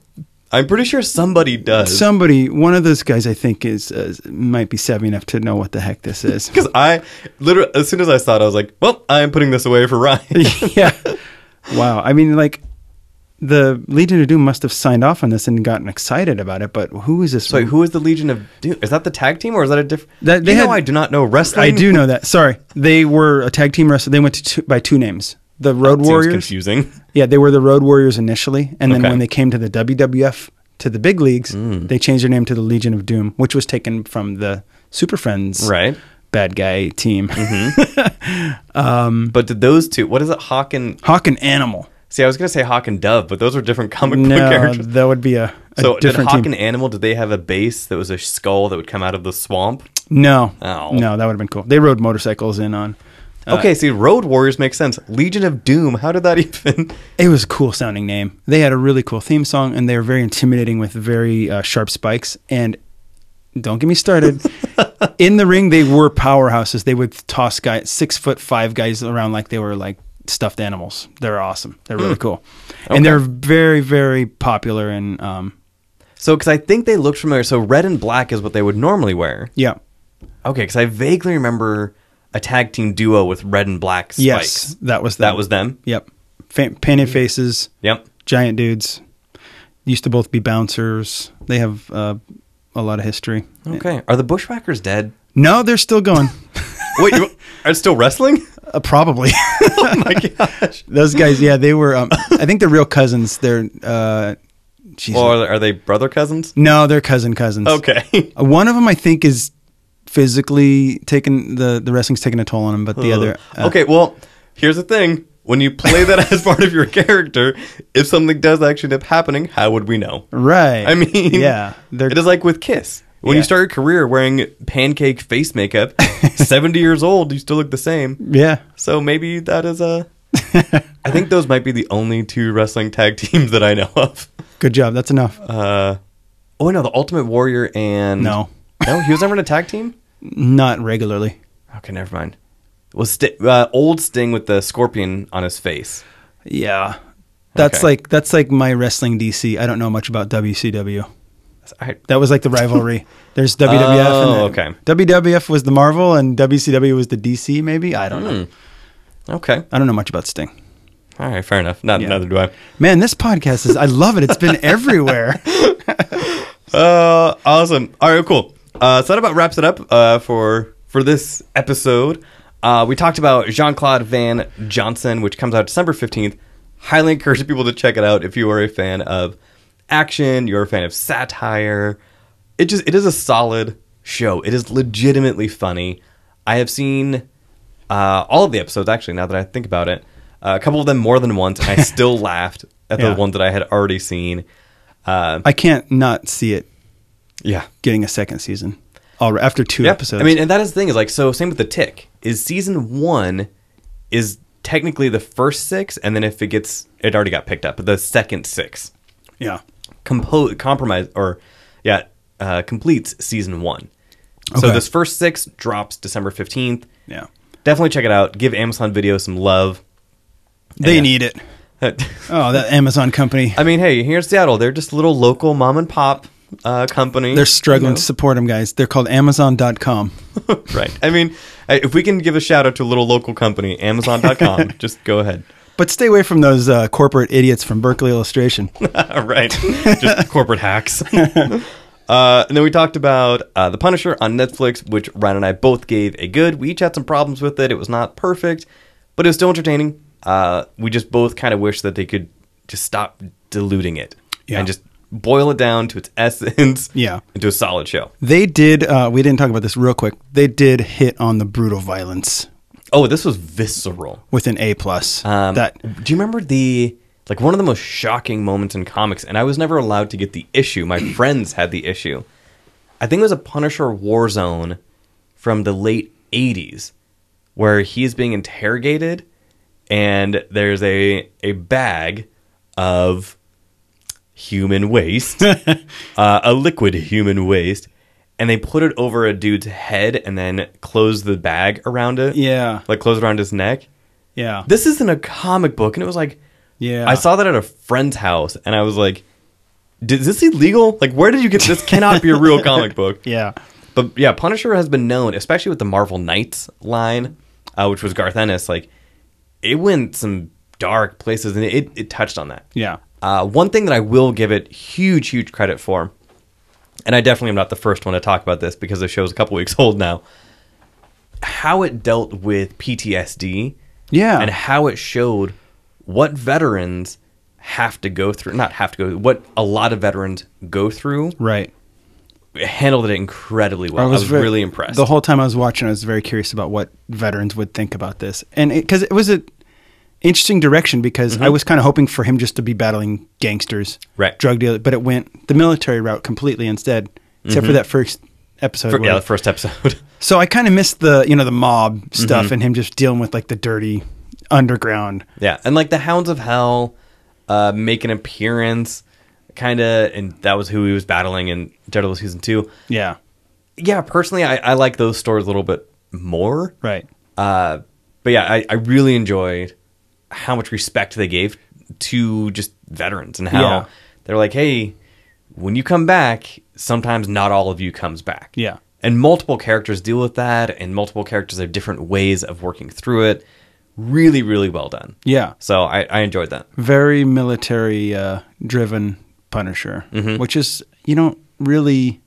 Speaker 1: I'm pretty sure somebody does.
Speaker 2: somebody one of those guys I think is uh, might be savvy enough to know what the heck this is.
Speaker 1: because I literally, as soon as I saw it, I was like, "Well, I'm putting this away for Ryan."
Speaker 2: yeah. Wow. I mean like the Legion of Doom must have signed off on this and gotten excited about it, but who is this?
Speaker 1: so, wait, who is the Legion of Doom? Is that the tag team, or is that a different?
Speaker 2: That- they
Speaker 1: you know,
Speaker 2: had-
Speaker 1: I do not know wrestling.
Speaker 2: I do know that. Sorry. They were a tag team wrestler. They went to two, by two names. The Road
Speaker 1: Seems
Speaker 2: Warriors.
Speaker 1: confusing.
Speaker 2: Yeah, they were the Road Warriors initially, and then
Speaker 1: Okay. Mm.
Speaker 2: when they came to the WWF to the big leagues, they changed their name to the Legion of Doom, which was taken from the Super Friends
Speaker 1: Right. Mm-hmm.
Speaker 2: bad guy team.
Speaker 1: But did those two? What is it? Hawk and
Speaker 2: Hawk and Animal.
Speaker 1: see, I was gonna say Hawk and Dove, but those are different comic book
Speaker 2: No,
Speaker 1: characters.
Speaker 2: that would be a, a
Speaker 1: So did
Speaker 2: different
Speaker 1: Hawk
Speaker 2: team.
Speaker 1: and Animal? Did they have a base that was a skull that would come out of the swamp?
Speaker 2: no,
Speaker 1: Oh.
Speaker 2: no, that would have been cool. They rode motorcycles in on. Uh,
Speaker 1: okay, see, Road Warriors makes sense. Legion of Doom. How did that even?
Speaker 2: It was a cool sounding name. They had a really cool theme song, and they were very intimidating with very uh, sharp spikes. And don't get me started. In the ring, they were powerhouses. They would toss guys, six foot five guys around like they were like stuffed animals. They're awesome. They're really
Speaker 1: Hmm.
Speaker 2: cool, and they're very very popular. And um,
Speaker 1: So, because I think they looked familiar. So red and black is what they would normally wear.
Speaker 2: yeah,
Speaker 1: Okay, because I vaguely remember a tag team duo with red and black spikes.
Speaker 2: yes, that was them.
Speaker 1: That was them. Hmm.
Speaker 2: Yep, Fa- painted faces.
Speaker 1: Yep.
Speaker 2: giant dudes. Used to both be bouncers. They have uh, a lot of history.
Speaker 1: Okay. Are the Bushwhackers dead?
Speaker 2: No, they're still going.
Speaker 1: Wait, you, are it still wrestling?
Speaker 2: uh, probably.
Speaker 1: Oh my gosh.
Speaker 2: Those guys, yeah, they were. Um, I think they're real cousins. They're. Uh, Jesus.
Speaker 1: Or are they brother cousins?
Speaker 2: no, they're cousin cousins.
Speaker 1: Okay.
Speaker 2: Uh, One of them, I think, is physically taking the the wrestling's taking a toll on him, but the other. uh,
Speaker 1: okay, well, here's the thing. When you play that as part of your character, if something does actually end up happening, how would we know?
Speaker 2: Right.
Speaker 1: Oh. I mean,
Speaker 2: yeah, they're
Speaker 1: it is like with Kiss. When you
Speaker 2: Yeah.
Speaker 1: start your career wearing pancake face makeup, 70 years old, you still look the same.
Speaker 2: yeah.
Speaker 1: So maybe that is a. I think those might be the only two wrestling tag teams that I know of.
Speaker 2: Good job. That's enough.
Speaker 1: Uh, oh, no, the Ultimate Warrior and.
Speaker 2: No.
Speaker 1: No, he was never in a tag team?
Speaker 2: Not regularly.
Speaker 1: Okay, never mind. Was Sti- uh, old Sting with the scorpion on his face?
Speaker 2: Yeah. That's
Speaker 1: Okay.
Speaker 2: like that's like my wrestling DC. I don't know much about WCW.
Speaker 1: I,
Speaker 2: That was like the rivalry. There's WWF.
Speaker 1: Oh,
Speaker 2: and then
Speaker 1: okay.
Speaker 2: WWF was the Marvel and WCW was the DC. Maybe I don't
Speaker 1: Hmm.
Speaker 2: know.
Speaker 1: okay.
Speaker 2: I don't know much about Sting.
Speaker 1: All right, fair enough. Not
Speaker 2: Yeah.
Speaker 1: neither do I.
Speaker 2: Man, this podcast is. I love it. It's been everywhere.
Speaker 1: Uh, awesome. All right, cool. Uh, so that about wraps it up uh, for for this episode. Uh, we talked about Jean Claude Van Johnson, which comes out December fifteenth. Highly encourage people to check it out if you are a fan of action, you're a fan of satire. It just it is a solid show. It is legitimately funny. I have seen uh, all of the episodes actually. Now that I think about it, uh, a couple of them more than once, and I still laughed at
Speaker 2: Yeah.
Speaker 1: the ones that I had already seen. Uh,
Speaker 2: I can't not see it
Speaker 1: yeah,
Speaker 2: getting a second season. All right, after two
Speaker 1: Yeah.
Speaker 2: episodes.
Speaker 1: I mean, and that is the thing is like so. Same with the Tick. Is season one is technically the first six, and then if it gets, it already got picked up. But the second six
Speaker 2: yeah.
Speaker 1: compo- compromise or yeah uh, completes season one. So
Speaker 2: Okay.
Speaker 1: this first six drops December fifteenth.
Speaker 2: Yeah.
Speaker 1: Definitely check it out. Give Amazon Video some love.
Speaker 2: They
Speaker 1: Yeah.
Speaker 2: need it.
Speaker 1: I
Speaker 2: Oh, that Amazon company.
Speaker 1: mean, hey, here in Seattle, they're just a little local mom and pop uh, company.
Speaker 2: They're struggling
Speaker 1: You know?
Speaker 2: to support them, guys. They're called Amazon.com.
Speaker 1: right. I mean, I- if we can give a shout out to a little local company, Amazon.com, just go ahead.
Speaker 2: But stay away from those uh, corporate idiots from Berkeley Illustration.
Speaker 1: right. Just corporate hacks. Uh, and then we talked about uh, The Punisher on Netflix, which Ryan and I both gave a good. We each had some problems with it. It was not perfect, but it was still entertaining. Uh, we just both kind of wish that they could just stop diluting it
Speaker 2: Yeah.
Speaker 1: and just boil it down to its essence
Speaker 2: Yeah.
Speaker 1: into a solid show.
Speaker 2: They did. Uh, we didn't talk about this real quick. They did hit on the brutal violence
Speaker 1: Oh, this was visceral.
Speaker 2: with an A plus.
Speaker 1: Um,
Speaker 2: that
Speaker 1: do you remember the like one of the most shocking moments in comics? And I was never allowed to get the issue. My friends had the issue. I think it was a Punisher Warzone from the late '80s, where he's being interrogated, and there's a a bag of human waste, uh, a liquid human waste, and they put it over a dude's head and then close the bag around it.
Speaker 2: Yeah.
Speaker 1: like close around his neck
Speaker 2: yeah.
Speaker 1: this isn't a comic book and it was like
Speaker 2: Yeah.
Speaker 1: i saw that at a friend's house and i was like "Did- is this illegal like where did you get this cannot be a real comic book
Speaker 2: yeah.
Speaker 1: but yeah punisher has been known especially with the marvel knights line uh, which was garth ennis like it went some dark places and it, it touched on that
Speaker 2: Yeah.
Speaker 1: uh, one thing that I will give it huge, huge credit for, and I definitely am not the first one to talk about this because the show's a couple weeks old now, how it dealt with PTSD.
Speaker 2: Yeah.
Speaker 1: And how it showed what veterans have to go through, not have to go, what a lot of veterans go through.
Speaker 2: Right.
Speaker 1: It handled it incredibly well. I was,
Speaker 2: very-
Speaker 1: really impressed.
Speaker 2: The whole time I was watching, I was very curious about what veterans would think about this, and because it, was an interesting direction, because I was kind of hoping for him just to be battling gangsters,
Speaker 1: Mm-hmm. Right.
Speaker 2: drug dealers, but it went the military route completely instead, except for that first episode.
Speaker 1: Mm-hmm. For- yeah,
Speaker 2: where-
Speaker 1: the first episode.
Speaker 2: so I kind of missed the you know the mob stuff
Speaker 1: Mm-hmm.
Speaker 2: and him just dealing with like the dirty underground.
Speaker 1: Yeah, and like the Hounds of Hell uh, make an appearance, kind of, and that was who he was battling in Daredevil season two.
Speaker 2: Yeah,
Speaker 1: Yeah, personally, I, I like those stories a little bit more.
Speaker 2: right.
Speaker 1: Uh, but yeah, I, I really enjoyed how much respect they gave to just veterans and how
Speaker 2: Yeah.
Speaker 1: they're like, hey, when you come back, sometimes not all of you comes back.
Speaker 2: Yeah.
Speaker 1: And multiple characters deal with that, and multiple characters have different ways of working through it. Really, really well done.
Speaker 2: Yeah,
Speaker 1: So I, I enjoyed that.
Speaker 2: very military uh, driven Punisher,
Speaker 1: Mm-hmm.
Speaker 2: which is you don't really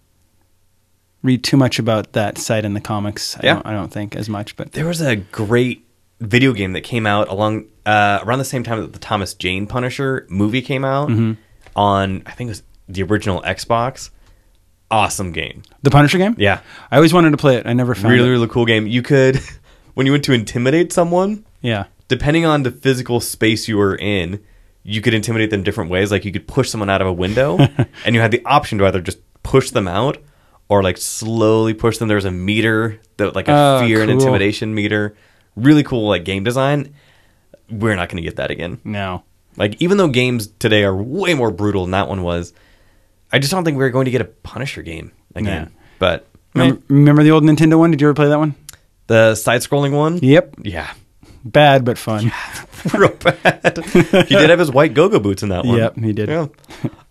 Speaker 2: read too much about that side in the comics. I,
Speaker 1: Yeah.
Speaker 2: don't, I don't think as much, but
Speaker 1: There was a great video game that came out along uh, around the same time that the Thomas Jane Punisher movie came out on I think it was the original Xbox. Awesome game.
Speaker 2: the Punisher game.
Speaker 1: Yeah.
Speaker 2: I always wanted to play it. I never found
Speaker 1: Really,
Speaker 2: it.
Speaker 1: really cool game. You could when you went to intimidate someone,
Speaker 2: Yeah,
Speaker 1: depending on the physical space you were in, you could intimidate them different ways. Like you could push someone out of a window, and you had the option to either just push them out or like slowly push them. There was a meter that like a
Speaker 2: Oh,
Speaker 1: fear and
Speaker 2: cool.
Speaker 1: intimidation meter. Really cool like game design. We're not going to get that again.
Speaker 2: No.
Speaker 1: Like even though games today are way more brutal than that one was, I just don't think we're going to get a Punisher game again.
Speaker 2: Nah.
Speaker 1: But
Speaker 2: Remember, remember the old Nintendo one? Did you ever play that one?
Speaker 1: the side-scrolling one,
Speaker 2: Yep.
Speaker 1: yeah,
Speaker 2: Bad but fun.
Speaker 1: real bad. he did have his white go-go boots in that one.
Speaker 2: Yep, he did.
Speaker 1: Yeah.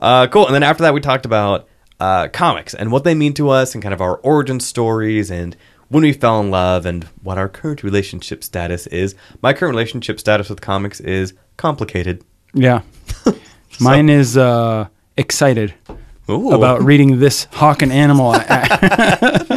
Speaker 1: Uh, cool. And then after that, we talked about uh, comics and what they mean to us, and kind of our origin stories, and when we fell in love, and what our current relationship status is. My current relationship status with comics is complicated.
Speaker 2: Yeah. Mine is uh, excited
Speaker 1: Ooh.
Speaker 2: about reading this hawk and animal. I- I-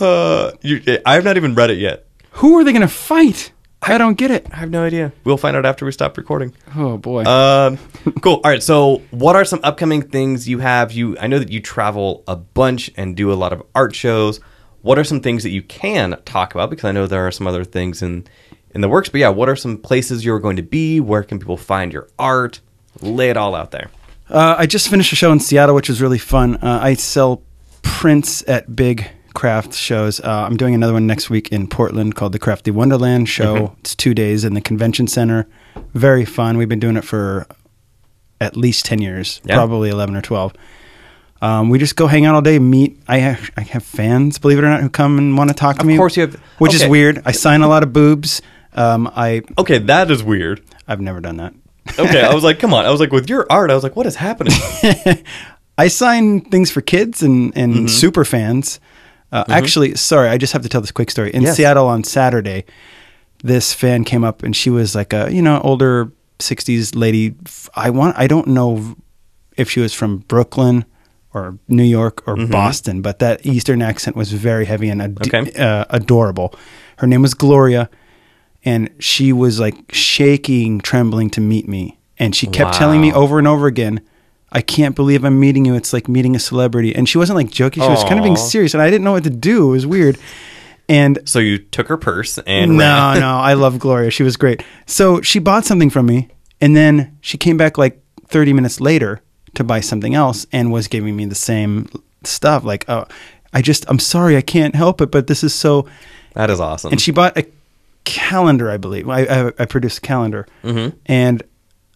Speaker 1: Uh, you, I've not even read it yet.
Speaker 2: Who are they going to fight? I don't get it.
Speaker 1: I have no idea. We'll find out after we stop recording.
Speaker 2: Oh boy.
Speaker 1: Um, cool. All right. So, what are some upcoming things you have? You, I know that you travel a bunch and do a lot of art shows. What are some things that you can talk about? Because I know there are some other things in in the works. But yeah, what are some places you're going to be? Where can people find your art? Lay it all out there.
Speaker 2: Uh, I just finished a show in Seattle, which was really fun. Uh, I sell prints at big craft shows. Uh, I'm doing another one next week in Portland called the Crafty Wonderland Show.
Speaker 1: Mm-hmm.
Speaker 2: It's two days in the convention center. Very fun. We've been doing it for at least 10 years,
Speaker 1: Yeah.
Speaker 2: probably 11 or 12. Um, we just go hang out all day, meet. I have, I have fans, believe it or not, who come and want to talk to me.
Speaker 1: course you have-
Speaker 2: Which
Speaker 1: okay.
Speaker 2: is weird. I sign a lot of boobs. Um, I,
Speaker 1: Okay, that is weird.
Speaker 2: I've never done that.
Speaker 1: Okay, I was like, come on. I was like, with your art, I was like, what is happening?
Speaker 2: I sign things for kids and, and super fans. Uh, Actually, sorry, I just have to tell this quick story. In
Speaker 1: Yes.
Speaker 2: Seattle on Saturday, this fan came up and she was like a you know older '60s lady. F- I want I don't know if she was from Brooklyn or New York or Boston, but that Eastern accent was very heavy and ad-
Speaker 1: Mm-hmm. Okay.
Speaker 2: uh, adorable. Her name was Gloria, and she was like shaking, trembling to meet me, and she kept telling me
Speaker 1: Wow.
Speaker 2: over and over again, I can't believe I'm meeting you. It's like meeting a celebrity. And she wasn't like joking. She was kind of being
Speaker 1: Aw.
Speaker 2: serious. And I didn't know what to do. It was weird. And
Speaker 1: so you took her purse and
Speaker 2: no,
Speaker 1: ran.
Speaker 2: no, I love Gloria. She was great. So she bought something from me. And then she came back like 30 minutes later to buy something else and was giving me the same stuff. Like, oh, I just, I'm sorry, I can't help it, but this is so.
Speaker 1: that is awesome.
Speaker 2: And she bought a calendar, I believe. I, I, I produced a calendar, and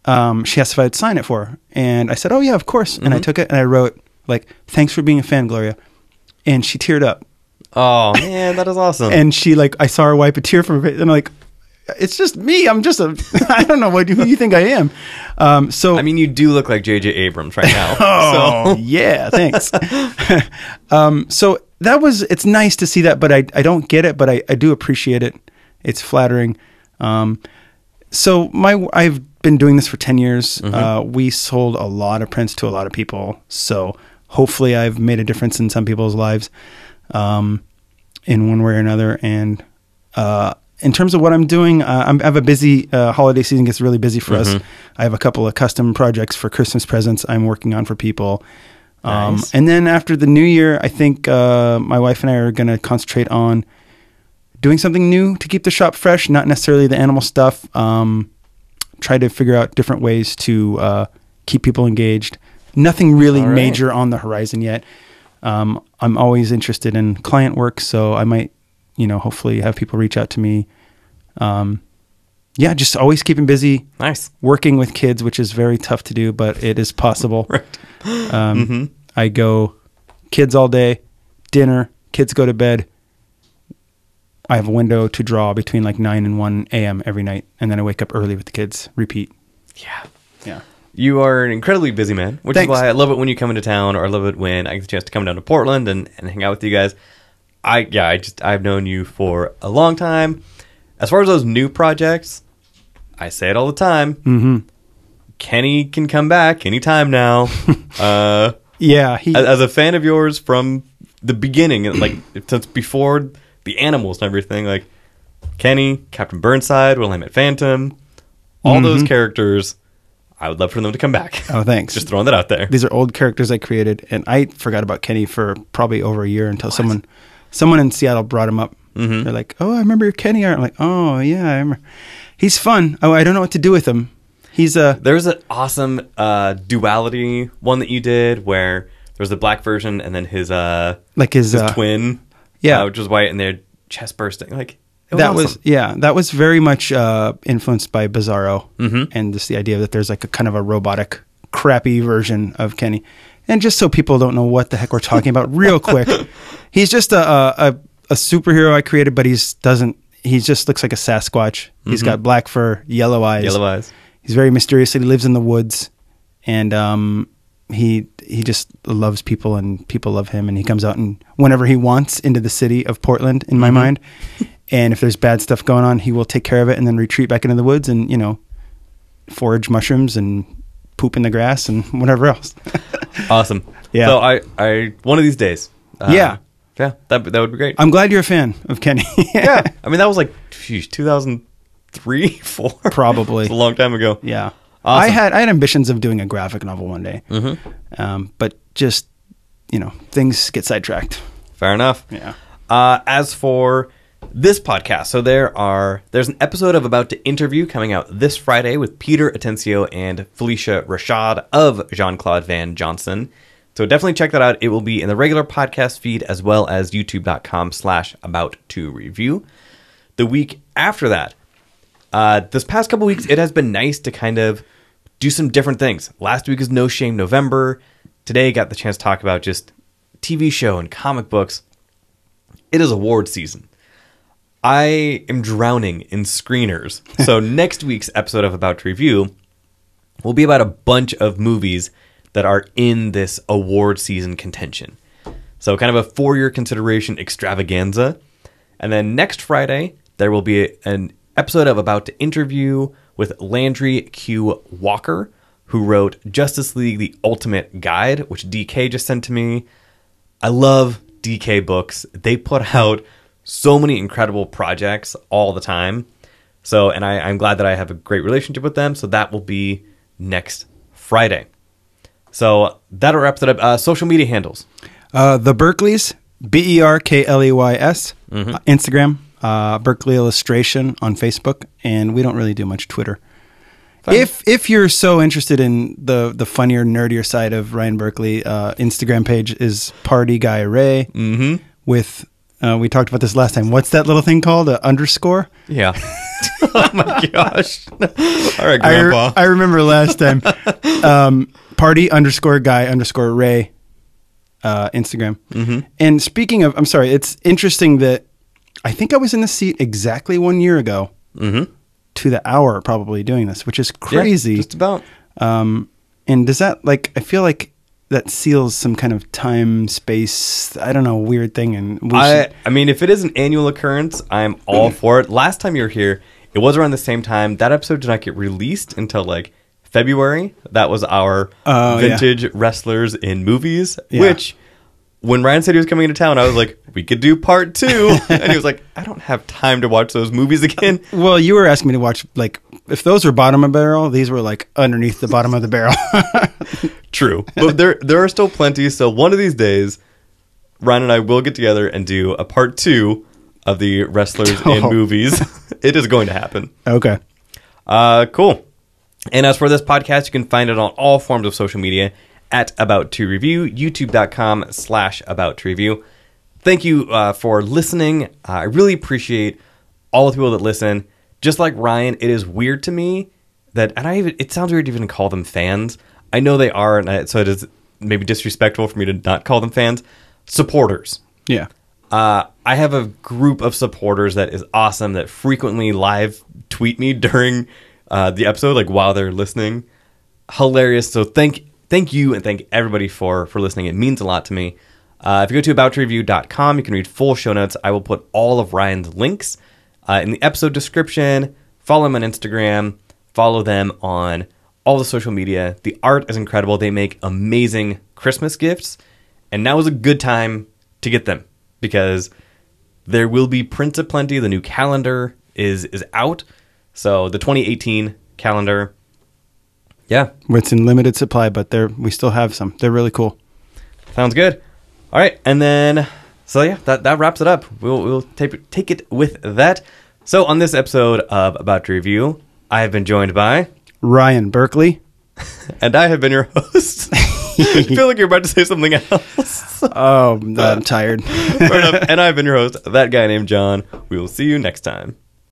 Speaker 2: um, she asked if I'd sign it for her, and I said, "Oh yeah, of course." And I took it and I wrote like, "Thanks for being a fan, Gloria," and she teared up,
Speaker 1: oh man, that is awesome.
Speaker 2: and she like, I saw her wipe a tear from her face, and I'm like, "It's just me. I'm just a, I don't know what who you think I am." Um, so
Speaker 1: I mean, you do look like J.J. Abrams right now. so.
Speaker 2: Oh yeah, thanks. um, so that was it's nice to see that, but I I don't get it, but I, I do appreciate it. It's flattering. Um, so my I've been doing this for ten years. Uh, we sold a lot of prints to a lot of people, so hopefully I've made a difference in some people's lives, um, in one way or another. And uh, in terms of what I'm doing, uh, I'm, I have a busy uh, holiday season. Gets really busy for us. I have a couple of custom projects for Christmas presents I'm working on for people. Um,
Speaker 1: Nice.
Speaker 2: And then after the new year, I think uh, my wife and I are going to concentrate on doing something new to keep the shop fresh, not necessarily the animal stuff. Um, try to figure out different ways to uh, keep people engaged. Nothing really
Speaker 1: All right.
Speaker 2: major on the horizon yet. Um, I'm always interested in client work, so I might, you know, hopefully have people reach out to me. Um, yeah, just always keeping busy,
Speaker 1: Nice.
Speaker 2: working with kids, which is very tough to do, but it is possible.
Speaker 1: Right. Mm-hmm.
Speaker 2: Um, I go kids all day, dinner, kids go to bed. I have a window to draw between like 9 and 1 a.m. every night, and then I wake up early with the kids, repeat.
Speaker 1: Yeah.
Speaker 2: Yeah.
Speaker 1: You are an incredibly busy man, which
Speaker 2: Thanks.
Speaker 1: is why I love it when you come into town, or I love it when I get the chance to come down to Portland and, and hang out with you guys. I yeah, I just I've known you for a long time. As far as those new projects, I say it all the time. Mm-hmm. Kenny can come back anytime now. uh,
Speaker 2: Yeah. He,
Speaker 1: as, as a fan of yours from the beginning, and, like since before the animals and everything, like Kenny, Captain Burnside, Willamette Phantom, all those characters, I would love for them to come back.
Speaker 2: Mm-hmm. oh, thanks.
Speaker 1: Just throwing that out there.
Speaker 2: These are old characters I created, and I forgot about Kenny for probably over a year until someone,
Speaker 1: Mm-hmm.
Speaker 2: someone in Seattle brought him up. They're like, "Oh, I remember your Kenny art." I'm like, "Oh yeah, I remember." he's fun. Oh, I don't know what to do with him. He's a
Speaker 1: There's an awesome uh, duality one that you did where there was the black version and then his uh
Speaker 2: like his,
Speaker 1: his
Speaker 2: uh,
Speaker 1: twin,
Speaker 2: yeah.
Speaker 1: uh, which was white, and their chest bursting. Like it
Speaker 2: that was
Speaker 1: Oh, awesome.
Speaker 2: yeah that was very much uh, influenced by Bizarro
Speaker 1: Mm-hmm.
Speaker 2: and just the idea that there's like a kind of a robotic crappy version of Kenny and just so people don't know what the heck we're talking about real quick he's just a, a a- a superhero I created but he's doesn't he just looks like a Sasquatch he's got black fur yellow eyes
Speaker 1: Mm-hmm. yellow eyes.
Speaker 2: he's very mysterious he lives in the woods and um he he just loves people and people love him and he comes out and whenever he wants into the city of portland in my
Speaker 1: Mm-hmm.
Speaker 2: mind and if there's bad stuff going on he will take care of it and then retreat back into the woods and you know forage mushrooms and poop in the grass and whatever else
Speaker 1: Awesome.
Speaker 2: Yeah.
Speaker 1: So I, I one of these days. Uh,
Speaker 2: Yeah.
Speaker 1: Yeah. That that would be great.
Speaker 2: i'm glad you're a fan of kenny
Speaker 1: yeah. I mean, that was like phew, 2003, four.
Speaker 2: Probably.
Speaker 1: It's a long time ago.
Speaker 2: Yeah,
Speaker 1: Awesome.
Speaker 2: I had I had ambitions of doing a graphic novel one day, mm-hmm. um, but just you know things get sidetracked.
Speaker 1: Fair enough.
Speaker 2: Yeah.
Speaker 1: Uh, as for this podcast, so there are there's an episode of About to Interview coming out this Friday with Peter Atencio and Felicia Rashad of Jean Claude Van Johnson. So definitely check that out. It will be in the regular podcast feed as well as youtube.com slash about to review. The week after that, uh, this past couple weeks, it has been nice to kind of do some different things. Last week is No Shame November. Today, got the chance to talk about just TV show and comic books. It is award season. I am drowning in screeners. So, next week's episode of About to Review will be about a bunch of movies that are in this award season contention. So, kind of a four year consideration extravaganza. And then next Friday, there will be an episode of About to Interview with Landry Q. Walker, who wrote Justice League The Ultimate Guide, which DK just sent to me. I love DK books. They put out so many incredible projects all the time. So, and I, I'm glad that I have a great relationship with them. So that will be next Friday. So that wraps it up. Uh, social media handles.
Speaker 2: Uh, the Berkeleys, B E R K L E Y S, uh, Instagram, uh, Berkeley Illustration on Facebook, and we don't really do much Twitter. If if you're so interested in the the funnier, nerdier side of Ryan Berkeley, uh, Instagram page is Party Guy Ray mm-hmm. with. Uh, we talked about this last time. What's that little thing called? An underscore?
Speaker 1: Yeah. oh my gosh. All right,
Speaker 2: I, re-
Speaker 1: Grandpa.
Speaker 2: I remember last time. um, party underscore guy underscore Ray uh, Instagram.
Speaker 1: Mm-hmm.
Speaker 2: And speaking of, I'm sorry, it's interesting that I think I was in the seat exactly one year ago to the hour, probably doing this, which is
Speaker 1: Mm-hmm. Yeah,
Speaker 2: crazy.
Speaker 1: just about.
Speaker 2: Um, and does that like? I feel like that seals some kind of time space. I don't know, weird thing. And we
Speaker 1: I,
Speaker 2: should, Mm.
Speaker 1: I mean, if it is an annual occurrence, I'm all for it. Last time you were here, it was around the same time. That episode did not get released until like February. That was our
Speaker 2: Oh, yeah.
Speaker 1: vintage wrestlers in movies,
Speaker 2: Yeah.
Speaker 1: which when Ryan said he was coming into town, I was like, we could do part two. and he was like, I don't have time to watch those movies again.
Speaker 2: well, you were asking me to watch like if those were bottom of barrel, these were like underneath the bottom of the barrel.
Speaker 1: True, but there there are still plenty. So one of these days, Ryan and I will get together and do a part two of the wrestlers in
Speaker 2: Oh.
Speaker 1: movies. it is going to happen.
Speaker 2: okay.
Speaker 1: Uh, cool. And as for this podcast, you can find it on all forms of social media at About to Review, youtube.com slash About to Review. Thank you uh, for listening. I really appreciate all the people that listen. Just like Ryan, it is weird to me that, and I even, it sounds weird to even call them fans. I know they are, and I, so it is maybe disrespectful for me to not call them fans. Supporters.
Speaker 2: Yeah.
Speaker 1: Uh, I have a group of supporters that is awesome that frequently live tweet me during uh, the episode, like while they're listening. Hilarious. So thank thank you and thank everybody for for listening. It means a lot to me. Uh, if you go to aboutreview.com, you can read full show notes. I will put all of Ryan's links uh, in the episode description. Follow him on Instagram. Follow them on all the social media. The art is incredible. They make amazing Christmas gifts. And now is a good time to get them because there will be prints aplenty. The new calendar is is out. So the 2018 calendar. Yeah,
Speaker 2: It's in limited supply, but there we still have some. They're really cool.
Speaker 1: sounds good. All right, and then so yeah, that, that wraps it up. We'll we'll take take it with that. So on this episode of About to Review, I have been joined by,
Speaker 2: Ryan Berkeley.
Speaker 1: and I have been your host. I feel like you're about to say something else.
Speaker 2: Oh, I'm tired.
Speaker 1: Fair enough. And I've been your host, that guy named John. We will see you next time.